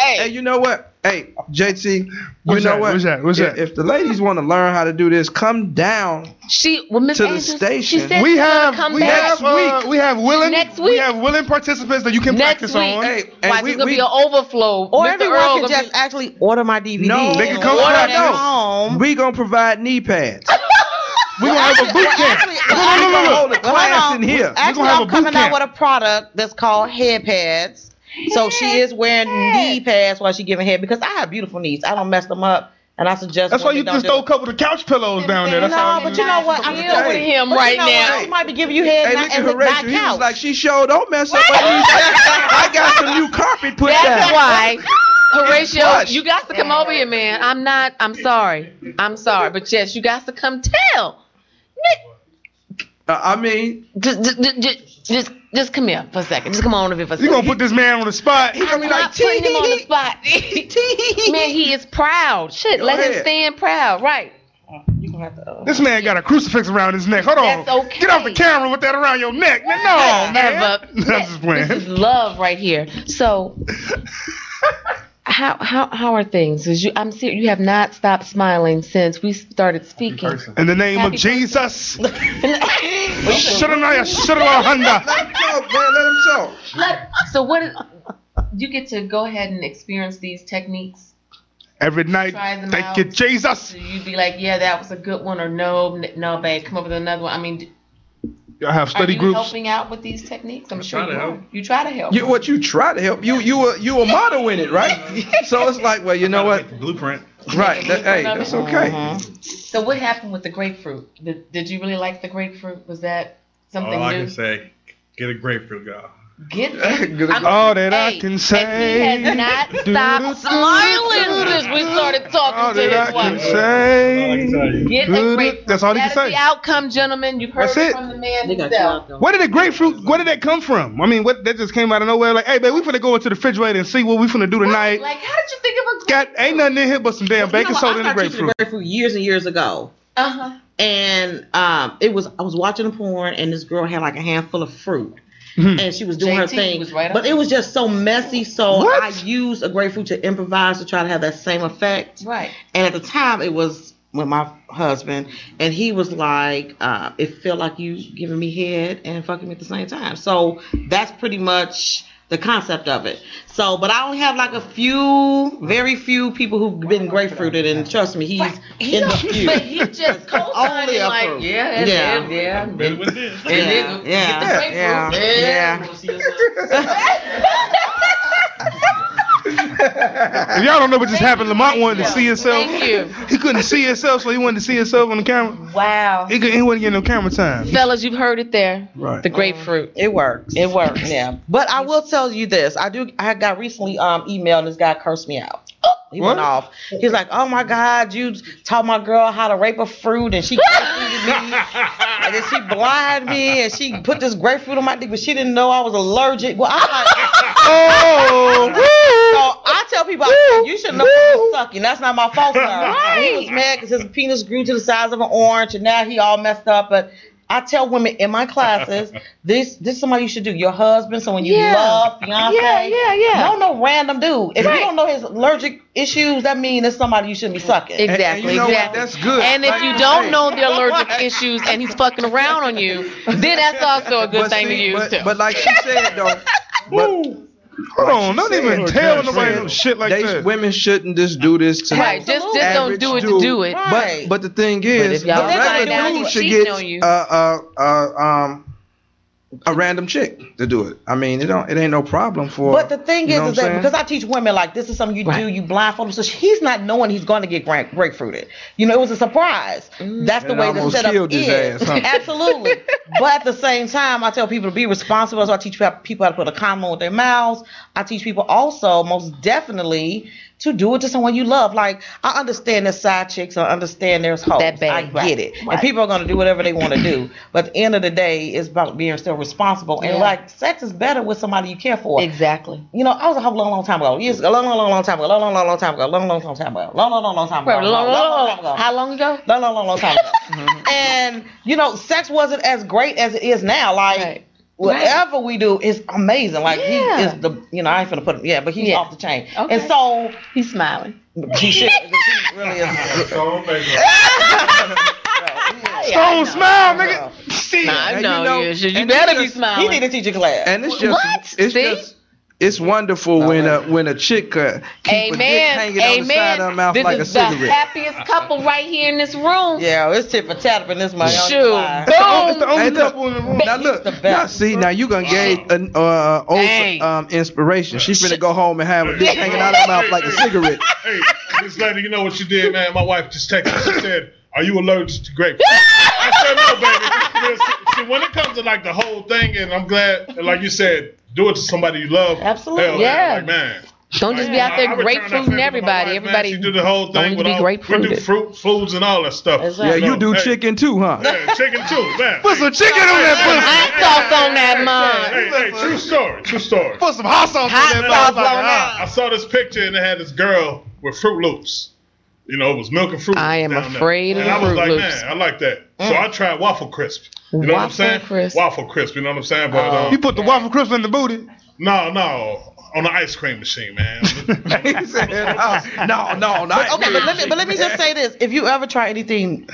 Speaker 6: Hey.
Speaker 7: you know what? Hey, JT,
Speaker 5: What's
Speaker 7: you know
Speaker 5: that?
Speaker 7: what?
Speaker 5: What's that? What's
Speaker 7: if,
Speaker 5: that?
Speaker 7: if the ladies want to learn how to do this, come down
Speaker 6: She well, Miss
Speaker 7: to the
Speaker 6: Angel,
Speaker 7: station.
Speaker 6: She said
Speaker 5: we
Speaker 6: she's gonna
Speaker 5: have
Speaker 6: come
Speaker 5: we
Speaker 6: back.
Speaker 5: have uh, we have willing
Speaker 6: Next
Speaker 5: we have willing participants that you can practice on.
Speaker 6: Watch, it's gonna be an overflow.
Speaker 9: Or
Speaker 6: Mr.
Speaker 9: everyone
Speaker 6: Earl
Speaker 9: can
Speaker 6: gonna be-
Speaker 9: just actually order my DVD.
Speaker 7: No,
Speaker 9: and order
Speaker 7: No,
Speaker 9: it at home.
Speaker 7: We gonna provide knee pads.
Speaker 5: we gonna have a boot camp.
Speaker 9: Well,
Speaker 7: We're
Speaker 9: actually-
Speaker 7: gonna hold a
Speaker 9: well, hold
Speaker 7: class
Speaker 9: on.
Speaker 7: in here. We're
Speaker 9: Actually,
Speaker 7: gonna have a
Speaker 9: I'm
Speaker 7: boot
Speaker 9: coming out
Speaker 7: camp.
Speaker 9: with a product that's called head pads. So she is wearing knee pads while she giving head because I have beautiful knees. I don't mess them up, and I suggest
Speaker 5: That's why
Speaker 9: women
Speaker 5: you
Speaker 9: don't
Speaker 5: just
Speaker 9: do
Speaker 5: throw a
Speaker 9: it.
Speaker 5: couple of couch pillows down there. That's
Speaker 9: no,
Speaker 5: all
Speaker 9: but you know what? I'm
Speaker 5: Hey,
Speaker 9: still with him
Speaker 5: but you
Speaker 9: right
Speaker 5: know
Speaker 9: now.
Speaker 5: what?
Speaker 9: She might be giving you head.
Speaker 7: Hey,
Speaker 9: and
Speaker 7: look
Speaker 9: I-
Speaker 7: at
Speaker 9: and
Speaker 7: Horatio. He was
Speaker 9: out.
Speaker 7: like, she showed don't mess up my knees. I got some new carpet put down.
Speaker 6: That's why. Horatio,
Speaker 7: plush.
Speaker 6: you got to come over here, man. I'm not. I'm sorry. I'm sorry, but yes, you got to come tell.
Speaker 7: Uh, I mean,
Speaker 6: just, just, just, just, just come here for a second. Just come on over here for a
Speaker 5: You
Speaker 6: second.
Speaker 5: gonna put this man on the spot? He
Speaker 6: I'm not putting him on the spot.
Speaker 7: [laughs]
Speaker 6: man, he is proud. Shit,
Speaker 5: Go
Speaker 6: let him
Speaker 5: ahead.
Speaker 6: stand proud. Right.
Speaker 5: This man got a crucifix around his neck. Hold on.
Speaker 6: That's okay.
Speaker 5: Get off the camera with that around your neck. Man, no, man.
Speaker 6: Ever.
Speaker 5: [laughs] I'm just playing.
Speaker 6: This is love right here.
Speaker 5: [laughs]
Speaker 6: So, how how how are things? Is you I'm serious. You have not stopped smiling since we started speaking.
Speaker 5: In the name
Speaker 6: Happy
Speaker 5: of
Speaker 6: [laughs]
Speaker 5: Jesus. Sharanaya
Speaker 6: [laughs]
Speaker 5: Sharanahanda.
Speaker 7: Let him talk, man. Let him talk.
Speaker 6: Let- so what? is- You get to go ahead and experience these techniques.
Speaker 5: Every night.
Speaker 6: Try them
Speaker 5: Thank
Speaker 6: out.
Speaker 5: you, Jesus.
Speaker 6: So you'd be like, yeah, that was a good one, or no, n- no, babe, come up with another one. I mean, d-
Speaker 5: I have
Speaker 6: are
Speaker 5: study
Speaker 6: you
Speaker 5: groups.
Speaker 6: helping out with these techniques? I'm sure
Speaker 7: trying
Speaker 6: you
Speaker 7: to
Speaker 6: are.
Speaker 7: help.
Speaker 6: You try to help.
Speaker 7: You, what you try to help you you were you were model in it,
Speaker 6: [laughs]
Speaker 7: right? So it's like, well, you know what?
Speaker 5: Blueprint.
Speaker 7: Right. that- hey, that's okay.
Speaker 6: Mm-hmm. So what happened with the grapefruit? Did, did you really like the grapefruit? Was that something
Speaker 14: All I
Speaker 6: new?
Speaker 14: can say, get a grapefruit, y'all.
Speaker 6: Get
Speaker 5: [laughs] All that I can say.
Speaker 6: He has
Speaker 5: [laughs]
Speaker 6: not
Speaker 5: Do, do,
Speaker 6: stopped smiling since we started
Speaker 5: All
Speaker 6: talking to
Speaker 5: that I
Speaker 6: his
Speaker 5: can
Speaker 6: wife.
Speaker 5: say.
Speaker 6: Get
Speaker 5: Do,
Speaker 6: a
Speaker 5: do.
Speaker 6: grapefruit.
Speaker 5: That's all he
Speaker 6: That
Speaker 5: can
Speaker 6: is
Speaker 5: say.
Speaker 6: the outcome, gentlemen. You've heard
Speaker 5: That's
Speaker 6: it
Speaker 5: it.
Speaker 6: from the man himself.
Speaker 5: Where did the grapefruit? Where did that come from? I mean, what that just came out of nowhere. Like, hey, babe, we finna go into the refrigerator and see what we finna do tonight.
Speaker 6: Like, how did you think of a
Speaker 5: Got ain't nothing in here but some damn baking
Speaker 9: You know what?
Speaker 5: soda
Speaker 9: I
Speaker 5: and a
Speaker 9: started teaching
Speaker 5: grapefruit.
Speaker 9: the grapefruit years and years ago.
Speaker 6: Uh huh.
Speaker 9: and um, it was I was watching a porn, and this girl had like a handful of fruit, and she was doing her
Speaker 6: JT
Speaker 9: thing.
Speaker 6: was right
Speaker 9: but
Speaker 6: on.
Speaker 9: it was just so messy. So I used a grapefruit to improvise to try to have that same effect.
Speaker 6: Right.
Speaker 9: And at the time, it was with my husband, and he was like, uh, "It felt like you giving me head and fucking me at the same time." So that's pretty much the concept of it. So, but I only have like a few, very few people who've been grapefruited, and trust me, he's in the few.
Speaker 6: But he just co-signed
Speaker 9: Only
Speaker 6: it
Speaker 9: a
Speaker 6: like,
Speaker 9: fruit.
Speaker 6: yeah, it's
Speaker 9: Yeah.
Speaker 6: yeah, yeah. And then
Speaker 9: Yeah,
Speaker 6: get the
Speaker 9: yeah, yeah,
Speaker 6: grapefruit. Yeah.
Speaker 9: yeah.
Speaker 6: [laughs]
Speaker 5: If y'all don't know what just happened, Lamont wanted to see himself.
Speaker 6: Thank you.
Speaker 5: [laughs] He couldn't see himself, so he wanted to see himself on the camera.
Speaker 6: Wow.
Speaker 5: He, could, he wasn't getting no camera time.
Speaker 6: Fellas, you've heard it there.
Speaker 5: Right.
Speaker 6: The grapefruit.
Speaker 9: It works. It works. Yeah. But I will tell you this. I do I got recently um emailed and this guy cursed me out. He went
Speaker 6: What?
Speaker 9: off. He's like, Oh my God, you taught my girl how to rape a fruit and
Speaker 6: [laughs]
Speaker 9: she grapefruited me and then she blinded me and she put this grapefruit on my dick, but she didn't know I was allergic. Well I'm like
Speaker 6: [laughs]
Speaker 5: Oh
Speaker 9: so I tell people I said, you should know you sucking. That's not my
Speaker 6: [laughs]
Speaker 9: fault, sir. And He was mad because his penis grew to the size of an orange and now he all messed up. But I tell women in my
Speaker 6: [laughs]
Speaker 9: classes, this this is somebody you should do. Your husband, someone you
Speaker 6: Yeah.
Speaker 9: love, fiance.
Speaker 6: Yeah, yeah, yeah.
Speaker 9: Don't no random dude. If
Speaker 6: Right.
Speaker 9: you don't know his allergic issues, that means it's somebody you shouldn't be sucking.
Speaker 6: Exactly. exactly. And if you don't know
Speaker 5: [laughs]
Speaker 7: [laughs]
Speaker 6: the allergic issues and he's fucking around on you, then that's also a good
Speaker 7: But
Speaker 6: thing to
Speaker 7: see,
Speaker 6: use
Speaker 7: but-
Speaker 6: too.
Speaker 7: But like she said though, but.
Speaker 5: Hold
Speaker 7: like
Speaker 5: on,
Speaker 7: she
Speaker 5: don't
Speaker 7: said,
Speaker 5: even
Speaker 7: or
Speaker 5: tell
Speaker 7: Judge
Speaker 5: nobody
Speaker 7: said,
Speaker 5: no shit like
Speaker 7: they-
Speaker 5: that.
Speaker 7: Women shouldn't just do this to
Speaker 6: Right, just- just don't
Speaker 7: average
Speaker 6: do it to
Speaker 7: dude.
Speaker 6: do it. Right.
Speaker 7: But but the thing is,
Speaker 6: if y'all
Speaker 7: the
Speaker 6: find out
Speaker 7: regular
Speaker 6: he's
Speaker 7: dude should
Speaker 6: cheating
Speaker 7: get
Speaker 6: on you-
Speaker 7: uh uh uh um a random chick to do it. I mean, it don't it ain't no problem for.
Speaker 9: But the thing
Speaker 7: you
Speaker 9: is,
Speaker 7: know what
Speaker 9: is
Speaker 7: I'm
Speaker 9: that
Speaker 7: saying?
Speaker 9: because I teach women like this is something you do, you blindfold them. So he's not knowing he's going to get gra- grapefruited. You know, it was a surprise.
Speaker 6: Mm.
Speaker 9: That's the
Speaker 7: That
Speaker 9: way the
Speaker 7: almost
Speaker 9: setup
Speaker 7: killed his
Speaker 9: is.
Speaker 7: ass, huh?
Speaker 9: [laughs] Absolutely. but at the same time, I tell people to be responsible. So I teach people- people how to put a condom on their mouths. I teach people also most definitely to do it to someone you love. Like I understand there's side chicks. I understand there's hoes. I get
Speaker 6: right,
Speaker 9: it.
Speaker 6: right.
Speaker 9: And people are going to do whatever they want to
Speaker 6: [clears throat]
Speaker 9: do. But at the end of the day, it's about being still responsible. And
Speaker 6: Yeah.
Speaker 9: like sex is better with somebody you care for.
Speaker 6: Exactly.
Speaker 9: You know, I was a whole long, long time ago. Years ago, long, long, long, long time ago. Long, long, long, long time ago. Long, long, long time ago. Long, long, long, long time ago.
Speaker 6: Wait, long, long, long, How long ago? Mm-hmm.
Speaker 9: Long, long, long, long time ago. And you know, sex wasn't as great as it is now. Like whatever we do is amazing. Like
Speaker 6: Yeah.
Speaker 9: he is the. You know, I ain't finna put him. Yeah, but he's
Speaker 6: Yeah.
Speaker 9: off the chain.
Speaker 6: Okay.
Speaker 9: And so
Speaker 6: he's smiling.
Speaker 9: He should. He really is.
Speaker 5: Stone smile, nigga.
Speaker 9: Nah, I
Speaker 7: And
Speaker 9: know you should. You
Speaker 7: and it's
Speaker 9: better be
Speaker 7: just-
Speaker 9: smiling. He need to teach a class.
Speaker 7: And it's just
Speaker 9: What?
Speaker 7: it's
Speaker 9: See?
Speaker 7: just it's wonderful when a when a chick uh, keep a dick
Speaker 6: Amen.
Speaker 7: hanging on the side of her
Speaker 6: Amen.
Speaker 7: mouth
Speaker 6: This
Speaker 7: like a
Speaker 6: is the
Speaker 7: cigarette.
Speaker 6: happiest couple right here in this room.
Speaker 9: Yeah, it's tit for tat up in this money.
Speaker 6: Shoot. Boom. It's the only
Speaker 7: Hey, look,
Speaker 6: couple in the room.
Speaker 7: Now look, now see, now you gonna get an uh, old
Speaker 13: Dang.
Speaker 7: um, inspiration. She finna go home and have a dick hanging out her mouth like a
Speaker 6: [laughs]
Speaker 7: cigarette.
Speaker 13: [laughs] Hey, this lady, you know what she did, man? My wife just texted. me. She said, "Are you allergic to grapefruit?" I said, "No, baby." Listen, see, when it comes to like the whole thing, and I'm glad, like you said, do it to somebody you love.
Speaker 6: Absolutely.
Speaker 13: Hell,
Speaker 6: Yeah.
Speaker 13: Like, man.
Speaker 6: Don't just be out there grapefruiting everybody. Everybody
Speaker 13: do the whole
Speaker 6: don't
Speaker 13: thing
Speaker 6: need to
Speaker 13: with
Speaker 6: be
Speaker 13: all, we do
Speaker 6: grapefruited.
Speaker 13: fruit foods and all that stuff.
Speaker 7: Yeah, you do
Speaker 13: Hey,
Speaker 7: chicken too, huh?
Speaker 13: Yeah, chicken too, man.
Speaker 7: Put some chicken on that pussy.
Speaker 6: Hot sauce on that
Speaker 13: Hey, hey, hey, true story, true story.
Speaker 5: Put some hot sauce
Speaker 6: Hot
Speaker 13: on that
Speaker 6: sauce
Speaker 13: motherfucker.
Speaker 6: on that.
Speaker 13: I saw this picture and it had this girl with Fruit Loops. You know, it was milk and fruit. I am
Speaker 6: afraid of
Speaker 13: and I was
Speaker 6: Froot
Speaker 13: like,
Speaker 6: Loops.
Speaker 13: man, I like that. So I tried waffle crisp. You know what I'm
Speaker 5: Waffle
Speaker 13: saying?
Speaker 5: crisp. Oh.
Speaker 13: Waffle crisp. You know what I'm saying? But um,
Speaker 5: You put the waffle crisp in the booty.
Speaker 13: no, no, on the [laughs] ice cream machine, man.
Speaker 7: [laughs] no, no, no.
Speaker 9: But, okay, but let me but let me just say this: if you ever try anything,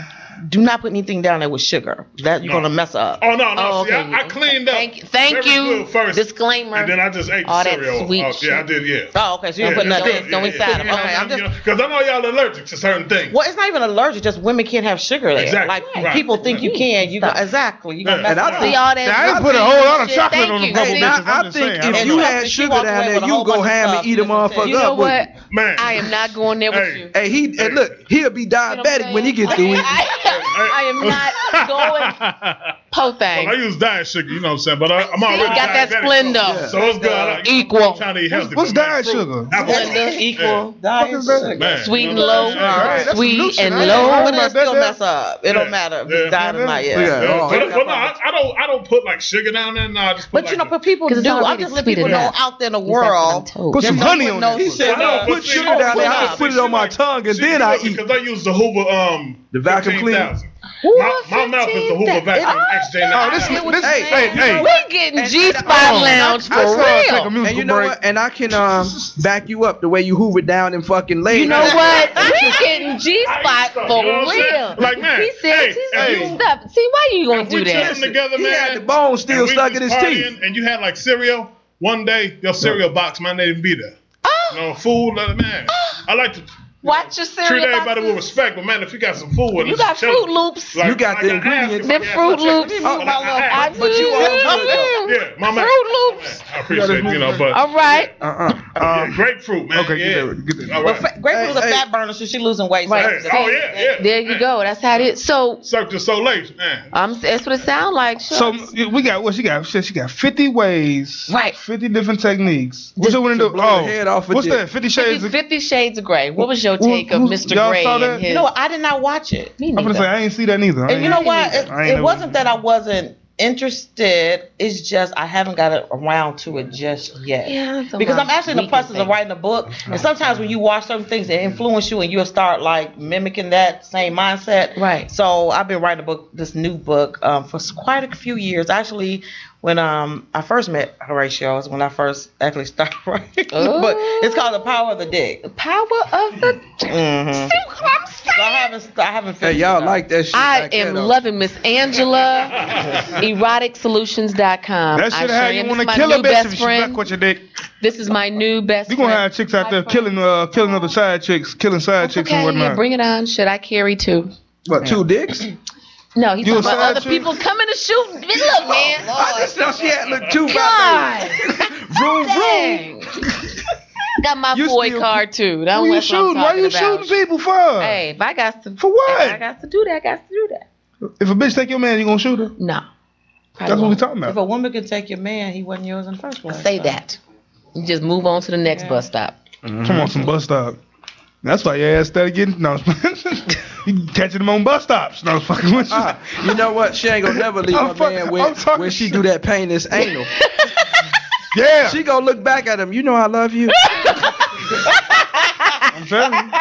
Speaker 9: do not put anything down there with sugar. That you're
Speaker 13: No.
Speaker 9: gonna mess up.
Speaker 13: Oh no, no. see, I, I cleaned up. Thank,
Speaker 6: thank
Speaker 13: very
Speaker 6: you.
Speaker 13: Good first,
Speaker 6: Disclaimer.
Speaker 13: And then I just ate
Speaker 6: All
Speaker 13: the
Speaker 6: that
Speaker 13: cereal.
Speaker 6: sweet
Speaker 13: oh, yeah, I
Speaker 6: shit.
Speaker 13: did. Yeah.
Speaker 9: Oh, okay, so you don't put nothing- don't eat
Speaker 13: [laughs]
Speaker 9: side of- okay, I'm just-
Speaker 13: because I know y'all allergic to certain things.
Speaker 9: Well, it's not even allergic; just women can't have sugar there.
Speaker 13: Exactly,
Speaker 9: Like
Speaker 13: right.
Speaker 9: people think you can. You go, exactly. You gonna
Speaker 13: Yeah.
Speaker 9: mess
Speaker 13: And I
Speaker 9: up.
Speaker 13: think- See all that I done put a whole lot of chocolate on them
Speaker 7: Hey, now, I think if you had sugar down there, you go ham and eat a motherfucker
Speaker 6: You know
Speaker 7: up.
Speaker 6: what?
Speaker 7: wouldn't
Speaker 13: Man.
Speaker 6: I am not going there with you.
Speaker 7: you? Hey, he hey, look, he'll be diabetic when he gets
Speaker 9: [laughs]
Speaker 7: through it.
Speaker 6: I am not going
Speaker 13: [laughs]
Speaker 6: po thing.
Speaker 13: Well, I use diet sugar, you know what I'm saying? But I, I'm already
Speaker 6: got that
Speaker 13: diabetic,
Speaker 6: Splenda.
Speaker 13: So, so it's good. I like-
Speaker 6: Equal.
Speaker 13: I'm trying to eat healthy.
Speaker 5: What's
Speaker 13: but
Speaker 5: diet
Speaker 13: man,
Speaker 5: sugar?
Speaker 13: apple-
Speaker 9: Splenda, equal, diet
Speaker 13: Fuck is that?
Speaker 9: sugar.
Speaker 13: Man,
Speaker 9: Sweet
Speaker 13: you
Speaker 9: and
Speaker 13: know
Speaker 9: low,
Speaker 13: what I'm saying?
Speaker 9: alright.
Speaker 13: That's
Speaker 9: Sweet
Speaker 13: some new shit.
Speaker 9: and
Speaker 13: I ain't
Speaker 9: low,
Speaker 13: heard
Speaker 9: but
Speaker 13: about
Speaker 9: it's
Speaker 13: that,
Speaker 9: still
Speaker 13: yeah.
Speaker 9: mess up. It don't
Speaker 13: Yeah.
Speaker 9: matter if
Speaker 13: Yeah.
Speaker 9: it's diet or not, yeah.
Speaker 13: Yeah,
Speaker 9: Yeah.
Speaker 13: But, but no, I, I don't. I don't put like sugar down there. No, I just put
Speaker 9: But you know, but people
Speaker 6: 'Cause
Speaker 9: do.
Speaker 6: it's
Speaker 9: I
Speaker 6: already
Speaker 9: just let
Speaker 6: sweet
Speaker 9: people know
Speaker 6: enough.
Speaker 9: out there in the
Speaker 6: Exactly what I'm
Speaker 9: world.
Speaker 6: told.
Speaker 7: Put some
Speaker 9: Just don't
Speaker 7: honey
Speaker 9: put
Speaker 7: on
Speaker 9: no
Speaker 7: that. He said,
Speaker 9: sugar.
Speaker 7: "No, put sugar down there. I put it on my tongue and then I eat."
Speaker 13: because I use the Hoover um
Speaker 7: The vacuum cleaner.
Speaker 13: 15,000. My, my mouth is the Hoover vacuum. XJ9.
Speaker 7: Oh, this is this, hey, hey, hey.
Speaker 6: getting
Speaker 7: And-
Speaker 6: G
Speaker 7: Hold
Speaker 6: Spot
Speaker 7: on.
Speaker 6: Lounge
Speaker 7: I
Speaker 6: for
Speaker 7: saw it take a
Speaker 6: real.
Speaker 7: musical break. And I can um, back you up the way you hoovered down and fucking laid. [laughs]
Speaker 6: You know what? We getting G spot for real.
Speaker 7: Like, man,
Speaker 6: he said
Speaker 7: hey,
Speaker 6: he's
Speaker 7: hey.
Speaker 6: stuff. See, why you gonna do that?
Speaker 13: together,
Speaker 6: He
Speaker 13: man.
Speaker 6: had the
Speaker 7: bone still
Speaker 13: and we
Speaker 7: stuck
Speaker 13: was
Speaker 7: in his teeth.
Speaker 13: partying, And you had like cereal. One day, your cereal box might not even be there. You know, food, uh, man. I like to
Speaker 6: Ah. Watch your cereal
Speaker 13: treat everybody
Speaker 6: boxes.
Speaker 13: with respect, but man, if you got some food with
Speaker 6: You
Speaker 13: it,
Speaker 6: got
Speaker 13: it's chilling.
Speaker 6: Froot Loops.
Speaker 13: Like-
Speaker 6: You got
Speaker 13: like
Speaker 6: the
Speaker 13: I asked
Speaker 6: ingredients.
Speaker 13: if
Speaker 6: Them
Speaker 13: I got
Speaker 6: Fruit
Speaker 13: some chicken.
Speaker 6: Loops. Oh,
Speaker 13: Like I
Speaker 6: I
Speaker 13: asked.
Speaker 6: do.
Speaker 13: Yeah, my man.
Speaker 6: Fruit Loops.
Speaker 13: I appreciate you know, but
Speaker 6: All right.
Speaker 7: Uh-uh.
Speaker 13: yeah, grapefruit, man. Okay, yeah. All
Speaker 9: Well,
Speaker 13: right.
Speaker 9: fa- grapefruit is a fat burner, so she losing weight. so
Speaker 13: Right.
Speaker 9: that's-
Speaker 13: Oh yeah, yeah.
Speaker 6: There you go. That's how it is. So
Speaker 13: Cirque du Soleil. Man.
Speaker 6: I'm. That's what it sound like.
Speaker 5: So
Speaker 6: So
Speaker 5: we got what she got. She, she got fifty ways,
Speaker 6: right?
Speaker 5: Fifty different techniques. What's your window? Oh, what's that? Fifty shades. of
Speaker 6: Fifty Shades of Gray. What was your take of
Speaker 5: who-
Speaker 6: Mr.
Speaker 5: y'all
Speaker 6: Gray
Speaker 5: saw
Speaker 6: and
Speaker 5: that?
Speaker 6: his?
Speaker 9: You know what? I did not watch it.
Speaker 6: Me
Speaker 5: I'm gonna say I ain't see that neither. I
Speaker 9: And you
Speaker 5: ain't-
Speaker 9: know what? It,
Speaker 5: I ain't
Speaker 9: it
Speaker 5: know-
Speaker 9: wasn't that I wasn't interested. It's just I haven't got a- around to it just yet.
Speaker 6: Yeah, that's a
Speaker 9: because
Speaker 6: long
Speaker 9: I'm actually in the
Speaker 6: weekend
Speaker 9: process [laughs]
Speaker 6: thing.
Speaker 9: of writing a book, and sometimes when you watch certain things, it influence you, and you'll start like mimicking that same mindset. Right. So I've been writing a book, this new book, um, for s- quite a few years. Actually, when um I first met Horatio is when I first actually [laughs] started writing the book. It's called The Power of the Dick.
Speaker 6: Oh. Power of the.
Speaker 7: Mm-hmm.
Speaker 9: Mhm.
Speaker 6: See what I'm saying?
Speaker 9: I haven't. I haven't.
Speaker 7: Hey, y'all like that shit?
Speaker 6: I
Speaker 7: like
Speaker 6: am
Speaker 7: that, uh,
Speaker 6: loving Miss
Speaker 13: [laughs]
Speaker 6: Angela, eroticsolutions.com.
Speaker 5: That shit
Speaker 6: I
Speaker 5: how
Speaker 6: sure
Speaker 5: you
Speaker 6: am.
Speaker 5: want to
Speaker 6: This is um,
Speaker 5: kill
Speaker 6: my
Speaker 5: a bitch if
Speaker 6: new best
Speaker 5: she stuck
Speaker 6: friend.
Speaker 5: with your dick.
Speaker 6: This is my new best
Speaker 5: You
Speaker 6: friend.
Speaker 5: gonna have chicks out there killing uh killing other side chicks, killing side chicks and
Speaker 6: Okay, yeah,
Speaker 5: whatnot.
Speaker 6: bring it on. Should I carry two?
Speaker 7: What two dicks?
Speaker 6: No, he's
Speaker 5: You
Speaker 6: talking
Speaker 5: a
Speaker 6: about
Speaker 5: side
Speaker 6: other
Speaker 5: chick?
Speaker 6: people coming to shoot. Look, man.
Speaker 7: I just know she had look two.
Speaker 6: God.
Speaker 5: [laughs]
Speaker 7: Vroom, vroom.
Speaker 6: Dang. Got my
Speaker 7: You
Speaker 6: boy
Speaker 7: still-
Speaker 6: card too. That
Speaker 5: Who you
Speaker 6: was what I'm
Speaker 5: shooting? Why
Speaker 6: talking
Speaker 5: you
Speaker 6: about.
Speaker 5: shooting people for?
Speaker 6: Hey, if I got to
Speaker 5: For what?
Speaker 6: if I got to do that. I got to do that.
Speaker 5: If a bitch take your man, you gonna shoot her?
Speaker 6: No.
Speaker 5: That's what we talking about.
Speaker 9: If a woman can take your man, he wasn't yours in the first place.
Speaker 6: Say that. You just move on to the next bus stop.
Speaker 7: Mm-hmm.
Speaker 5: Come on, some bus stop. That's why your ass started getting no. [laughs] you catching them on bus stops. No [laughs] fucking with you.
Speaker 7: Ah, you know what? She ain't gonna never leave
Speaker 5: I'm
Speaker 7: her
Speaker 5: fuck-
Speaker 7: man when, when she do that painless anal.
Speaker 5: [laughs] yeah.
Speaker 7: She gonna look back at him. You know I love
Speaker 6: [laughs]
Speaker 7: you.
Speaker 5: I'm telling you.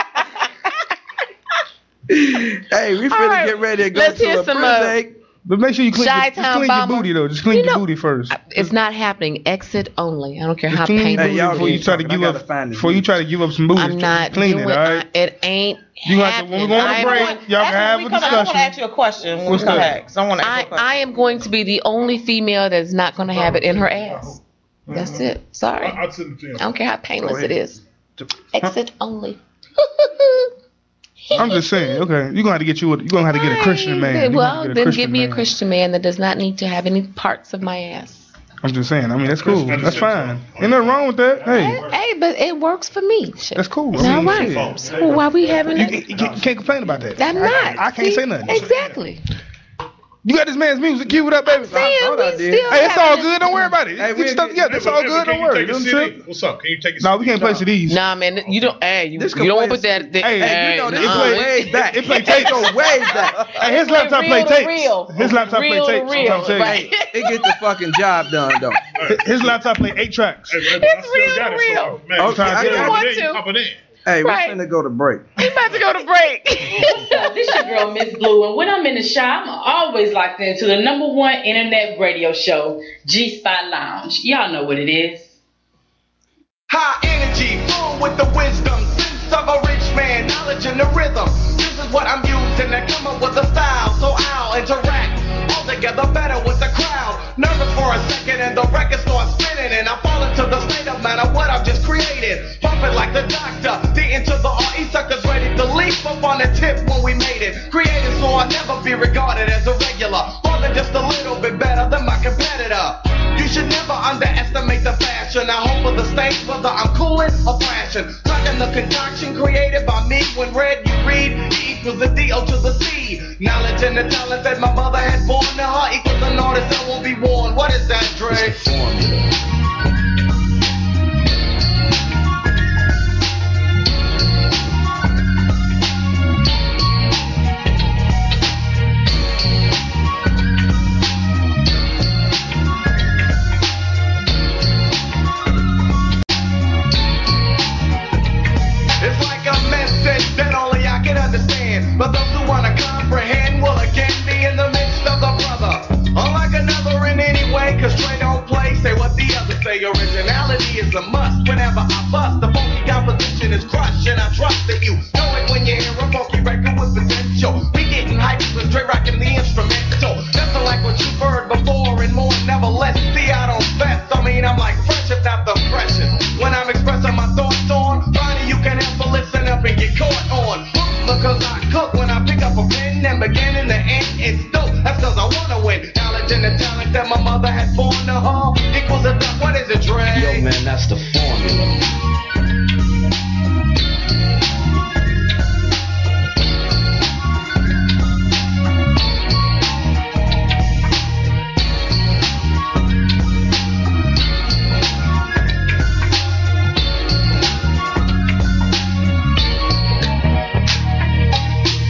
Speaker 7: Hey, we finna get ready to go
Speaker 6: let's
Speaker 7: to
Speaker 6: hear
Speaker 7: a
Speaker 6: some, uh,
Speaker 7: break.
Speaker 5: But make sure you clean, your, just
Speaker 6: Chi-town
Speaker 5: clean your
Speaker 6: bomber.
Speaker 5: booty though. Just clean
Speaker 6: You
Speaker 5: your
Speaker 6: know-
Speaker 5: booty first.
Speaker 6: It's not happening. Exit only. I don't care how
Speaker 5: Just clean your
Speaker 6: painful.
Speaker 5: booty before you try to give up. Before you try to give up some booty,
Speaker 6: I'm
Speaker 5: just
Speaker 6: not
Speaker 5: clean
Speaker 6: doing
Speaker 5: it. All right.
Speaker 6: I- it. Ain't
Speaker 5: You gonna have to-
Speaker 6: happening.
Speaker 5: when we go on a
Speaker 6: I
Speaker 5: break,
Speaker 6: want-
Speaker 5: y'all can have a
Speaker 9: Because I want to
Speaker 5: discussion.
Speaker 9: ask you a question. when we
Speaker 5: What's
Speaker 9: come
Speaker 5: that?
Speaker 9: back. 'Cause I want to ask you
Speaker 6: I,
Speaker 9: a question.
Speaker 6: I am going to be the only female that's not
Speaker 13: Oh,
Speaker 6: going to have it in her ass. That's it. Sorry. I,
Speaker 13: I'll sit in the gym.
Speaker 6: don't care how painless it is. Exit only.
Speaker 5: I'm just saying. Okay, you gonna have to get you. A, you gonna have to get a Christian
Speaker 6: Hey,
Speaker 5: man. You gonna have
Speaker 6: well,
Speaker 5: to get a
Speaker 6: then
Speaker 5: Christian
Speaker 6: give me
Speaker 5: man.
Speaker 6: a Christian man that does not need to have any parts of my ass.
Speaker 5: I'm just saying. I mean, that's cool.
Speaker 13: Christian
Speaker 5: That's
Speaker 13: understand.
Speaker 5: fine. Ain't nothing wrong with that. Hey,
Speaker 6: Hey, but it works for me. Shit.
Speaker 5: that's cool. I
Speaker 6: All
Speaker 5: mean,
Speaker 6: right.
Speaker 5: shit.
Speaker 6: So why we having
Speaker 5: You,
Speaker 6: a-
Speaker 5: you can't, you can't complain about that.
Speaker 6: I'm not.
Speaker 5: I, I can't
Speaker 6: See?
Speaker 5: say nothing.
Speaker 6: Exactly.
Speaker 5: You got this man's music queued up, baby.
Speaker 6: Saying we still
Speaker 5: Hey, it's all
Speaker 6: having a-
Speaker 5: good. Don't worry about it.
Speaker 7: Hey,
Speaker 5: Get
Speaker 7: we-
Speaker 5: your stuff together. It's all
Speaker 13: Can
Speaker 5: good.
Speaker 13: you
Speaker 5: Don't worry.
Speaker 13: take a
Speaker 5: You know what I'm
Speaker 13: CD?
Speaker 5: saying?
Speaker 13: What's up? Can you take a
Speaker 5: No, we can't play CDs.
Speaker 6: Nah, man, you don't. Hey, you, you
Speaker 7: This could
Speaker 6: don't
Speaker 7: play-
Speaker 6: put that. that
Speaker 5: Hey,
Speaker 7: Hey, you know this
Speaker 5: It
Speaker 6: nah.
Speaker 5: play-
Speaker 7: go way back.
Speaker 5: it play
Speaker 7: It
Speaker 5: tapes.
Speaker 7: go
Speaker 6: [laughs]
Speaker 7: way back.
Speaker 5: Hey, his laptop play
Speaker 6: real to
Speaker 5: tapes.
Speaker 6: real.
Speaker 5: His laptop play
Speaker 6: Real to
Speaker 5: tapes.
Speaker 6: real,
Speaker 5: I'm telling you.
Speaker 6: right.
Speaker 7: It get the fucking job done though.
Speaker 5: His laptop play eight tracks.
Speaker 13: Hey, man, I
Speaker 6: It's
Speaker 13: still
Speaker 6: real
Speaker 13: got
Speaker 6: to
Speaker 13: it,
Speaker 6: real.
Speaker 13: so, man,
Speaker 7: Okay, I
Speaker 13: you
Speaker 7: got
Speaker 13: pop
Speaker 6: it.
Speaker 13: it in, you pop it in.
Speaker 7: Hey,
Speaker 6: Right.
Speaker 7: we finna go to break.
Speaker 6: We about to go to break.
Speaker 15: [laughs] This your girl, Miss Blue, and when I'm in the shop, I'm always locked into the number one internet radio show, G Spot Lounge. Y'all know what it is.
Speaker 16: High energy, full with the wisdom, sense of a rich man, knowledge and the rhythm. This is what I'm using to come up with a style, so I'll interact altogether better with the crowd. Nervous for a second, and the record starts spinning, and I fall into the state of matter what I've just created. Pumping like the doctor, the into the RE suckers ready to leap up on the tip when we made it. Created so I'll never be regarded as a regular, more than just a little bit better than my competitor. You should never underestimate the fashion. I hope for the stage, whether I'm cooling or flashing. Tracking the concoction created by me. When red, you read E equals the D-O to the C. Knowledge and the talent that my mother had born to her equals an artist that will be worn. What is that, Dre? It's like a message that only I can understand. But those who wanna comprehend will again Personality is a must. Whenever I bust, the funky composition is crushed, and I trust that you know it when you hear a funky record with potential. We getting hyped with Dre rocking the instrumental, nothing like what you've heard before and more. Nevertheless, see I don't best. I mean I'm like fresh if not the freshest. When I'm expressing my thoughts on, Ronnie, you can help but listen up and get caught on. Because I cook when I pick up a pen and beginning to end, it's dope. That's cause I wanna win. Knowledge and the talent that my mother had born to her equals a duck. What is it, Dre?
Speaker 17: Yo, man, that's the formula.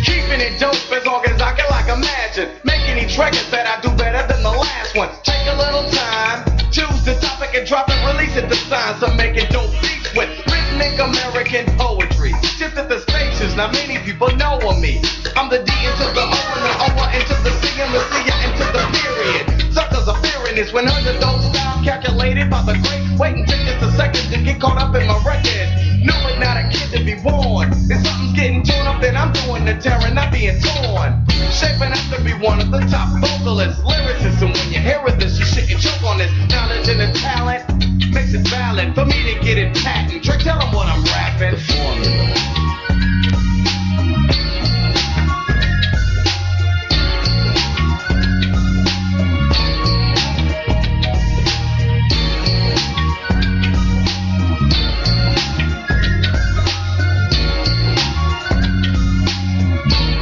Speaker 16: Keeping it dope as long as I can like imagine. Making these records that I do better than the last one. Take a little time, choose the topic and drop it, release it. The signs I'm making dope beats with rhythmic American poetry. Shifted the spaces, now many people know of me. I'm the D into the O and the O into the C and the C into the period. Suckers are fearing this when underdog style calculated by the great. Waiting take just a second to get caught up in my record. Knowing not a kid to be born. If something's getting torn up, then I'm doing the tearing, not being torn. Shaping up to be one of the top vocalists, lyricists, and when you hear of this, you shit can choke on this. Knowledge and the talent makes it valid for me to get it patent. Trick, tell 'em what I'm rapping.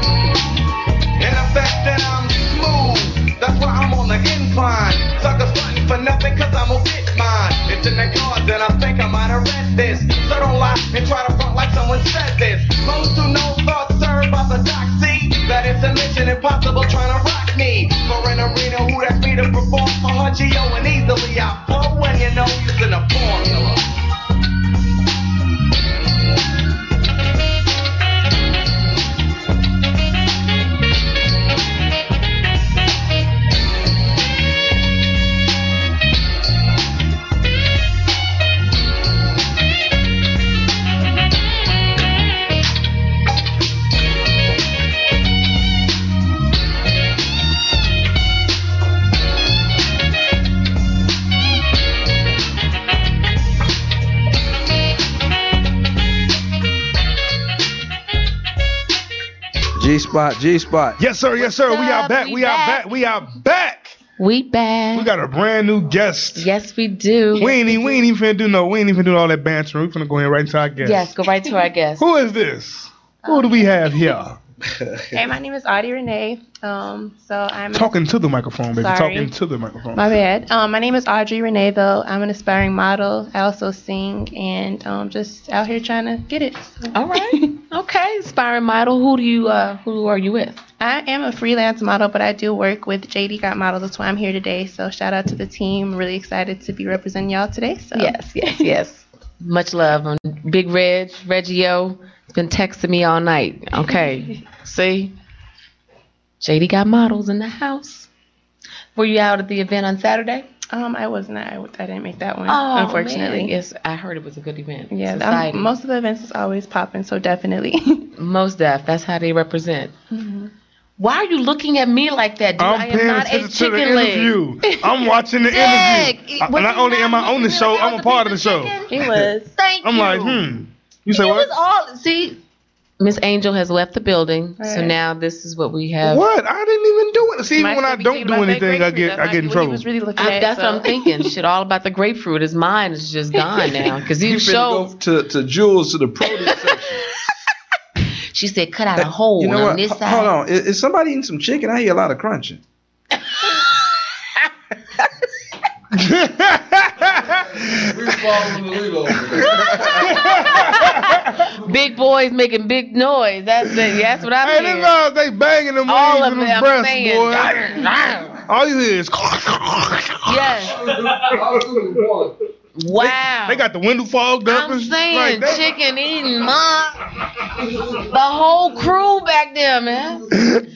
Speaker 16: And the fact that I'm smooth, that's why I'm on the incline. Suckers fighting for nothing, cause I'm gonna get mine. It's in the cards, and I think I might have read this. So don't lie and try to front like someone said this. Most who know thoughts served by the doc see that it's a mission impossible trying to rock me. For an arena, who that's me to perform for Hungio, and easily I blow when you know using a formula.
Speaker 7: G spot, G spot.
Speaker 13: Yes, sir. Yes, sir. we
Speaker 6: What's
Speaker 13: are
Speaker 6: up?
Speaker 13: back.
Speaker 6: We
Speaker 13: We, are
Speaker 6: back.
Speaker 13: back. We are back.
Speaker 6: We back.
Speaker 13: We got a brand new guest.
Speaker 6: Yes, we do.
Speaker 13: We ain't, even- we ain't even finna do no. We ain't even do all that bantering. We finna go in right into our guest.
Speaker 6: Yes, go right to our guest.
Speaker 13: Who is this? Who do we have here?
Speaker 18: Hey, my name is Audie Renee. Um, so I'm
Speaker 13: Talking to the microphone, baby.
Speaker 18: Sorry.
Speaker 13: Talking to the microphone.
Speaker 18: My bad. Um, my name is Audrey Renee though. I'm an aspiring model. I also sing and um, just out here trying to get it. [laughs]
Speaker 6: All right. okay. Aspiring model. Who do you? Uh, who are you with?
Speaker 18: I am a freelance model, but I do work with JD Got Models. That's why I'm here today. So shout out to the team. Really excited to be representing y'all today. So
Speaker 6: Yes, yes, yes. Much love on Big Reg, Reggio. He's been texting me all night.
Speaker 15: [laughs]
Speaker 6: Okay. See? JD got models in the house. Were you out at the event on Saturday?
Speaker 18: Um, I was not. I, w- I didn't make that one,
Speaker 6: Oh,
Speaker 18: unfortunately.
Speaker 6: man. Yes, I heard it was a good event.
Speaker 18: Yeah, I'm-
Speaker 6: Society.
Speaker 18: most of the events is always popping, so definitely. [laughs]
Speaker 6: Most deaf. That's how they represent. Why are you looking at me like that, dude?
Speaker 13: I'm
Speaker 6: I
Speaker 13: paying
Speaker 6: am not a
Speaker 13: attention to the
Speaker 6: chicken leg. [laughs]
Speaker 13: interview. I'm watching the
Speaker 6: Dang,
Speaker 13: interview.
Speaker 6: it-
Speaker 13: I-
Speaker 6: was
Speaker 13: not
Speaker 6: he
Speaker 13: only am I on the show, I'm a part of the show.
Speaker 18: He was.
Speaker 6: [laughs] Thank
Speaker 13: [laughs] I'm
Speaker 6: you.
Speaker 13: like, hmm. You say
Speaker 6: It
Speaker 13: what?
Speaker 6: was all see. Miss Angel has left the building, so
Speaker 13: Right.
Speaker 6: now this is what we have.
Speaker 13: What? I didn't even do it. See, even
Speaker 6: Might
Speaker 13: when I
Speaker 6: still be
Speaker 13: don't
Speaker 6: thinking
Speaker 13: do
Speaker 6: about that
Speaker 13: anything, I
Speaker 6: grapefruit.
Speaker 13: get
Speaker 6: That
Speaker 13: I
Speaker 6: might
Speaker 13: get
Speaker 6: be what
Speaker 13: in
Speaker 6: he
Speaker 13: trouble.
Speaker 6: was really looking I- at, that's what I'm so. [laughs] thinking. Shit, all about the grapefruit is mine. It's just gone now
Speaker 7: [laughs]
Speaker 6: because
Speaker 13: [laughs]
Speaker 7: He
Speaker 6: these
Speaker 7: finna
Speaker 6: shows.
Speaker 7: go to to Jules to the produce section.
Speaker 6: She said, "Cut out a hole
Speaker 7: You know
Speaker 6: on
Speaker 7: what?
Speaker 6: this
Speaker 7: H-
Speaker 6: side."
Speaker 7: Hold
Speaker 13: [laughs]
Speaker 7: on. Is, is somebody eating some chicken? I hear a lot of crunching.
Speaker 6: [laughs] big boys making big noise. That's it. That's what I'm
Speaker 13: Hey,
Speaker 6: hearing.
Speaker 13: them dogs, they banging them
Speaker 6: All
Speaker 13: wings
Speaker 6: of
Speaker 13: and them
Speaker 6: them
Speaker 13: breasts,
Speaker 6: saying,
Speaker 13: boy. All you
Speaker 5: [laughs]
Speaker 13: hear is.
Speaker 6: yes. Wow.
Speaker 13: They got the window fogged up
Speaker 6: I'm
Speaker 13: and shit
Speaker 6: saying
Speaker 13: like that.
Speaker 6: chicken eating, mom. The whole crew back there, man.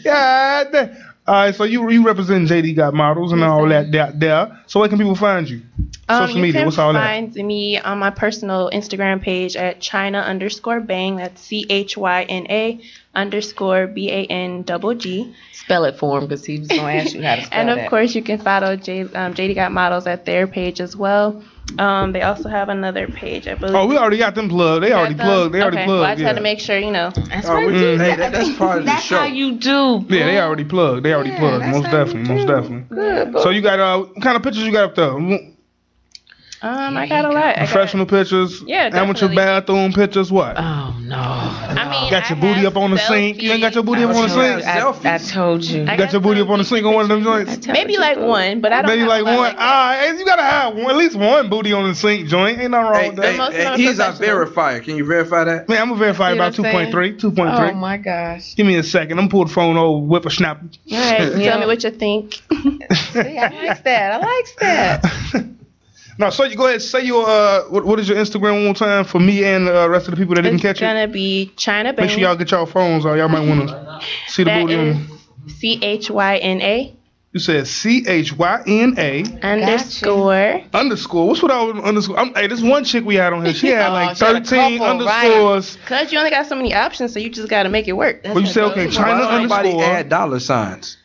Speaker 13: God damn. All right, so you you represent JD Got Models and all that there, there. So where can people find you?
Speaker 18: Um,
Speaker 5: Social
Speaker 18: you
Speaker 5: media,
Speaker 18: can
Speaker 5: what's all that?
Speaker 18: find me on my personal Instagram page at China underscore Bang. That's C H Y N A underscore B A N double G.
Speaker 6: Spell it for him because he was gonna ask you
Speaker 18: [laughs]
Speaker 6: how to spell
Speaker 18: and of
Speaker 6: that.
Speaker 18: course, you can follow J, um, JD Got Models at their page as well. Um, they also have another page, I believe.
Speaker 5: Oh, we already got them plugged. They already
Speaker 18: Got them?
Speaker 5: plugged. They already
Speaker 18: um, okay.
Speaker 5: plugged.
Speaker 18: Well, I just
Speaker 5: yeah.
Speaker 18: had to make sure, you know. That's
Speaker 5: Oh, we- Mm, hey, that- that's part of the
Speaker 6: That's how
Speaker 5: show.
Speaker 6: you do.
Speaker 5: Yeah, they already plugged. They already plugged. Most definitely. Most definitely. So you got uh, what kind of pictures you got up there?
Speaker 6: Oh
Speaker 18: Um, I got a lot.
Speaker 5: [laughs]
Speaker 18: I got-
Speaker 5: Professional pictures.
Speaker 18: Yeah,
Speaker 5: Amateur
Speaker 18: definitely.
Speaker 5: bathroom pictures. What?
Speaker 6: Oh no.
Speaker 5: I
Speaker 18: mean,
Speaker 5: got your booty up on the sink. You ain't got your booty up on the sink.
Speaker 6: I, I told you.
Speaker 5: You got your booty up on the sink on one of them joints.
Speaker 18: Maybe like one, but I don't.
Speaker 5: Maybe
Speaker 18: have
Speaker 5: like
Speaker 18: a lot
Speaker 5: one. ah, hey, you gotta have one, at least one booty on the sink joint. Ain't nothing wrong with
Speaker 7: Hey,
Speaker 5: that.
Speaker 7: hey, he's our verifier. Can you verify that?
Speaker 5: Man, I'm gonna verify
Speaker 7: See what
Speaker 5: about
Speaker 7: I'm saying?
Speaker 5: 2.3, 2.3.
Speaker 6: Oh my gosh.
Speaker 5: Give me a second. I'm pull the phone over, whip a schnapper.
Speaker 18: All
Speaker 5: [laughs]
Speaker 18: right, tell me what you think.
Speaker 6: See, I like that. I like that.
Speaker 5: No, so you go ahead. Say your uh, what, what is your Instagram one more time for me and the rest of the people that didn't
Speaker 18: It's
Speaker 5: catch it.
Speaker 18: gonna be China Bang.
Speaker 5: Make sure y'all get y'all phones out. Y'all might wanna see the
Speaker 18: That
Speaker 5: booty.
Speaker 18: is
Speaker 5: on.
Speaker 18: C H Y N A
Speaker 5: You said C H Y N A
Speaker 18: underscore.
Speaker 5: underscore. What's with all them underscore? I'm, hey, this one chick we had on here. She
Speaker 6: [laughs]
Speaker 5: had
Speaker 6: Oh,
Speaker 5: like 13 underscores.
Speaker 18: Cause you only got so many options, so you just gotta make it work.
Speaker 5: Well, you said okay, China
Speaker 7: Why don't
Speaker 5: underscore.
Speaker 7: anybody add dollar signs?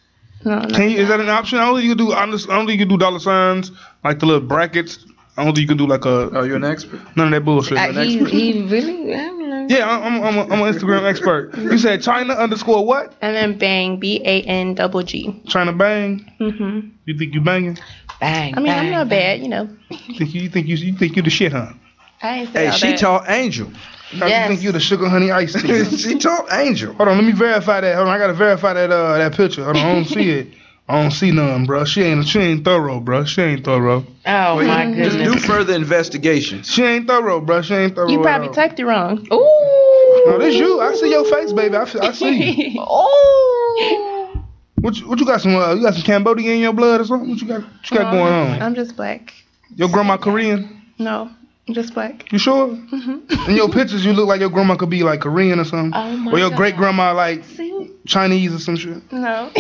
Speaker 18: No,
Speaker 5: Can you, is that an option? I don't think you can do. I don't I don't think you can do dollar signs like the little brackets. I don't think you can do like a. Oh,
Speaker 7: you're an expert.
Speaker 5: None of that bullshit.
Speaker 6: Uh, he, he really. I don't know.
Speaker 5: yeah, I'm, I'm, I'm, a, I'm an Instagram expert. You said China underscore what?
Speaker 18: And then Bang B A N double G.
Speaker 5: China bang.
Speaker 18: Mhm.
Speaker 5: You think you banging?
Speaker 6: Bang.
Speaker 18: I mean, I'm not bad, you know.
Speaker 5: Think you, you think you, you think you the shit, huh?
Speaker 18: I ain't say
Speaker 7: Hey,
Speaker 18: all
Speaker 7: she
Speaker 18: that.
Speaker 7: taught Angel.
Speaker 5: I think you the sugar honey
Speaker 7: [laughs]
Speaker 5: ice tea.
Speaker 7: she taught Angel.
Speaker 5: Hold on, let me verify that. Hold on, I gotta verify that uh that picture. Hold on, I don't see it. I don't see none, bro. She ain't she ain't thorough, bro. She ain't thorough.
Speaker 6: Oh my
Speaker 7: Just
Speaker 6: goodness.
Speaker 7: do further investigations.
Speaker 5: She ain't thorough, bro. She ain't thorough.
Speaker 18: You
Speaker 5: at
Speaker 18: probably
Speaker 5: all.
Speaker 18: typed it wrong.
Speaker 6: Ooh.
Speaker 5: No, this you. I see your face, baby. I, f- I see you.
Speaker 6: [laughs] oh.
Speaker 5: What you, what you got? Some uh, you got some Cambodia in your blood or something? What you got? What
Speaker 6: Uh-huh.
Speaker 5: you got
Speaker 18: No,
Speaker 5: going
Speaker 18: I'm just-
Speaker 5: on?
Speaker 18: I'm just black.
Speaker 5: Your grandma Korean?
Speaker 18: No, I'm just black. Mm-hmm.
Speaker 5: You sure? In your pictures, you look like your grandma could be like Korean or something,
Speaker 18: Oh my
Speaker 5: or your
Speaker 18: God.
Speaker 5: great grandma like Chinese or some shit.
Speaker 18: No.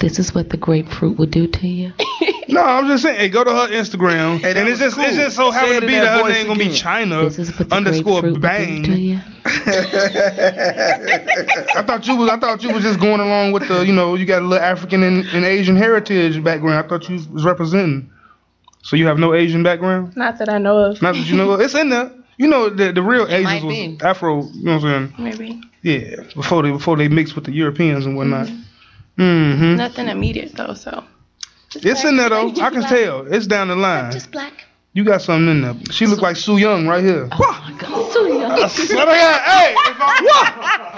Speaker 6: This is what the grapefruit will do to you.
Speaker 5: [laughs] No, I'm just saying. Hey, go to her Instagram,
Speaker 7: that
Speaker 5: and it's
Speaker 7: was
Speaker 5: just it's
Speaker 7: cool.
Speaker 5: just so
Speaker 7: Say
Speaker 5: happened
Speaker 7: it
Speaker 5: to
Speaker 7: in
Speaker 5: be
Speaker 7: that
Speaker 5: that her
Speaker 7: voice
Speaker 5: name gonna be
Speaker 7: again.
Speaker 5: China underscore bang. [laughs] I thought you was I thought you was just going along with the you know you got a little African and, and Asian heritage background. I thought you was representing. So you have no Asian background?
Speaker 18: Not that I know of.
Speaker 5: Not that you know of. it's in there. You know the the real
Speaker 18: might
Speaker 5: Asians was
Speaker 18: be.
Speaker 5: Afro. You know what I'm saying?
Speaker 18: Maybe.
Speaker 5: Yeah, before they before they mixed with the Europeans and whatnot. Mm-hmm.
Speaker 18: Nothing immediate though, so.
Speaker 5: It's in there though. I can tell. It's down the line. Just black. You got something in there. She look like Sue Young right here. I swear to God, hey, if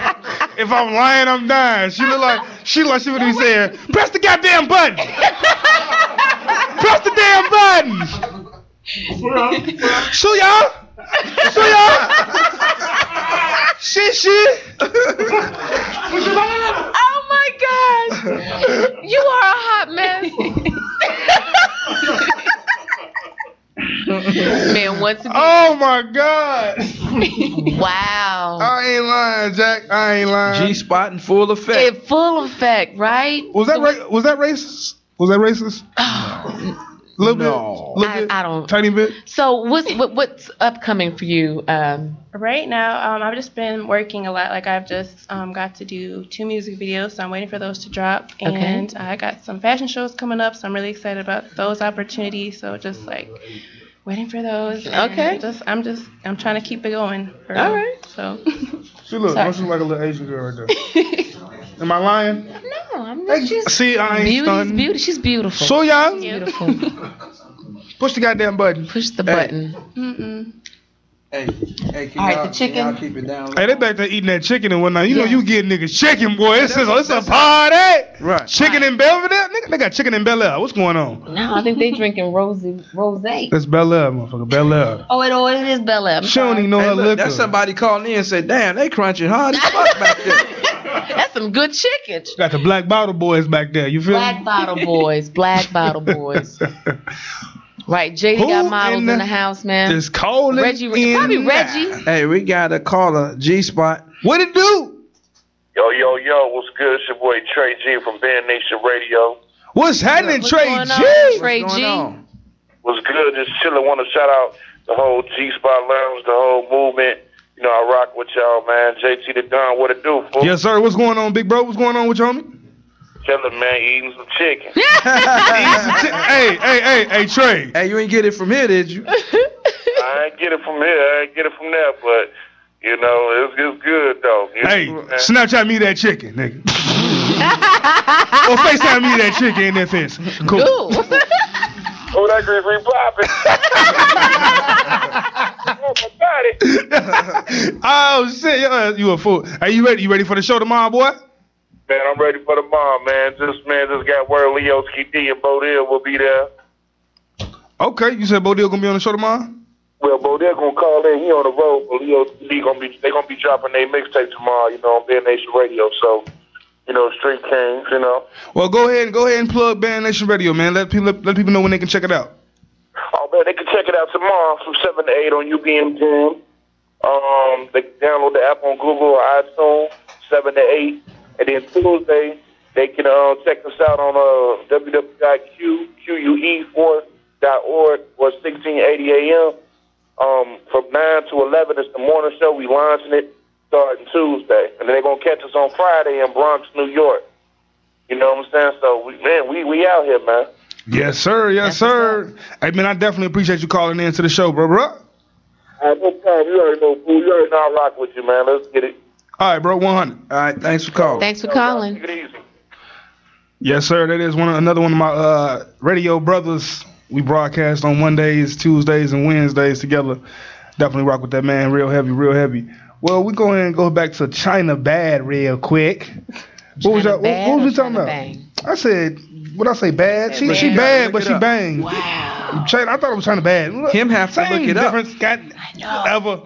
Speaker 5: I'm, [laughs] if I'm lying, I'm dying. She look like she look like she would be saying, press the goddamn button. press the damn button. Sue y'all. Sue y'all. Shit, shit.
Speaker 6: Oh my gosh. You are a hot mess. [laughs] Man, once again.
Speaker 5: Oh my God.
Speaker 6: wow.
Speaker 5: I ain't lying, Jack. I ain't lying.
Speaker 7: G spot in full effect.
Speaker 6: In full effect, right?
Speaker 5: Was that ra- was that racist? Was that racist? little
Speaker 7: No.
Speaker 5: bit. Little
Speaker 6: I,
Speaker 5: bit.
Speaker 6: I don't.
Speaker 5: Tiny bit.
Speaker 6: So what's what, what's upcoming for you? Um,
Speaker 18: Right now, um, I've just been working a lot. Like I've just um, got to do two music videos, so I'm waiting for those to drop.
Speaker 6: Okay.
Speaker 18: And I got some fashion shows coming up, so I'm really excited about those opportunities. So just like waiting for those. and
Speaker 6: Okay.
Speaker 18: Just I'm just I'm trying to keep it going. For
Speaker 6: All
Speaker 18: real.
Speaker 6: right. [laughs]
Speaker 18: So.
Speaker 5: She look.
Speaker 18: Sorry.
Speaker 5: Don't she look like a little Asian girl right there? Am I lying?
Speaker 6: no, I'm not. She's
Speaker 5: See, I ain't
Speaker 6: beauty's
Speaker 5: stunned.
Speaker 6: beauty. She's beautiful.
Speaker 5: So y'all
Speaker 6: beautiful.
Speaker 5: push the goddamn button.
Speaker 6: Push the button.
Speaker 18: Mm-mm.
Speaker 7: Hey, hey, can
Speaker 6: All right,
Speaker 7: y'all,
Speaker 6: the chicken.
Speaker 7: Can y'all keep it down?
Speaker 5: [laughs] Hey, they back there eating that chicken and whatnot. You know
Speaker 7: Yeah.
Speaker 5: you get niggas chicken, boy. It's
Speaker 7: That's-
Speaker 5: a, it's a
Speaker 7: that's-
Speaker 5: party.
Speaker 7: Right.
Speaker 5: Chicken in Bel Air, nigga. They got chicken in Bel Air. What's going on?
Speaker 6: No, I think they drinking rosé. Rosé.
Speaker 5: That's Bel Air, motherfucker. Bel Air.
Speaker 6: Oh, it, oh, it is Bel Air. I'm
Speaker 5: She don't
Speaker 6: sorry.
Speaker 5: even know
Speaker 7: Hey,
Speaker 5: her
Speaker 7: look,
Speaker 5: liquor.
Speaker 7: that's somebody calling in and said, "Damn, they crunching
Speaker 6: [laughs]
Speaker 7: hard as fuck back there."
Speaker 6: That's some good chicken.
Speaker 5: got the Black Bottle Boys back there. You feel
Speaker 6: Black Bottle Boys. Black
Speaker 5: [laughs]
Speaker 6: Bottle Boys.
Speaker 5: me?
Speaker 6: Right. JD
Speaker 7: Who
Speaker 6: got models
Speaker 7: in
Speaker 6: in
Speaker 7: the-
Speaker 6: the, house, man.
Speaker 7: Just calling
Speaker 6: Reggie. Probably Reggie.
Speaker 7: Hey, we got a caller, G spot.
Speaker 5: What it do?
Speaker 10: Yo, yo, yo, what's good? It's your boy Trey G from Band Nation Radio.
Speaker 5: What's happening, Trey G?
Speaker 6: Trey
Speaker 7: What's going
Speaker 6: G.
Speaker 7: on?
Speaker 19: was good. Just chilling. Want to shout out the whole G Spot Lounge, the whole movement. You know, I rock with y'all, man. JT the Don, what it do, fool?
Speaker 5: Yes, sir. What's going on, big bro? What's going on with your homie?
Speaker 19: Chilling, man, eating some chicken.
Speaker 5: hey, hey, hey, hey, Trey.
Speaker 7: Hey, you ain't get it from here, did you?
Speaker 19: I ain't get it from here. I ain't get it from there, but you know, it's, it's good though. You
Speaker 5: Hey,
Speaker 19: know what I'm saying?
Speaker 5: [laughs] Snapchat me that chicken, nigga. or FaceTime me that chicken in that fence. Cool.
Speaker 19: Oh, that green green popping. [laughs] oh my god, it.
Speaker 5: [laughs] oh shit, you a- you a fool. Are you ready? You ready for the show tomorrow, boy?
Speaker 19: Man, I'm ready for the bomb, man. Just man, just got word Leoski D and Bodell will be there.
Speaker 5: Okay, you said Bodil gonna be on the show tomorrow.
Speaker 19: Well, Bodell gonna call in. He on the road, but Leoski D gonna be they gonna be dropping their mixtape tomorrow. You know, on Band Nation Radio. So, you know, Street Kings. You know.
Speaker 5: Well, go ahead and go ahead and plug Band Nation Radio, man. Let people let, people know when they can check it out.
Speaker 19: Oh man, they can check it out tomorrow from seven to eight on UBM10. Um, they can download the app on Google or iTunes seven to eight, and then Tuesday they can uh, check us out on uh, E www.qque4.org or sixteen eighty a.m. Um, from nine to eleven is the morning show. We launching it starting Tuesday, and then they're gonna catch us on Friday in Bronx, New York. You know what I'm saying? So we, man, we we out here, man.
Speaker 5: Yes, sir. Yes, sir. Hey, man, I definitely appreciate you calling in to the show, bro, bro.
Speaker 19: All right, no problem. You already know, fool. You already know I rock with you, man. Let's get it.
Speaker 5: All right, bro, 100. All right, thanks for calling.
Speaker 6: Thanks for calling.
Speaker 5: Yes, sir. That is one of, another one of my uh, radio brothers. We broadcast on Mondays, Tuesdays, and Wednesdays together. Definitely rock with that man, real heavy, real heavy. Well, we go ahead and go back to China Bad real quick. What was that? What,
Speaker 6: Bad
Speaker 5: what was
Speaker 6: or
Speaker 5: we talking
Speaker 6: China
Speaker 5: about? I said, what I say, bad. She, she
Speaker 6: Look it
Speaker 5: bad,
Speaker 6: up,
Speaker 5: but
Speaker 6: look
Speaker 5: she
Speaker 6: it up.
Speaker 5: banged. Wow. China, I thought it was China Bad. Him have to Same
Speaker 7: look it up.
Speaker 5: difference. Got whatever,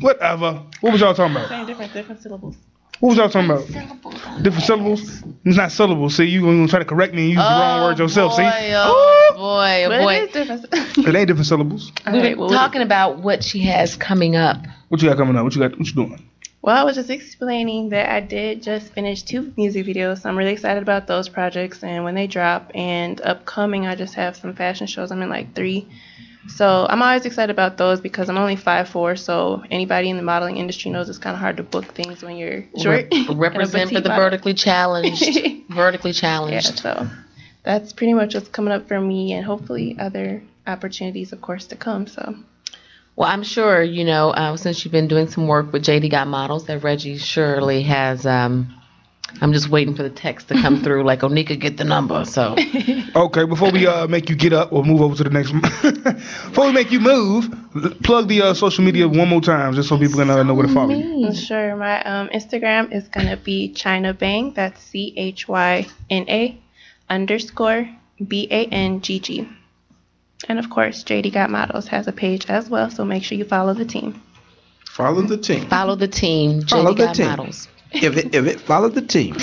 Speaker 5: whatever. What was y'all talking about?
Speaker 18: Same difference, different syllables.
Speaker 5: What was y'all talking about? Different syllables? It's not syllables. See, you gonna try to correct me and use the wrong words yourself. See,
Speaker 6: oh boy,
Speaker 18: But it
Speaker 6: oh boy.
Speaker 18: is different.
Speaker 5: it ain't different syllables.
Speaker 6: We've been talking about what she has coming up.
Speaker 5: What you got coming up? What you got? What you doing?
Speaker 18: Well, I was just explaining that I did just finish two music videos, so I'm really excited about those projects and when they drop. And upcoming, I just have some fashion shows. I'm in like three, so I'm always excited about those because I'm only five four. So anybody in the modeling industry knows it's kind of hard to book things when you're short.
Speaker 6: [laughs]
Speaker 18: [laughs]
Speaker 6: Rep- represent for the vertically [laughs] challenged. vertically challenged.
Speaker 18: Yeah, so that's pretty much what's coming up for me, and hopefully other opportunities, of course, to come. So
Speaker 6: Well, I'm sure you know um, since you've been doing some work with JD Got Models that Reggie surely has. Um, I'm just waiting for the text to [laughs] come through. Like Onika, get the number. [laughs] So
Speaker 5: Okay, before we uh, make you get up or move over to the next, one- [laughs] before we make you move, l- plug the uh, social media one more time just so people can uh, know where to follow you.
Speaker 18: Sure. My um, Instagram is going to be China Bang. That's C H Y N A underscore B A N G G. And of course, JD Got Models has a page as well, so make sure you follow the team.
Speaker 7: Follow the team.
Speaker 6: follow the team. JD
Speaker 7: Follow the
Speaker 6: Got
Speaker 7: team.
Speaker 6: Models.
Speaker 7: [laughs] If it, if it, follow the team.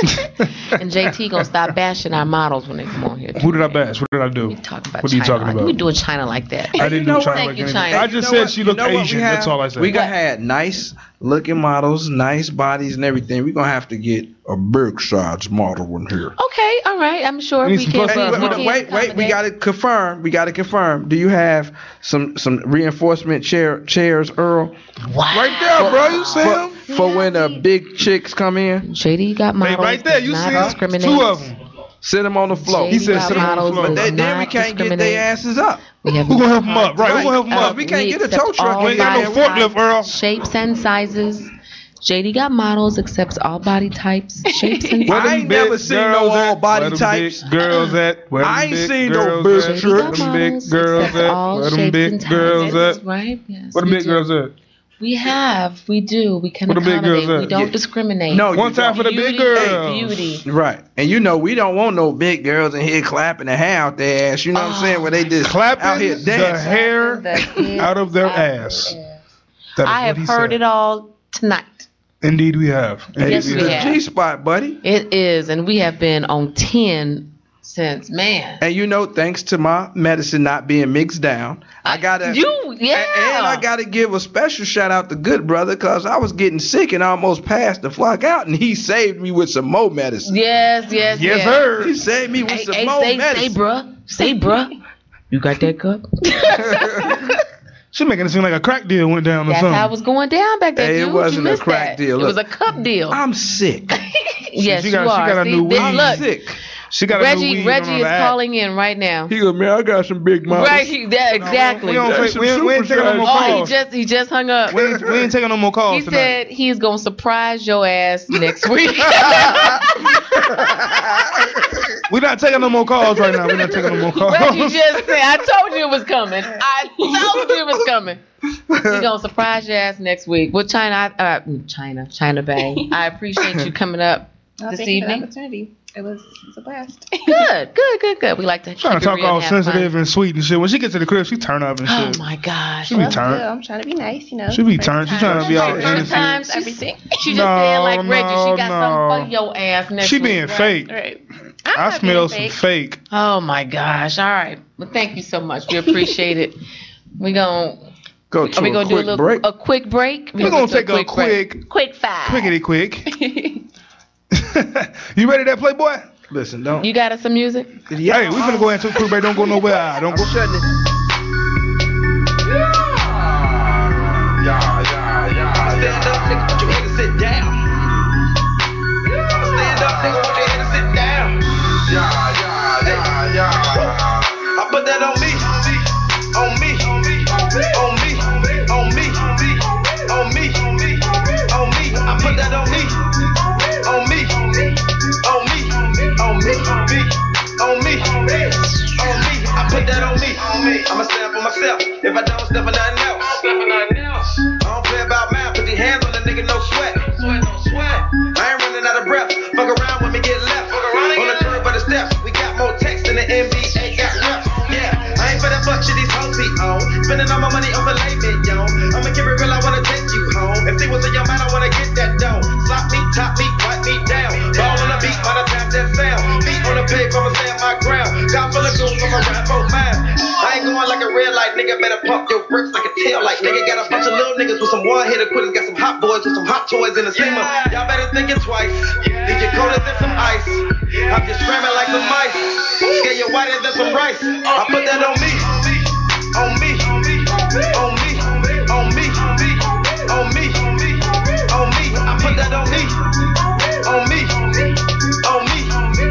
Speaker 6: And JT gonna stop bashing our models when they come on here.
Speaker 5: Who did I bash? What did I do? what are you
Speaker 6: China
Speaker 5: talking
Speaker 6: like-
Speaker 5: about?
Speaker 6: You doing China like that?
Speaker 5: I didn't
Speaker 6: You know
Speaker 5: do China
Speaker 6: Thank
Speaker 5: like
Speaker 6: you,
Speaker 5: anything.
Speaker 6: China.
Speaker 5: I just said she looked Asian. That's all I said.
Speaker 7: We gonna have nice looking models, nice bodies, and everything. We're gonna have to get a big size model in here.
Speaker 6: Okay, all right. I'm sure we can.
Speaker 7: Hey, wait,
Speaker 6: we can
Speaker 7: wait, wait, wait, we
Speaker 6: accommodate.
Speaker 7: gotta confirm. We gotta confirm. Do you have some some reinforcement chair chairs, Earl? Right there, bro. You see
Speaker 5: Wow.
Speaker 7: them? For when the big chicks come in.
Speaker 6: JD got
Speaker 7: my
Speaker 6: models right there, does you not see 'em? discriminate. Two of 'em.
Speaker 7: Sit them on the floor.
Speaker 6: JD He said got sit 'em on the models floor.
Speaker 7: But they,
Speaker 6: does
Speaker 7: then we
Speaker 6: not
Speaker 7: can't get
Speaker 6: discriminate.
Speaker 7: their asses up.
Speaker 6: We have
Speaker 7: Who gonna
Speaker 5: help 'em up? Right, who gonna help 'em up?
Speaker 7: We can't get a
Speaker 6: accept
Speaker 7: tow truck.
Speaker 6: all
Speaker 7: in there.
Speaker 6: body types, Shapes and sizes. JD got models, accepts all
Speaker 7: [laughs]
Speaker 6: body types, shapes and
Speaker 7: I ain't never seen no all body
Speaker 5: Where them
Speaker 7: types.
Speaker 5: big
Speaker 7: [clears throat]
Speaker 5: girls at? Where them
Speaker 7: I ain't
Speaker 5: big
Speaker 7: seen no
Speaker 5: girls
Speaker 7: big
Speaker 5: at?
Speaker 7: trips.
Speaker 5: Where them big girls at?
Speaker 6: all
Speaker 5: Where them
Speaker 6: shapes
Speaker 5: big
Speaker 6: and types.
Speaker 5: girls
Speaker 6: That's
Speaker 5: at?
Speaker 6: right, yes,
Speaker 5: Where them
Speaker 6: we
Speaker 5: big
Speaker 6: do.
Speaker 5: girls at?
Speaker 6: We have, we do, we can
Speaker 5: What the big
Speaker 7: girls
Speaker 6: accommodate. We
Speaker 7: at?
Speaker 6: don't
Speaker 7: Yeah.
Speaker 6: discriminate.
Speaker 7: No, you One time don't. for the big
Speaker 6: Beauty is
Speaker 7: girls.
Speaker 6: Beauty.
Speaker 7: Right. And you know, we don't want no big girls in here clapping the hair out their ass. You know what I'm saying? Where they just
Speaker 5: Clapping
Speaker 7: out here
Speaker 5: the
Speaker 7: dancing.
Speaker 5: hair [laughs] out of their ass. That is
Speaker 6: I have
Speaker 5: what he
Speaker 6: heard
Speaker 5: said.
Speaker 6: it all tonight.
Speaker 5: Indeed, we have.
Speaker 6: Yes,
Speaker 5: Indeed
Speaker 6: we have.
Speaker 7: spot, buddy.
Speaker 6: It is, and we have been on ten since man.
Speaker 7: And you know, thanks to my medicine not being mixed down, I gotta
Speaker 6: You, yeah.
Speaker 7: and I gotta give a special shout out to good brother because I was getting sick and almost passed the fuck out, and he saved me with some more medicine.
Speaker 6: Yes, yes, yes.
Speaker 7: He saved me with
Speaker 6: Hey,
Speaker 7: some
Speaker 6: hey,
Speaker 7: more
Speaker 6: say,
Speaker 7: medicine. [laughs]
Speaker 6: say, bruh. Say, bruh.
Speaker 20: You got that cup?
Speaker 5: [laughs] She making it seem like a crack deal went down or
Speaker 6: That's
Speaker 5: something.
Speaker 6: how it was going down back then.
Speaker 5: Hey, it
Speaker 6: dude. You
Speaker 5: wasn't a
Speaker 6: missed
Speaker 5: crack
Speaker 6: that.
Speaker 5: deal.
Speaker 6: It was a
Speaker 5: Look,
Speaker 6: cup deal.
Speaker 7: I'm
Speaker 6: [laughs]
Speaker 7: sick.
Speaker 6: yes,
Speaker 7: She got-
Speaker 6: you
Speaker 7: she
Speaker 6: are.
Speaker 7: got a
Speaker 6: See,
Speaker 7: new
Speaker 6: this-
Speaker 7: weed.
Speaker 6: look,
Speaker 7: Sick. She got a new
Speaker 6: Reggie,
Speaker 7: weed
Speaker 6: Reggie
Speaker 7: on
Speaker 6: is
Speaker 7: the app.
Speaker 6: calling in right now.
Speaker 7: He go, man, I got some big models.
Speaker 6: Right, he, that, exactly.
Speaker 5: we don't
Speaker 7: That's
Speaker 5: take-
Speaker 7: some
Speaker 5: we ain't- we ain't
Speaker 7: super
Speaker 5: taking no more
Speaker 7: size.
Speaker 6: Oh, he
Speaker 5: calls.
Speaker 6: just he just hung up.
Speaker 5: We ain't- we ain't taking no more calls
Speaker 6: He
Speaker 5: tonight.
Speaker 6: said he's gonna surprise your ass
Speaker 5: [laughs]
Speaker 6: next week.
Speaker 5: We're not taking no more calls right now. We're not taking no more calls.
Speaker 6: [laughs] Reggie just said, "I told you it was coming. I told you it was coming." He's
Speaker 5: [laughs]
Speaker 6: gonna surprise your ass next week. Well, China, I, uh, China, China Bang. I appreciate you coming up
Speaker 18: Well,
Speaker 6: this
Speaker 18: Oh, thank you for the
Speaker 6: evening.
Speaker 18: opportunity. It was, it was a blast.
Speaker 6: Good, good, good, good. We like to
Speaker 5: Trying
Speaker 6: keep
Speaker 5: to
Speaker 6: it
Speaker 5: talk
Speaker 6: real
Speaker 5: all
Speaker 6: and have fun.
Speaker 5: sensitive and sweet and shit. When she gets to the crib, she turn up and
Speaker 6: Oh
Speaker 5: shit.
Speaker 6: my gosh.
Speaker 5: She be
Speaker 18: Well,
Speaker 5: turned.
Speaker 18: still, I'm trying to be nice, you know.
Speaker 5: She be
Speaker 18: First
Speaker 5: turned. She
Speaker 18: time.
Speaker 5: trying to be all innocent.
Speaker 6: Sometimes everything. She just
Speaker 5: No,
Speaker 6: said like Reggie,
Speaker 5: no,
Speaker 6: she got something
Speaker 5: no.
Speaker 6: for your ass next
Speaker 5: She
Speaker 6: week.
Speaker 5: being fake.
Speaker 18: Right.
Speaker 5: I smell some fake.
Speaker 6: Oh my gosh. All right. Well, thank you so much. We appreciate it. We gon'
Speaker 7: Go
Speaker 6: are we gonna do a little a quick break?
Speaker 5: We're gonna take a
Speaker 6: break.
Speaker 5: quick,
Speaker 6: quick [laughs] five.
Speaker 5: quickity quick. you ready there, Playboy? Listen, don't.
Speaker 6: You got us some music?
Speaker 5: Hey, we finna go into a quick break. Don't go nowhere. Don't go. Shutting it.
Speaker 17: Yeah, yeah, yeah. Stand up, nigga, put your head and sit down. Stand up, nigga, put your head and sit down. Yeah, yeah, yeah, yeah. I put that on me, on me, on me, on me, on me, on me, on me, on me. I put that on me, on me, on me, on me, on me, on me, on me. I put that on me. I'ma stand for myself. If I don't, step for nothing else. I don't play about mouth, put your hands on the nigga, no sweat. I ain't running out of breath. Fuck around when we get left. on the curb of the steps, we got more texts than the NBA got reps. Yeah, I ain't for that fuck shit these hoes be on. Spending all my money on belayment, yo. I'ma keep it real, I wanna take you home. If they was in your mind, I wanna get that dough. Slap me, top me, wipe me down. Ball on the beat by the time that sound. Beat on the pig, I'ma stand my ground. God full of goons, I'ma ride both mine. I ain't going like a red light, nigga. Better pump your bricks like a tail light. Nigga got a bunch of little niggas with some one hitter quitters. Got some hot boys with some hot toys in the slammer. Y'all better think it twice. Need your colders and some ice. I'm just scrambling like some mice. Get your whiter than some rice. I put that on me. On me. On me. On me. On me. On me. I put that on me. On me. On me.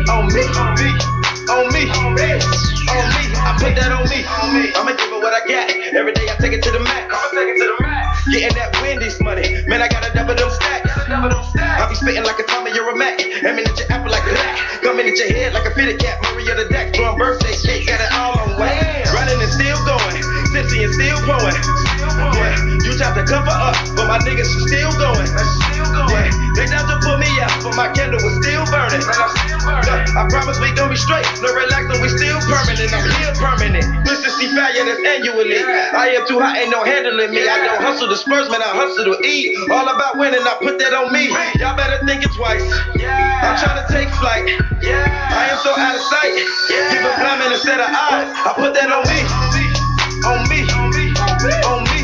Speaker 17: On me. On me. On me. I put that on me. I'ma give it what I got. Every day I take it to the max. I'ma take it to the max. Getting that Wendy's money. Man, I gotta double them stacks. I be spitting like a Tommy, you're a Mac. Aiming at your apple like black. Coming at your head like a fitted cat. Mario the Dax. Throwing birthday cake. Got it all on wax. Running and still going. Tipsy and still blowing. Yeah. You tried to cover up, but my niggas is still going. Yeah. They tried to pull me out, but my candle was still burning. Look, I promise we gon' be straight. No relaxing, we still permanent. I'm here permanent. This is see fire that's annually. I am too hot, ain't no handling me. I don't hustle the Spurs, man. I hustle to eat. All about winning, I put that on me. Y'all better think it twice. I'm tryna take flight. I am so out of sight. Give a blind man a set of eyes. I put that on me. On me. On me. On me.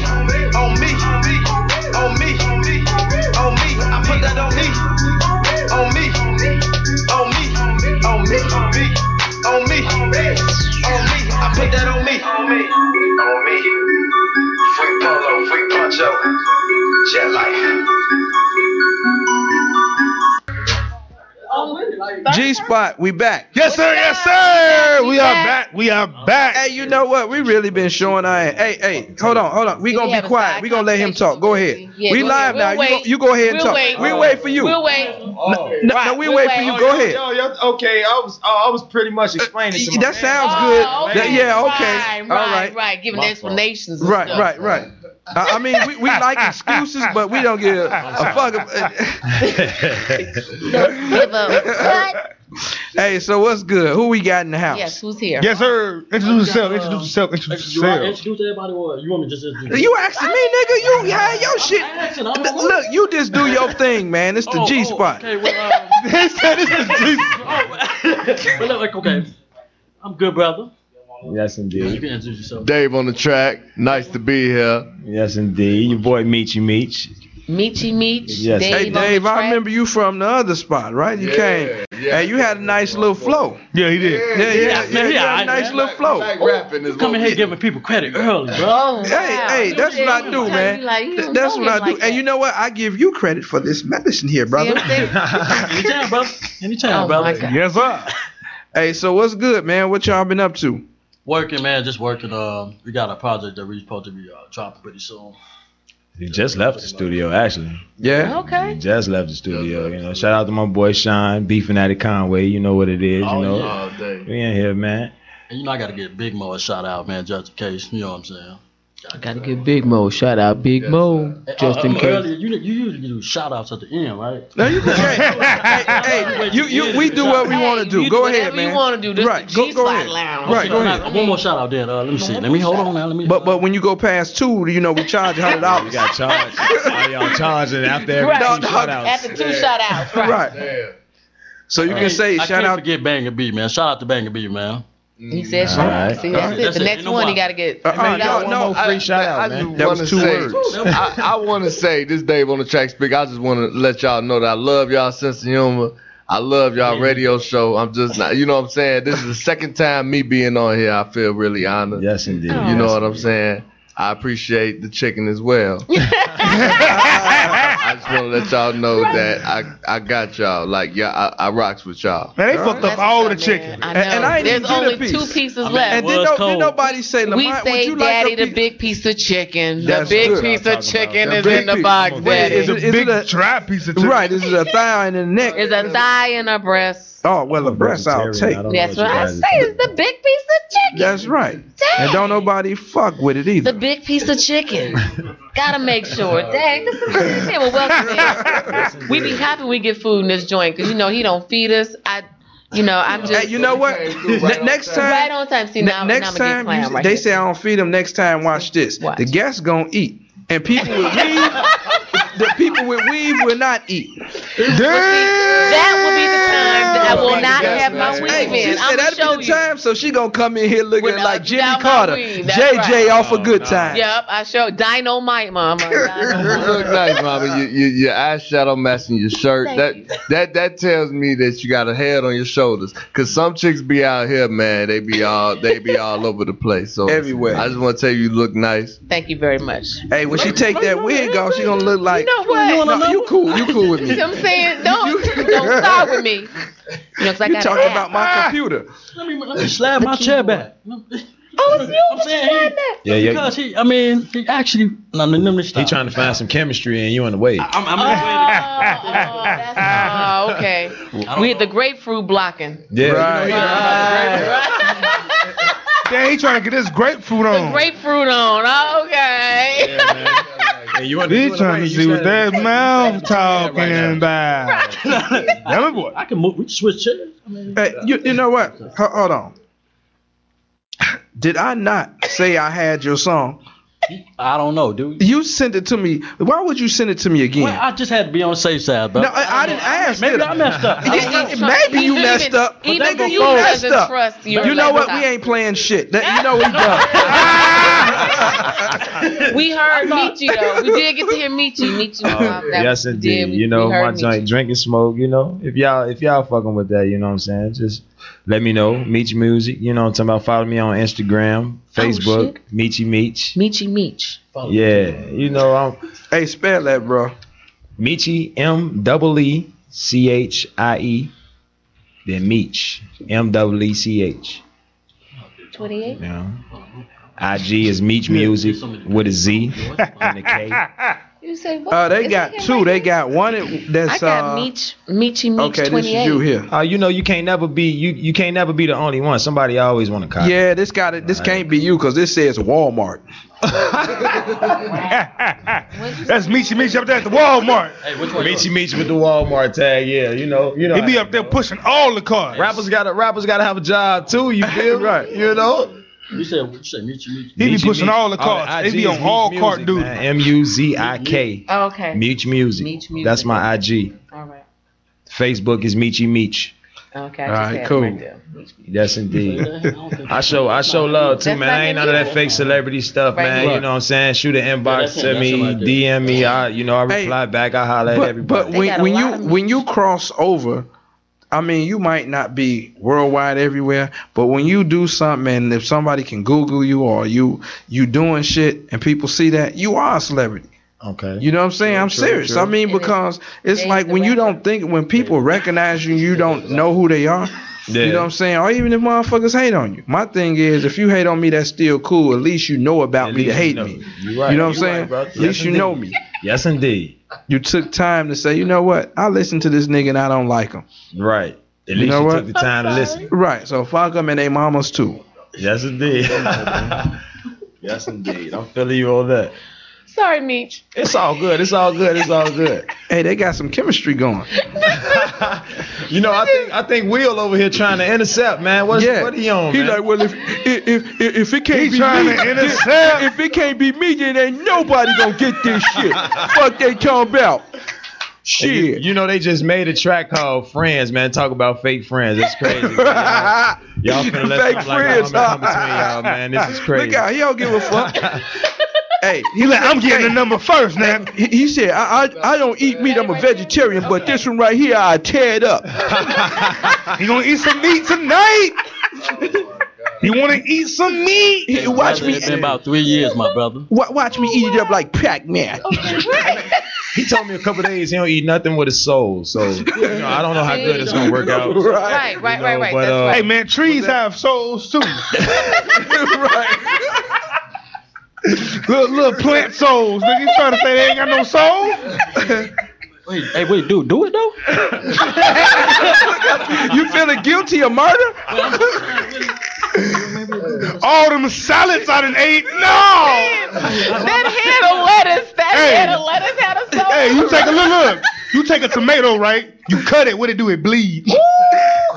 Speaker 17: On me. On me. I put that on me. On me. On me. On me. On me. On me. I put that on me. On me. On me. Free polo, free poncho. Jet life.
Speaker 7: G Spot, we back.
Speaker 5: Yes, sir. Yes, sir. We are back.
Speaker 7: We are back. Hey, you know what? We really been showing our. ass. Hey, hey, hold on, hold on. We gonna
Speaker 6: have
Speaker 7: be
Speaker 6: a
Speaker 7: quiet. We gonna let him talk. Go ahead.
Speaker 6: Yeah,
Speaker 7: we
Speaker 6: go
Speaker 7: live
Speaker 6: ahead.
Speaker 7: now.
Speaker 6: We'll
Speaker 7: You,
Speaker 6: wait.
Speaker 7: go, you go ahead and
Speaker 6: We'll
Speaker 7: talk.
Speaker 6: wait.
Speaker 7: We wait for you.
Speaker 6: We'll wait.
Speaker 7: No, no, no, we wait for you. go ahead.
Speaker 21: Oh.
Speaker 7: Uh,
Speaker 21: Yo, yo, okay, I was, I was pretty much explaining. to my
Speaker 7: that
Speaker 21: man. Oh,
Speaker 7: sounds good. That- yeah, okay.
Speaker 6: Right,
Speaker 7: All
Speaker 6: right,
Speaker 7: right.
Speaker 6: right. Giving explanations. and
Speaker 7: Right,
Speaker 6: stuff.
Speaker 7: right, right. I I mean, we, we
Speaker 6: [laughs]
Speaker 7: like excuses, but we don't get
Speaker 21: [laughs]
Speaker 7: a, a fuck. ab-
Speaker 6: [laughs] Give up.
Speaker 7: [laughs] hey, so what's good? Who we got in the house?
Speaker 6: Yes, who's here?
Speaker 5: Yes, sir. Introduce yourself. Introduce yourself. Introduce
Speaker 21: Do I
Speaker 5: yourself.
Speaker 21: introduce everybody or you want me to just introduce?
Speaker 7: You asking me, nigga? You had your shit. Look, you just do your thing, man. It's the
Speaker 21: Oh,
Speaker 7: G spot.
Speaker 21: Okay, well, um, [laughs]
Speaker 5: this is Jesus.
Speaker 21: but look, like, okay, I'm good, brother.
Speaker 22: Yes,
Speaker 21: You
Speaker 22: indeed.
Speaker 21: can introduce yourself.
Speaker 22: Dave on the track. Nice to be here. Yes, indeed. Your boy Meachy Meach.
Speaker 6: Meachy Meach.
Speaker 7: Yes.
Speaker 6: Dave
Speaker 7: hey
Speaker 6: on the
Speaker 7: Dave, I
Speaker 6: track.
Speaker 7: remember you from the other spot, right? You
Speaker 6: Yeah,
Speaker 7: came.
Speaker 6: yeah.
Speaker 7: hey, you had a nice little flow.
Speaker 5: Yeah, he did.
Speaker 7: Yeah, yeah, yeah.
Speaker 21: man,
Speaker 7: you
Speaker 21: he
Speaker 7: had a
Speaker 21: alright,
Speaker 7: nice
Speaker 21: man.
Speaker 7: little flow.
Speaker 21: rapping is coming here giving people credit early, bro. Oh,
Speaker 7: hey, hey, that's what I do, man. Th- that's what I do. and you know what? I give you credit for this medicine here, brother. [laughs]
Speaker 21: Anytime, brother. Anytime,
Speaker 7: Oh, my
Speaker 21: brother.
Speaker 7: God. Yes, sir. hey, so what's good, man? What y'all been up to?
Speaker 21: Working, man, just working. Uh, we got a project that we're supposed to be uh, dropping pretty soon.
Speaker 23: He just left the studio, actually.
Speaker 7: Yeah.
Speaker 6: Okay.
Speaker 23: He just left the studio. You know, shout out to my boy Sean, beefing out of Conway. You know what it is.
Speaker 21: Oh,
Speaker 23: you know,
Speaker 21: yeah, all day.
Speaker 23: we in here, man.
Speaker 21: And you know, I got to get Big Mo a shout out, man, just in case. You know what I'm saying?
Speaker 24: Gotta give Big Mo. Shout out Big Mo. Just
Speaker 21: Uh,
Speaker 24: in
Speaker 21: um,
Speaker 24: case.
Speaker 21: Earlier, you, you usually do shout outs at the end, right?
Speaker 7: No,
Speaker 21: [laughs]
Speaker 7: you hey, you, you, we do what we want to do.
Speaker 21: you
Speaker 7: go
Speaker 21: do
Speaker 7: ahead,
Speaker 21: whatever you
Speaker 7: man.
Speaker 21: wanna do. This
Speaker 7: right.
Speaker 21: the
Speaker 7: Go, go
Speaker 21: G-Spot
Speaker 7: ahead.
Speaker 21: Lounge.
Speaker 7: Right. Go
Speaker 21: Okay,
Speaker 7: ahead.
Speaker 21: one more shout out there. Uh, let me see. Let me hold on now. Let me.
Speaker 7: But but when you go past two, you know we charge hundred dollars. We
Speaker 23: got charged. y'all charging after every
Speaker 7: Right.
Speaker 23: two
Speaker 7: No, no.
Speaker 23: shout outs.
Speaker 6: After two shout outs, right.
Speaker 7: So you can say
Speaker 21: I
Speaker 7: shout
Speaker 21: can't
Speaker 7: out-
Speaker 21: Forget Banger B, man. Shout out to Banger B, man.
Speaker 6: He said,
Speaker 21: All
Speaker 6: "Sure."
Speaker 21: right.
Speaker 6: See, that's
Speaker 21: All right.
Speaker 6: it.
Speaker 21: That's
Speaker 6: the
Speaker 21: it.
Speaker 6: next
Speaker 21: No
Speaker 6: one, he
Speaker 21: more.
Speaker 6: got to get.
Speaker 22: Uh, uh,
Speaker 6: got
Speaker 22: no, no, I- I just
Speaker 7: That was
Speaker 22: wanna
Speaker 7: two
Speaker 22: say,
Speaker 7: words.
Speaker 22: I, want to say this, Dave on the track speak. I just want to let y'all know that I love y'all sense of humor. I love y'all radio show. I'm just not, you know what I'm saying. This is the second time me being on here. I feel really honored.
Speaker 23: Yes, indeed.
Speaker 22: You know what I'm saying. I appreciate the chicken as well. I just want to let y'all know that I, I got y'all. Like yeah, I, I rocks with y'all.
Speaker 5: Man, they fucked up all the chicken.
Speaker 6: I know.
Speaker 22: And- and I ain't
Speaker 6: There's
Speaker 22: even get
Speaker 6: only
Speaker 22: a piece.
Speaker 6: two pieces
Speaker 22: I mean,
Speaker 6: left.
Speaker 22: And did no- did
Speaker 6: cold.
Speaker 7: nobody say,
Speaker 6: We
Speaker 7: "Lamont, would
Speaker 6: say,
Speaker 7: you like
Speaker 6: Daddy,
Speaker 7: a
Speaker 6: the big piece of chicken. The
Speaker 7: That's
Speaker 6: big
Speaker 7: good.
Speaker 6: piece
Speaker 7: That's
Speaker 6: of
Speaker 7: what I'm talking
Speaker 6: chicken
Speaker 7: about.
Speaker 6: is
Speaker 7: The big
Speaker 6: in the
Speaker 7: piece.
Speaker 6: box,
Speaker 7: Come on,
Speaker 6: Daddy.
Speaker 7: It's a big dry piece of chicken. Right. This is a thigh and a neck.
Speaker 6: It's a thigh and a breast.
Speaker 7: Oh well, a breast I'll take.
Speaker 6: That's what I say. It's the big piece of chicken.
Speaker 7: That's right. And don't nobody fuck with it either.
Speaker 6: The big piece of chicken. Gotta make sure. Dang, this is yeah, well, welcome in. We be happy we get food in this joint because you know he don't feed us. I, you know, I'm just.
Speaker 7: Hey, you know what? Ne- next time,
Speaker 6: Right on time. See,
Speaker 7: ne-
Speaker 6: now,
Speaker 7: next
Speaker 6: now I'm
Speaker 7: time
Speaker 6: gonna get
Speaker 7: you-
Speaker 6: clown right
Speaker 7: they
Speaker 6: here.
Speaker 7: say I don't feed them. Next time, watch this. The guests gonna eat, and people with weave, the people with weave will not eat.
Speaker 6: That will be the time that I will not have my
Speaker 7: Hey,
Speaker 6: weave
Speaker 7: she
Speaker 6: in.
Speaker 7: said
Speaker 6: I'm gonna
Speaker 7: that'd
Speaker 6: show
Speaker 7: be the
Speaker 6: you.
Speaker 7: time, so she gonna come in here looking like Jimmy
Speaker 6: Without my
Speaker 7: Carter,
Speaker 6: weave, that's
Speaker 7: JJ
Speaker 6: right.
Speaker 7: off a good time.
Speaker 6: Yep, I show dynamite,
Speaker 7: [laughs]
Speaker 6: mama. Dynamite.
Speaker 22: look nice, mama. You, you, your eye shadow matching your shirt.
Speaker 6: Thank
Speaker 22: that that that tells me that you got a head on your shoulders. Cause some chicks be out here, man. They be all they be all over the place. So
Speaker 7: Everywhere.
Speaker 22: I just want to tell you, you look nice.
Speaker 6: Thank you very much.
Speaker 7: Hey, when she take
Speaker 6: Oh,
Speaker 7: that wig off, she gonna look like.
Speaker 6: You know what? You wanna
Speaker 7: No,
Speaker 6: know?
Speaker 7: you cool. You cool with
Speaker 6: You
Speaker 7: me.
Speaker 6: know what I'm
Speaker 7: [laughs]
Speaker 6: saying? Don't, don't start with me. You know, 'cause I
Speaker 7: You
Speaker 6: got
Speaker 7: talking
Speaker 6: an app.
Speaker 7: about my computer?
Speaker 21: Let me, let me slap my chair back.
Speaker 6: Oh, it's you.
Speaker 21: I'm saying he,
Speaker 23: Yeah, yeah.
Speaker 21: Because he, I mean, he actually. No, no, no, He
Speaker 23: trying to find some chemistry, and you on the way.
Speaker 21: I'm, I'm
Speaker 6: Oh,
Speaker 7: [laughs]
Speaker 6: okay. We had the grapefruit blocking.
Speaker 23: yeah.
Speaker 5: Right. Dang, he trying to get this grapefruit on.
Speaker 6: Grapefruit on. Oh, okay.
Speaker 23: And you on
Speaker 5: He trying to see what that mouth talking about.
Speaker 21: Tell boy. I can move. We can switch chairs.
Speaker 7: Hey, you, you know what? Ho- Hold on. Did I not say I had your song?
Speaker 21: I don't know, dude.
Speaker 7: You sent it to me. Why would you send it to me again?
Speaker 21: Well, I just had to be on the safe side, bro.
Speaker 7: no, I, I didn't ask.
Speaker 21: Maybe
Speaker 7: did
Speaker 21: I messed up.
Speaker 7: Yeah,
Speaker 21: I
Speaker 7: yeah,
Speaker 21: don't know.
Speaker 7: [laughs] maybe you
Speaker 21: Even-
Speaker 7: messed up.
Speaker 21: even
Speaker 7: Nigga, you
Speaker 21: before-
Speaker 7: messed
Speaker 21: doesn't
Speaker 7: up.
Speaker 21: trust your
Speaker 7: You know what?
Speaker 21: laptop.
Speaker 7: We ain't playing shit. That, you know we
Speaker 21: [laughs]
Speaker 7: done.
Speaker 23: [laughs]
Speaker 6: We heard Michi, though. We did get to hear Michi. Michi.
Speaker 23: Oh,
Speaker 6: um, that
Speaker 23: yes,
Speaker 6: was-
Speaker 23: indeed.
Speaker 6: did. We-
Speaker 23: you know
Speaker 6: we
Speaker 23: my
Speaker 6: heard Michi.
Speaker 23: joint, drink and smoke. You know, if y'all if y'all fucking with that, you know what I'm saying. Just let me know. Meet your music. You know what I'm talking about. Follow me on Instagram, Facebook. Meet you, Meech.
Speaker 6: Oh, Meechy Meech.
Speaker 23: Yeah, you know I'm.
Speaker 7: Hey, spell that, bro.
Speaker 23: Meechy M double E C H I E. Then Meech M double E C H.
Speaker 6: 28.
Speaker 23: Yeah. IG is Meech Music with a Z. [laughs] and a K.
Speaker 6: You say what?
Speaker 7: Uh, they
Speaker 6: It's
Speaker 7: got
Speaker 6: like
Speaker 7: two. They got one. at- That's
Speaker 6: I got
Speaker 7: uh,
Speaker 6: Meech, Meechy Meech
Speaker 23: Okay,
Speaker 6: 28.
Speaker 23: Uh, you know you can't never be you you can't never be the only one. Somebody always want to copy.
Speaker 7: Yeah, this got it. This can't be you because this says Walmart.
Speaker 5: That's Meachy Meachy up there at the Walmart.
Speaker 21: Hey, which
Speaker 23: Meet you, meet you with the Walmart tag. Yeah, you know, you know.
Speaker 5: He be
Speaker 23: how-
Speaker 5: up there pushing all the cars.
Speaker 23: Rappers gotta rappers gotta have a job too.
Speaker 5: [laughs]
Speaker 23: You feel right? You know.
Speaker 21: You said you said meet you meet
Speaker 5: He be pushing all the cars.
Speaker 23: They
Speaker 5: They be on all cart duty.
Speaker 23: M U Z I K.
Speaker 6: Oh, okay.
Speaker 23: Meech Music.
Speaker 6: Meech Music.
Speaker 23: That's my IG.
Speaker 6: All right.
Speaker 23: Facebook is Meechy Meech.
Speaker 9: Okay.
Speaker 23: All right, cool. Yes, indeed. I show I show love too, man. I ain't none of that fake celebrity stuff, man. You know what I'm saying? Shoot an inbox to me, DM me. I you know I reply back. I holler at
Speaker 7: But, but
Speaker 23: everybody.
Speaker 7: when, when you when you cross over, I mean, you might not be worldwide everywhere, but when you do something, and if somebody can Google you or you you doing shit, and people see that, you are a celebrity.
Speaker 23: Okay.
Speaker 7: You know what I'm saying? I'm serious. I mean, because it's like when you don't think, when people recognize you, you don't know who they
Speaker 23: [laughs]
Speaker 7: are.
Speaker 23: Yeah.
Speaker 7: You know what I'm saying? Or even if motherfuckers hate on you. My thing is, if you hate on me, that's still cool. At least you know about me to hate me.
Speaker 23: You right.
Speaker 7: You know what I'm
Speaker 23: You
Speaker 7: saying?
Speaker 23: right, bro.
Speaker 7: At
Speaker 23: Yes,
Speaker 7: least you know
Speaker 23: indeed.
Speaker 7: me.
Speaker 23: Yes, indeed.
Speaker 7: You took time to say, you know what? I listen to this nigga and I don't like him.
Speaker 23: Right. At least you took the time to listen.
Speaker 7: Right. So fuck them and they mamas too.
Speaker 23: Yes,
Speaker 7: [laughs]
Speaker 23: indeed. yes, indeed. I'm feeling you on that.
Speaker 6: Sorry, Meech.
Speaker 23: It's all good. It's all good. It's all good.
Speaker 7: [laughs] hey, they got some chemistry going.
Speaker 23: [laughs] you know, I think I think Will over here trying to intercept, man. What's,
Speaker 7: Yeah.
Speaker 23: What he on?
Speaker 7: He
Speaker 23: man?
Speaker 7: like, well, if if if, if it can't
Speaker 23: He
Speaker 7: be
Speaker 23: trying
Speaker 7: me,
Speaker 23: to
Speaker 7: if-
Speaker 23: intercept.
Speaker 7: If, it can't be me, then ain't nobody gonna get this shit. Fuck they talking about.
Speaker 23: Hey, you- You, know, they just made a track called Friends, man. Talk about fake friends. It's crazy.
Speaker 7: [laughs]
Speaker 23: Y'all finna let
Speaker 7: Fake
Speaker 23: something like that
Speaker 7: friends.
Speaker 23: come between y'all, man. This is
Speaker 7: [laughs]
Speaker 23: crazy.
Speaker 7: Look out, he don't give a
Speaker 23: [laughs]
Speaker 7: fuck. hey, he like, I'm getting the number first, man. He, he said, I, I I don't eat meat, I'm a vegetarian, but this one right here, I tear it up. [laughs] he gonna eat some meat [laughs] tonight. You want to eat some meat? He, watch me.
Speaker 21: It's been about three years, my brother.
Speaker 7: Wa- Watch me eat it up like Pac-Man.
Speaker 23: He told me a couple days he don't eat nothing with his soul. So you know, I don't know how good it's gonna work out.
Speaker 6: [laughs] Right, right, right, right.
Speaker 23: but,
Speaker 6: That's
Speaker 23: uh,
Speaker 6: right.
Speaker 5: Hey man, trees have souls
Speaker 23: [laughs]
Speaker 5: too.
Speaker 7: right.
Speaker 5: little, little plant souls. Nigga, you trying to say they ain't got no soul?
Speaker 21: Wait, hey, wait, dude, do it though.
Speaker 5: [laughs]
Speaker 7: you feeling guilty of murder? All them salads I done ate.
Speaker 5: No.
Speaker 6: that head of lettuce, that
Speaker 5: Hey.
Speaker 6: head of lettuce had a soul.
Speaker 5: Hey, you take a look, look. You take a tomato, right? You cut it. What it do? It bleed.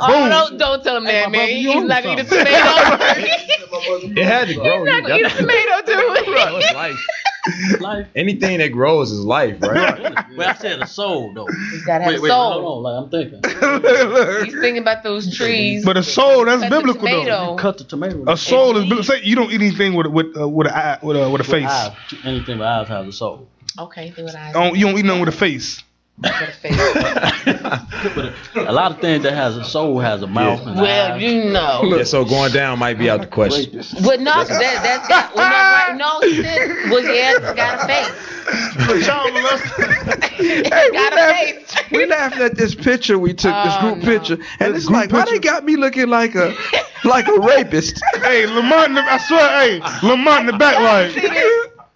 Speaker 6: Oh, don't, don't tell him that, man. He's not gonna eat a tomato. [laughs]
Speaker 23: It had to grow.
Speaker 6: He's not gonna eat a tomato, [laughs] dude.
Speaker 23: It's life. Anything that grows is life, right?
Speaker 21: Wait, I said a soul though. He's
Speaker 6: gotta have
Speaker 21: wait,
Speaker 6: a
Speaker 21: wait,
Speaker 6: soul.
Speaker 21: hold on, like I'm thinking.
Speaker 6: He's thinking about those trees.
Speaker 5: But a soul, that's
Speaker 6: Cut the
Speaker 5: biblical
Speaker 6: tomato.
Speaker 5: though.
Speaker 21: Cut the tomato.
Speaker 5: A soul is biblical. Say you don't eat anything with with uh, with a eye, with a with a face.
Speaker 21: Eyes, anything with eyes has a soul.
Speaker 6: Okay, think what I
Speaker 5: Don't, you don't eat nothing with a face.
Speaker 21: [laughs] A lot of things that has a soul has a mouth. And
Speaker 6: Well, you know.
Speaker 23: Oh, Yeah, so going down might be out the question.
Speaker 6: But no, that, that's that. Well, no, right, no, he said, well, yeah, it's got a face.
Speaker 7: hey,
Speaker 6: [laughs]
Speaker 7: we, laughing, we laughing at this picture we took, this
Speaker 21: Oh,
Speaker 7: group picture, and it's like, why they got me looking like
Speaker 21: [laughs]
Speaker 7: a like a rapist?
Speaker 5: hey, Lamont, in the- I swear, hey, Lamont in the back, like
Speaker 7: [laughs]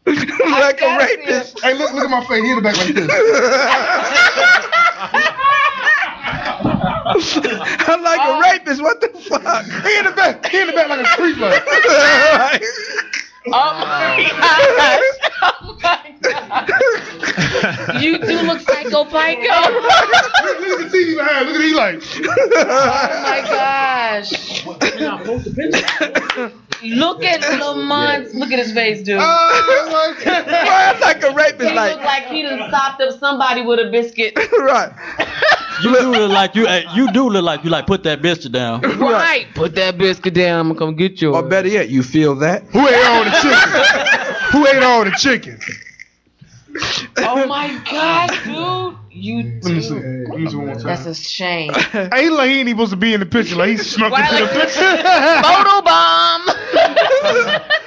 Speaker 7: like a rapist.
Speaker 5: Hey, look, look at my face. He in the back like this.
Speaker 7: [laughs] I'm like a rapist. What the fuck?
Speaker 5: Oh. He in the back. He in the back like a creep. Like.
Speaker 6: Oh my gosh. Oh my gosh. [laughs] You do look psycho psycho.
Speaker 5: look at the TV behind. Look at he like.
Speaker 6: Oh my gosh. Look at Lamont. Look at his face, dude.
Speaker 7: Oh my
Speaker 6: [laughs]
Speaker 7: God. Why I'm like a rapist,
Speaker 6: He
Speaker 7: like-
Speaker 6: look like he done stopped up somebody with a
Speaker 5: [laughs]
Speaker 6: biscuit.
Speaker 7: right.
Speaker 21: You do look like you. hey, You do look like you. Like put that bitch down.
Speaker 6: Right.
Speaker 21: Put that biscuit down. I'm gonna come get you. Or
Speaker 7: better yet, you feel that?
Speaker 5: Who ate all the chicken? Who ate all the chicken?
Speaker 6: Oh my gosh, dude. You
Speaker 5: Let me see. Let me see one more time.
Speaker 6: That's a shame.
Speaker 5: Ain't like he ain't supposed to be in the picture. Like he snuck
Speaker 6: Why,
Speaker 5: into the
Speaker 6: like- [laughs]
Speaker 5: picture. [laughs]
Speaker 6: Photo bomb.
Speaker 21: [laughs]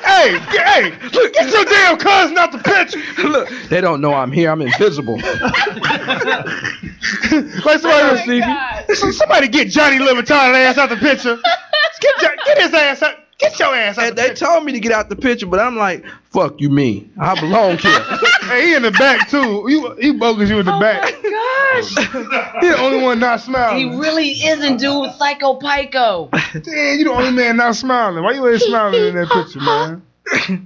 Speaker 5: hey, get- hey, look, get your damn cousin out the picture.
Speaker 7: Look, they don't know I'm here. I'm invisible.
Speaker 5: [laughs] Like
Speaker 6: Oh
Speaker 5: somebody, So- [laughs] somebody get Johnny Libertard ass out the picture. Get, Jo- get his ass out. Get your ass out.
Speaker 7: And they told me to get out the picture, but I'm like, fuck you mean? I belong here.
Speaker 5: [laughs] Hey, he in the back too. You, he bogus. You in the back.
Speaker 6: [laughs] Gosh.
Speaker 5: He the only one not
Speaker 6: He
Speaker 5: smiling.
Speaker 6: really isn't, dude. Psycho Pico.
Speaker 5: Damn, you the only man not smiling. Why you ain't smiling in that picture, man?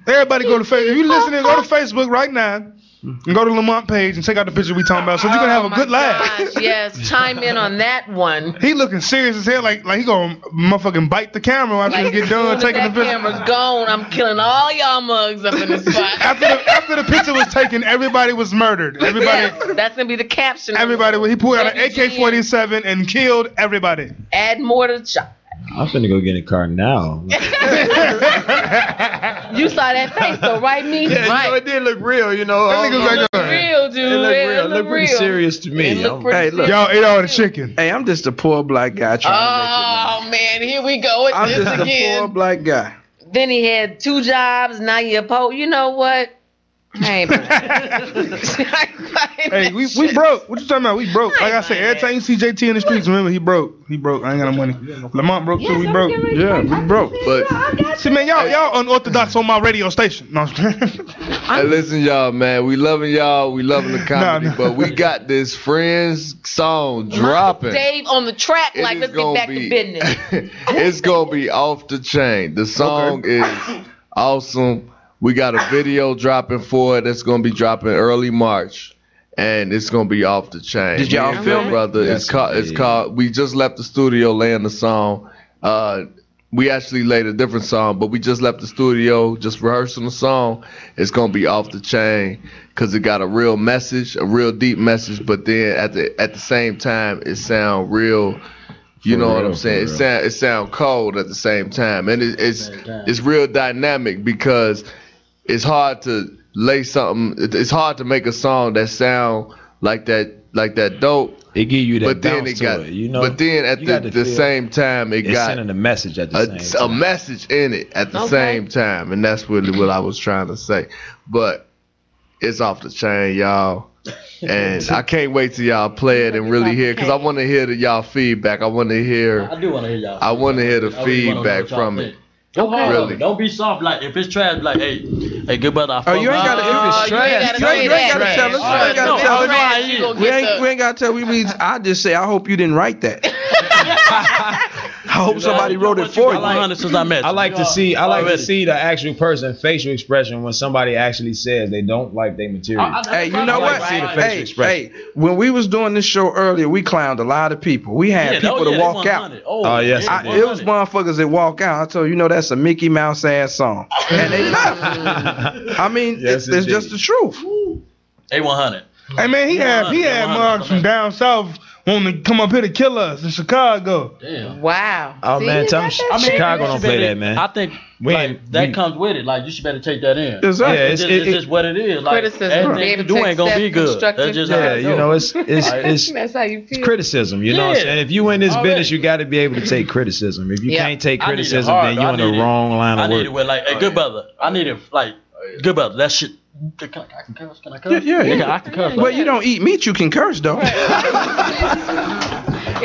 Speaker 5: Everybody go to Facebook. If you listening, go to Facebook right now And go to Lamont page and check out the picture we talking about. So you can have a good laugh.
Speaker 6: Oh yes,
Speaker 5: [laughs]
Speaker 6: chime in on that one.
Speaker 5: He looking serious as hell, like like he gonna motherfucking bite the camera after he get done
Speaker 6: As soon
Speaker 5: taking
Speaker 6: as
Speaker 5: the
Speaker 6: that
Speaker 5: picture.
Speaker 6: camera's gone. I'm killing all y'all mugs up in this spot.
Speaker 5: [laughs] After the, after the picture was taken, everybody was murdered. Everybody,
Speaker 6: Yes, that's gonna be the caption.
Speaker 5: everybody. He pulled out an AK-47 and killed
Speaker 6: [laughs]
Speaker 5: everybody.
Speaker 6: Add more to the chop.
Speaker 23: I'm finna go get in the car now.
Speaker 6: You saw that face, though, right, me?
Speaker 23: Yeah, you
Speaker 6: right.
Speaker 23: know, it did look real, you know.
Speaker 5: That nigga's
Speaker 23: um,
Speaker 5: like,
Speaker 23: it
Speaker 5: uh,
Speaker 6: real, dude.
Speaker 23: It looked real. It
Speaker 6: looked
Speaker 23: looked pretty
Speaker 6: real.
Speaker 23: serious to me.
Speaker 6: It looked
Speaker 23: I'm-
Speaker 6: pretty
Speaker 23: hey, look.
Speaker 5: Y'all ate all the chicken.
Speaker 7: Hey, I'm just a poor black guy trying
Speaker 6: Oh man, here we go with
Speaker 7: to make it. I'm
Speaker 6: this
Speaker 7: just a poor
Speaker 6: again.
Speaker 7: black guy.
Speaker 6: Then he had two jobs. Now you're po. You know what? I
Speaker 23: [laughs]
Speaker 6: ain't
Speaker 5: Hey, we, we broke. What you talking about? We broke. Like I said, every time you see JT in the streets, remember he broke. He broke. I ain't got no money. Lamont broke too. We broke.
Speaker 22: Yeah,
Speaker 5: we broke.
Speaker 22: But
Speaker 5: see, man, y'all y'all unorthodox on my radio station. No,
Speaker 22: Hey, listen, y'all, man. We loving y'all. We loving the comedy, but we got this friends song dropping.
Speaker 6: Dave on the track.
Speaker 22: It
Speaker 6: like,
Speaker 22: is
Speaker 6: let's get
Speaker 22: gonna
Speaker 6: back to
Speaker 22: be-
Speaker 6: business.
Speaker 22: [laughs] it's gonna be off the chain. The
Speaker 7: [coughs]
Speaker 22: song is awesome. We got a video dropping for it that's gonna be dropping early March, and it's gonna be off the chain.
Speaker 7: Did y'all
Speaker 22: Me and
Speaker 7: film
Speaker 22: my
Speaker 7: it?
Speaker 22: brother?
Speaker 7: Yes,
Speaker 22: it's called. It's
Speaker 7: indeed.
Speaker 22: called. We just left the studio laying the song. Uh, we actually laid a different song, but we just left the studio just rehearsing the song. It's gonna be off the chain because it got a real message, a real deep message. But then at the at the same time, it sound real. You
Speaker 7: For
Speaker 22: know what
Speaker 7: real,
Speaker 22: I'm saying? It
Speaker 7: for real.
Speaker 22: sound it sound cold at the same time, and it, it's it's real dynamic because it's hard to lay something. it- It's hard to make a song that sound like that like that dope.
Speaker 23: It give you that
Speaker 22: but then
Speaker 23: bounce
Speaker 22: it
Speaker 23: to
Speaker 22: got
Speaker 23: it, you know?
Speaker 22: but then at
Speaker 23: You
Speaker 22: the,
Speaker 23: got to
Speaker 22: the
Speaker 23: feel-
Speaker 22: same time it
Speaker 23: It's
Speaker 22: got
Speaker 23: sending a message at the
Speaker 22: a,
Speaker 23: same
Speaker 22: a message in it at the
Speaker 23: Okay.
Speaker 22: same time, and that's really what I was trying to say. But it's off the chain, y'all. And I can't wait till y'all play it and really hear, cause I want to hear the y'all feedback. I want to hear.
Speaker 21: I do want to hear y'all.
Speaker 22: I want to hear the
Speaker 21: I really wanna know
Speaker 22: feedback
Speaker 21: what y'all
Speaker 22: from
Speaker 21: think.
Speaker 22: it.
Speaker 21: Don't
Speaker 22: Okay.
Speaker 21: hard on
Speaker 22: Really.
Speaker 21: me. Don't be soft. Like if it's trash, like hey, hey, good brother. I
Speaker 7: Oh,
Speaker 21: fuck
Speaker 7: you ain't
Speaker 21: with-
Speaker 7: gotta. If it's
Speaker 6: Oh,
Speaker 7: trash, you ain't, you ain't gotta tell us. You ain't gotta tell us. We ain't, we ain't gotta tell. We, we, I just say, I hope you didn't write that. I hope somebody wrote it for you.
Speaker 23: I like to see. I like to see the actual person facial expression when somebody actually says they don't like their material.
Speaker 7: Hey, you know what?
Speaker 23: see the facial
Speaker 7: Hey,
Speaker 23: expression.
Speaker 7: hey, when we was doing this show earlier, we clowned a lot of people. We had
Speaker 23: Yeah,
Speaker 7: people
Speaker 23: oh, yeah,
Speaker 7: to
Speaker 23: they
Speaker 7: walk out.
Speaker 23: 100. Oh, Oh, yes,
Speaker 7: I-
Speaker 23: they
Speaker 7: it was motherfuckers that walk out. I told you, you know, that's a Mickey Mouse ass [laughs] song, and they
Speaker 21: [laughs]
Speaker 23: [laughs]
Speaker 7: left. I mean, it's, it's just the truth.
Speaker 21: A one hundred.
Speaker 5: Hey man, he had he had mugs from down south wanting to come up here to kill us in Chicago.
Speaker 6: Wow.
Speaker 23: Oh man, tell me Chicago don't play that, man.
Speaker 21: I think
Speaker 23: We
Speaker 21: like,
Speaker 23: ain't-
Speaker 21: that
Speaker 23: we-
Speaker 21: comes with it. Like you should better take that in.
Speaker 23: Exactly. Yeah,
Speaker 21: it's,
Speaker 23: it's-
Speaker 21: just,
Speaker 23: it-
Speaker 21: it's just what it is. Like
Speaker 6: Criticism,
Speaker 21: everything
Speaker 6: be able
Speaker 21: you
Speaker 6: to
Speaker 21: do ain't gonna be
Speaker 6: accept
Speaker 21: good.
Speaker 6: constructive
Speaker 21: That's just how
Speaker 23: yeah,
Speaker 21: it
Speaker 23: you
Speaker 21: go.
Speaker 23: know, it's it's
Speaker 21: Like,
Speaker 23: it's
Speaker 6: That's how you feel.
Speaker 23: criticism. You know what I'm
Speaker 6: Yeah.
Speaker 23: saying? If you in this
Speaker 6: All
Speaker 23: business,
Speaker 6: right.
Speaker 23: you got to be able to take criticism. If you
Speaker 6: Yeah.
Speaker 23: can't take
Speaker 21: I need it
Speaker 23: criticism,
Speaker 21: hard,
Speaker 23: then
Speaker 21: though.
Speaker 23: you're
Speaker 21: I
Speaker 23: in the
Speaker 21: need it-
Speaker 23: wrong line
Speaker 21: I
Speaker 23: of
Speaker 21: need it
Speaker 23: work.
Speaker 21: with like a good brother. I need it like good brother. That shit. Can I, I can curse? Can I curse?
Speaker 7: Yeah,
Speaker 21: Nigga,
Speaker 7: yeah.
Speaker 21: I can curse.
Speaker 7: Well, you don't eat meat, you can curse though.
Speaker 6: It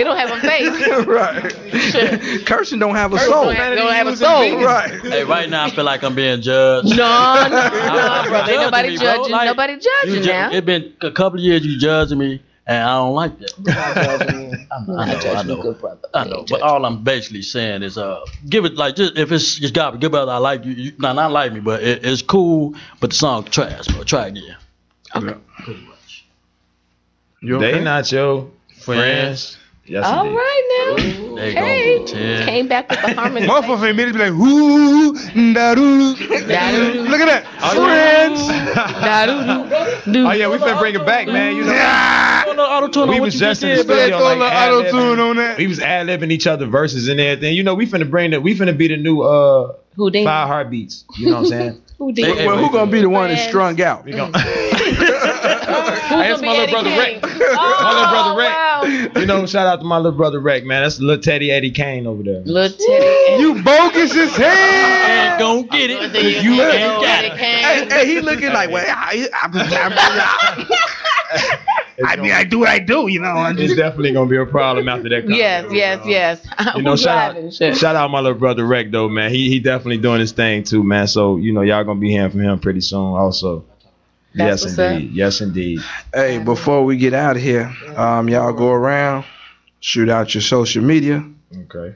Speaker 6: don't have a
Speaker 23: [laughs]
Speaker 6: face.
Speaker 7: right. [laughs] Cursing don't have a
Speaker 6: Cursing
Speaker 7: soul.
Speaker 6: don't have- don't have a soul.
Speaker 7: Right.
Speaker 21: Hey, right now I feel like I'm being judged.
Speaker 6: [laughs] No, no, no,
Speaker 21: Nobody
Speaker 6: brother. Ain't nobody
Speaker 21: me, bro.
Speaker 6: judging.
Speaker 21: Like,
Speaker 6: nobody
Speaker 21: you
Speaker 6: judging
Speaker 21: ju-
Speaker 6: now.
Speaker 21: It been a couple of years you judging me, and I don't like that. [laughs] I know, I know, I know. I know, but all I'm basically saying is, uh, give it like just if it's just God, good brother, I like you. you nah, not like me, but it, it's cool. But the song trash, bro. Try again.
Speaker 23: They not your friends.
Speaker 21: Friends.
Speaker 23: Yes,
Speaker 6: All
Speaker 23: indeed.
Speaker 6: right now.
Speaker 23: They gonna
Speaker 6: Hey,
Speaker 23: get ten.
Speaker 6: came back with the harmony.
Speaker 5: Motherfucker immediately be like, whoo, da doo. Look at that. Friends.
Speaker 23: Oh yeah, we finna bring it back, man. You know, we was just in the
Speaker 5: did, bro.
Speaker 23: studio,
Speaker 5: Throw a
Speaker 23: like,
Speaker 5: little auto-tune
Speaker 23: ad-libbing.
Speaker 5: on that.
Speaker 23: We was ad libbing each other verses and everything. You know, we finna bring the, we finna be the new uh
Speaker 6: Houdini.
Speaker 23: five heartbeats. You know what I'm saying?
Speaker 6: Who
Speaker 23: Hey,
Speaker 6: did?
Speaker 23: hey,
Speaker 7: Well, [laughs] who gonna be the one that's
Speaker 6: Friends.
Speaker 7: strung out?
Speaker 6: Who's gonna
Speaker 23: my
Speaker 6: be
Speaker 23: little
Speaker 6: Eddie
Speaker 23: brother
Speaker 6: King?
Speaker 23: Rick.
Speaker 6: Oh,
Speaker 23: My little brother Rick.
Speaker 6: Wow.
Speaker 23: You know, shout out to my little brother Rec, man. That's little Teddy Eddie Kane over there.
Speaker 6: Little Teddy.
Speaker 5: You bogus as hell.
Speaker 21: Ain't gonna get it. 'cause You
Speaker 7: Look.
Speaker 21: ain't got it.
Speaker 7: Hey, hey, he looking like, well, I, I, I, I, I mean, I do what I do, you know. I
Speaker 23: It's definitely gonna be a problem after that.
Speaker 6: Yes, yes, yes. [laughs]
Speaker 23: You know,
Speaker 6: Who
Speaker 23: shout
Speaker 6: driving?
Speaker 23: out, shout out my little brother Rec though, man. He he definitely doing his thing too, man. So you know y'all gonna be hearing from him pretty soon also.
Speaker 7: That's
Speaker 23: yes
Speaker 7: what's
Speaker 23: indeed. Yes indeed.
Speaker 7: Hey, before we get out of here, um, y'all go around, shoot out your social media.
Speaker 23: Okay.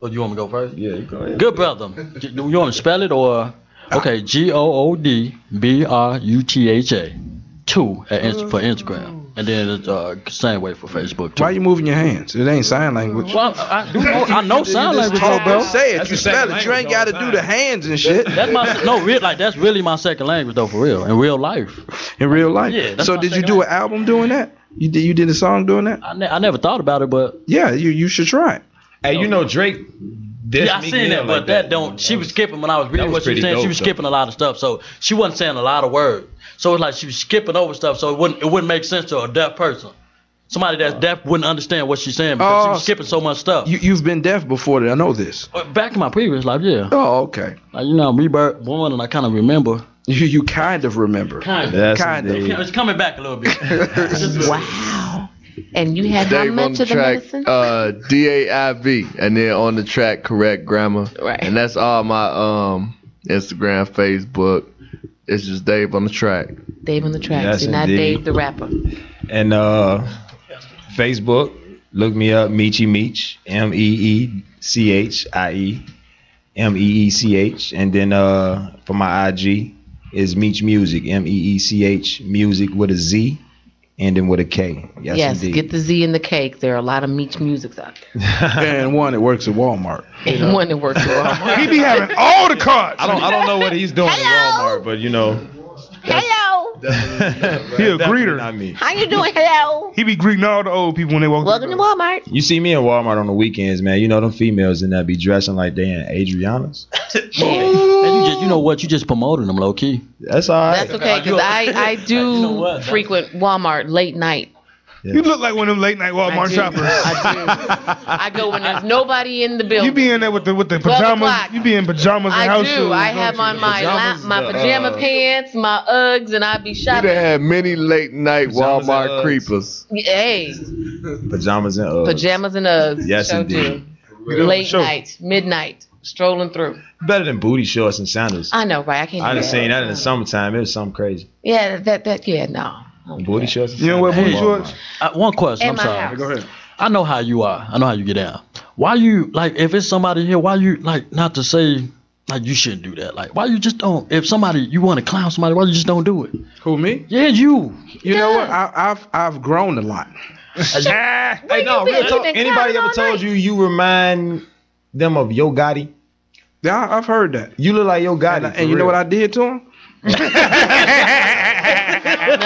Speaker 21: Oh, you want me to go first?
Speaker 23: Yeah, go ahead.
Speaker 21: Good brother. You want to spell it or Okay, G O O D B R U T H A, two at Inst- for Instagram, and then it's uh, same way for Facebook too.
Speaker 7: Why you moving your hands? It ain't sign language.
Speaker 21: Well, I, I do know, I know sign
Speaker 7: You just
Speaker 21: language,
Speaker 7: told
Speaker 21: bro.
Speaker 7: me to Say it. You spell it. You ain't got to do the hands and shit.
Speaker 21: That's my no, real like that's really my second language though, for real, in real life.
Speaker 7: In real life.
Speaker 21: Yeah. that's
Speaker 7: So
Speaker 21: my
Speaker 7: did you
Speaker 21: second
Speaker 7: do an album doing that? You did. You did a song doing that?
Speaker 21: I, ne- I never thought about it, but
Speaker 7: yeah, you you should try it.
Speaker 23: Hey, you know Drake.
Speaker 21: yeah, I seen that, but that, don't. She was skipping when I was reading
Speaker 23: was
Speaker 21: what she was
Speaker 23: pretty
Speaker 21: saying.
Speaker 23: dope,
Speaker 21: she was
Speaker 23: though.
Speaker 21: skipping a lot of stuff, so she wasn't saying a lot of words. So it's like she was skipping over stuff, so it wouldn't it wouldn't make sense to a deaf person. Somebody that's deaf wouldn't understand what she's saying because she
Speaker 7: Oh,
Speaker 21: was skipping so much stuff.
Speaker 7: You you've been deaf before. That I know this.
Speaker 21: But Back in my previous life, yeah.
Speaker 7: Oh, okay.
Speaker 21: Like you know, I'm rebirth born, and I kind of remember.
Speaker 7: [laughs] You you kind of remember.
Speaker 21: Kind of.
Speaker 7: That's Kind of. indeed.
Speaker 21: Yeah, It's coming back a little bit.
Speaker 23: [laughs]
Speaker 21: wow.
Speaker 6: And you had how
Speaker 22: Dave on
Speaker 6: much
Speaker 22: the
Speaker 6: of the
Speaker 22: track,
Speaker 6: medicine?
Speaker 22: uh, D A I V, and then on the track, correct grammar. Right. And that's all my um Instagram, Facebook. It's just Dave on the track.
Speaker 6: Dave on the track,
Speaker 23: Yes,
Speaker 6: not
Speaker 23: indeed.
Speaker 6: Dave the rapper.
Speaker 23: And uh, Facebook, look me up, Meechy Meech, M E E C H I E, M E E C H. And then uh, for my IG is Meech Music, M E E C H Music with a Z, and then with a K. Yes,
Speaker 6: Yes,
Speaker 23: indeed.
Speaker 6: get the Z in the cake. There are a lot of Meech musics out
Speaker 23: [laughs]
Speaker 7: and one that works at Walmart.
Speaker 6: there. And one
Speaker 5: [laughs]
Speaker 6: that works for Walmart.
Speaker 5: He be having all the cards.
Speaker 23: I don't, I don't know what he's doing at Walmart, but you know.
Speaker 6: Hello.
Speaker 5: He a greeter.
Speaker 23: Not me.
Speaker 6: How you doing? Hello.
Speaker 5: He be greeting all the old people when they walk.
Speaker 6: Welcome to Walmart.
Speaker 23: You see me in Walmart on the weekends, man. You know them females in that be dressing like they in
Speaker 21: [laughs]
Speaker 23: Adriana's.
Speaker 21: And you just, you know what? You just promoting them low key.
Speaker 23: That's all right.
Speaker 6: That's okay, because I,
Speaker 5: [laughs]
Speaker 6: I do frequent Walmart late night.
Speaker 5: You look [laughs] like one of them late night
Speaker 6: I
Speaker 5: Walmart
Speaker 6: do.
Speaker 5: shoppers.
Speaker 6: I go
Speaker 5: [laughs]
Speaker 6: when there's nobody in the building.
Speaker 5: You be in there with the with the
Speaker 6: 12
Speaker 5: pajamas.
Speaker 6: o'clock.
Speaker 5: You be in pajamas and
Speaker 6: I
Speaker 5: house
Speaker 6: do.
Speaker 5: shoes,
Speaker 6: I
Speaker 5: don't
Speaker 6: have
Speaker 5: you?
Speaker 6: on my
Speaker 5: Pajamas
Speaker 6: la- my
Speaker 22: is the,
Speaker 6: pajama
Speaker 22: uh,
Speaker 6: pants, my Uggs, and I be
Speaker 22: We done
Speaker 6: shopping.
Speaker 22: had many late night Walmart creepers.
Speaker 6: Hey,
Speaker 23: Pajamas and Uggs.
Speaker 6: pajamas and Uggs.
Speaker 23: Yes,
Speaker 6: Sure
Speaker 23: indeed.
Speaker 6: do. Late night, midnight, strolling through.
Speaker 23: Better than booty shorts and sandals.
Speaker 6: I know, right? I can't.
Speaker 23: I
Speaker 6: do
Speaker 23: done
Speaker 6: that.
Speaker 23: seen that in the summertime. It was something crazy.
Speaker 6: Yeah, that that yeah no.
Speaker 23: Booty shorts. And
Speaker 21: You know what,
Speaker 23: sandals.
Speaker 21: booty shorts? Uh, one question.
Speaker 6: In
Speaker 21: I'm
Speaker 6: my
Speaker 21: sorry.
Speaker 6: house.
Speaker 21: Go ahead. I know how you are. I know how you get down. Why you like if it's somebody here? Why you like not to say like you shouldn't do that? Like why you just don't? If somebody you want to clown somebody, why you just don't do it?
Speaker 7: Who me?
Speaker 21: Yeah, you.
Speaker 7: You know what? I, I've I've grown a lot.
Speaker 6: [laughs]
Speaker 7: [laughs]
Speaker 23: Hey, no, real talk. Anybody ever told you you remind them of Yo Gotti?
Speaker 7: Yeah, I've heard that.
Speaker 23: You look like Yo Gotti.
Speaker 7: And, and you know what I did to him?
Speaker 6: now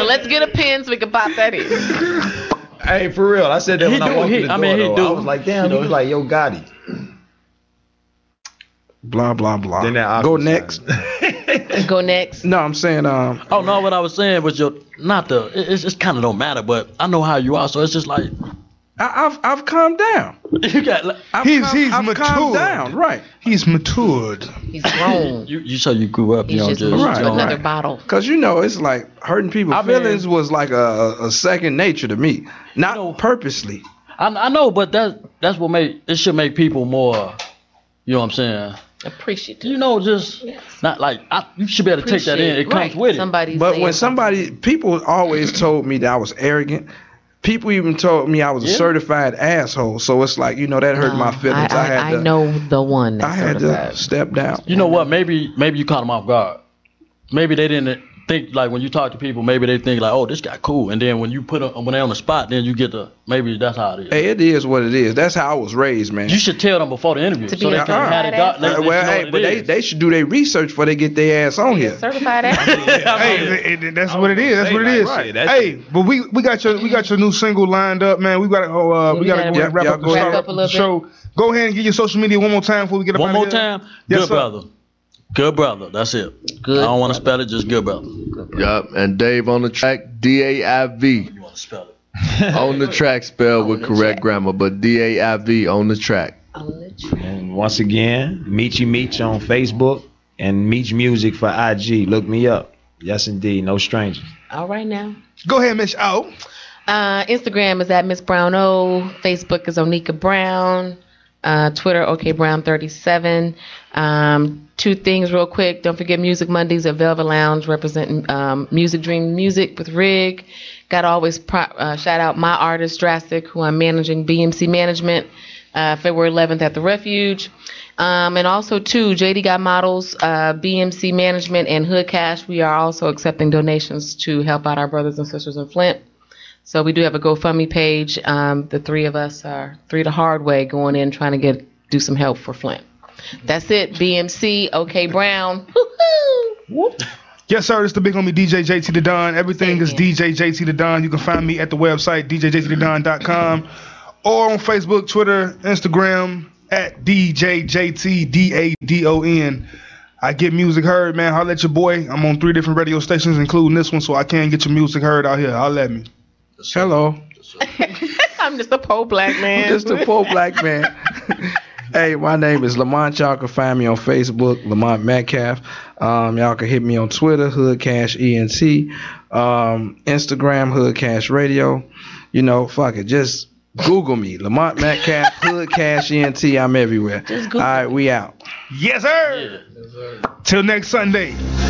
Speaker 6: let's get a pen so we can pop that in.
Speaker 23: Hey, for real. I said that
Speaker 21: He
Speaker 23: when I
Speaker 21: do,
Speaker 23: walked
Speaker 21: he-
Speaker 23: in the door.
Speaker 21: I mean, he
Speaker 23: though.
Speaker 21: do.
Speaker 23: I was like, damn,
Speaker 21: You
Speaker 23: you
Speaker 21: know.
Speaker 23: look like Yo Gotti.
Speaker 7: Blah blah blah.
Speaker 23: Then that
Speaker 7: Go next.
Speaker 6: Go next.
Speaker 7: No, I'm saying um.
Speaker 21: Oh no, what I was saying was your not the. It, it's it's kind of don't matter, but I know how you are, so it's just like
Speaker 7: I, I've I've calmed down.
Speaker 21: [laughs] you got. Like,
Speaker 7: I've
Speaker 5: He's
Speaker 7: calmed-
Speaker 5: he's
Speaker 7: I've
Speaker 5: matured.
Speaker 7: calmed down, right?
Speaker 5: He's
Speaker 6: [laughs]
Speaker 5: matured.
Speaker 6: He's grown.
Speaker 21: You you so you grew up. You know, just,
Speaker 7: Right,
Speaker 6: another
Speaker 7: right.
Speaker 6: bottle.
Speaker 7: Cause you know it's like hurting people feelings was like a, a- a second nature to me, not purposely.
Speaker 21: I, I know, but that's that's what make it should make people more. You know what I'm saying?
Speaker 6: Appreciative.
Speaker 21: You know, just not like I, you should be able to take that in. It comes with it.
Speaker 7: But when somebody, people always told me that I was arrogant. People even told me I was a
Speaker 6: Yeah.
Speaker 7: certified asshole. So it's like you know that hurt my feelings. I, had to,
Speaker 6: know the one.
Speaker 7: I had to step down.
Speaker 21: You know what? Maybe maybe you caught them off guard. Maybe they didn't think like when you talk to people. Maybe they think like, oh, this guy cool. And then when you put 'em- when they on the spot, then you get the maybe that's how it is.
Speaker 7: Hey, it is what it is. That's how I was raised, man.
Speaker 21: You should tell them before the interview.
Speaker 7: To
Speaker 21: so
Speaker 7: be
Speaker 21: they
Speaker 7: a
Speaker 21: can have it
Speaker 7: certified
Speaker 21: got. They,
Speaker 7: Uh,
Speaker 21: they
Speaker 7: well,
Speaker 21: know
Speaker 7: hey,
Speaker 21: what it
Speaker 7: but they,
Speaker 21: is.
Speaker 7: they should do their research before they get their ass on here.
Speaker 6: Certified
Speaker 5: hey, it- it- that's what it is. That's
Speaker 7: say,
Speaker 5: what it
Speaker 7: like,
Speaker 5: is.
Speaker 7: right, that's-
Speaker 5: Hey, but we we got your we got your new single lined up, man. We gotta oh, uh,
Speaker 6: Yeah,
Speaker 5: we
Speaker 6: we
Speaker 5: gotta
Speaker 6: gotta
Speaker 5: go ahead and wrap
Speaker 6: wrap
Speaker 5: up the
Speaker 6: up
Speaker 5: show.
Speaker 6: a little
Speaker 5: show.
Speaker 6: bit.
Speaker 5: Go ahead and get your social media one more time before we get up
Speaker 21: One
Speaker 5: outta
Speaker 21: more
Speaker 5: here.
Speaker 21: time.
Speaker 5: Yes,
Speaker 21: good
Speaker 5: sir.
Speaker 21: brother. Good brother. That's it. Good. I don't want to spell it. Just good brother.
Speaker 22: Yup. And Dave on the track, D A I V.
Speaker 21: You want to spell it?
Speaker 22: On the track spelled with correct grammar, but D A I V on the track.
Speaker 23: And once again, Meechy Meech on Facebook and Meech Music for IG. Look me up. Yes, indeed. No strangers.
Speaker 6: All right now.
Speaker 5: Go ahead, Miss O.
Speaker 6: Uh, Instagram is at Miss Brown O. Facebook is Onika Brown. Uh, Twitter, OK Brown 37. Um, two things real quick. Don't forget Music Mondays at Velvet Lounge representing um, Music Dream Music with Rig. Got to always pro- uh, shout out my artist Drastic, who I'm managing BMC Management, uh, February 11th at the Refuge. Um, and also too, JD Got Models, uh, BMC Management, and Hood Cash. We are also accepting donations to help out our brothers and sisters in Flint. So we do have a GoFundMe page. Um, the three of us are three the hard way going in trying to get do some help for Flint. That's it. BMC, OK Brown. [laughs]
Speaker 5: Yes, sir. It's the big homie DJ JT the Don. Everything is DJ JT the Don. You can find me at the website djjtthedon.com or on Facebook, Twitter, Instagram at djjtdadon. I get music heard, man. Holla at your boy. I'm on three different radio stations, including this one, so I can get your music heard out here. Holla at me.
Speaker 7: Hello.
Speaker 6: I'm just a poor black man.
Speaker 7: Just a poor black man. [laughs] Hey, my name is Lamont. Y'all can find me on Facebook, Lamont Metcalf. Um, y'all can hit me on Twitter, Hood Cash ENT, um, Instagram, Hood Cash Radio. You know, fuck it, just Google me, Lamont Metcalf, Hood Cash E ENT. I'm everywhere. All right, we out.
Speaker 5: Yes, sir. Till next Sunday.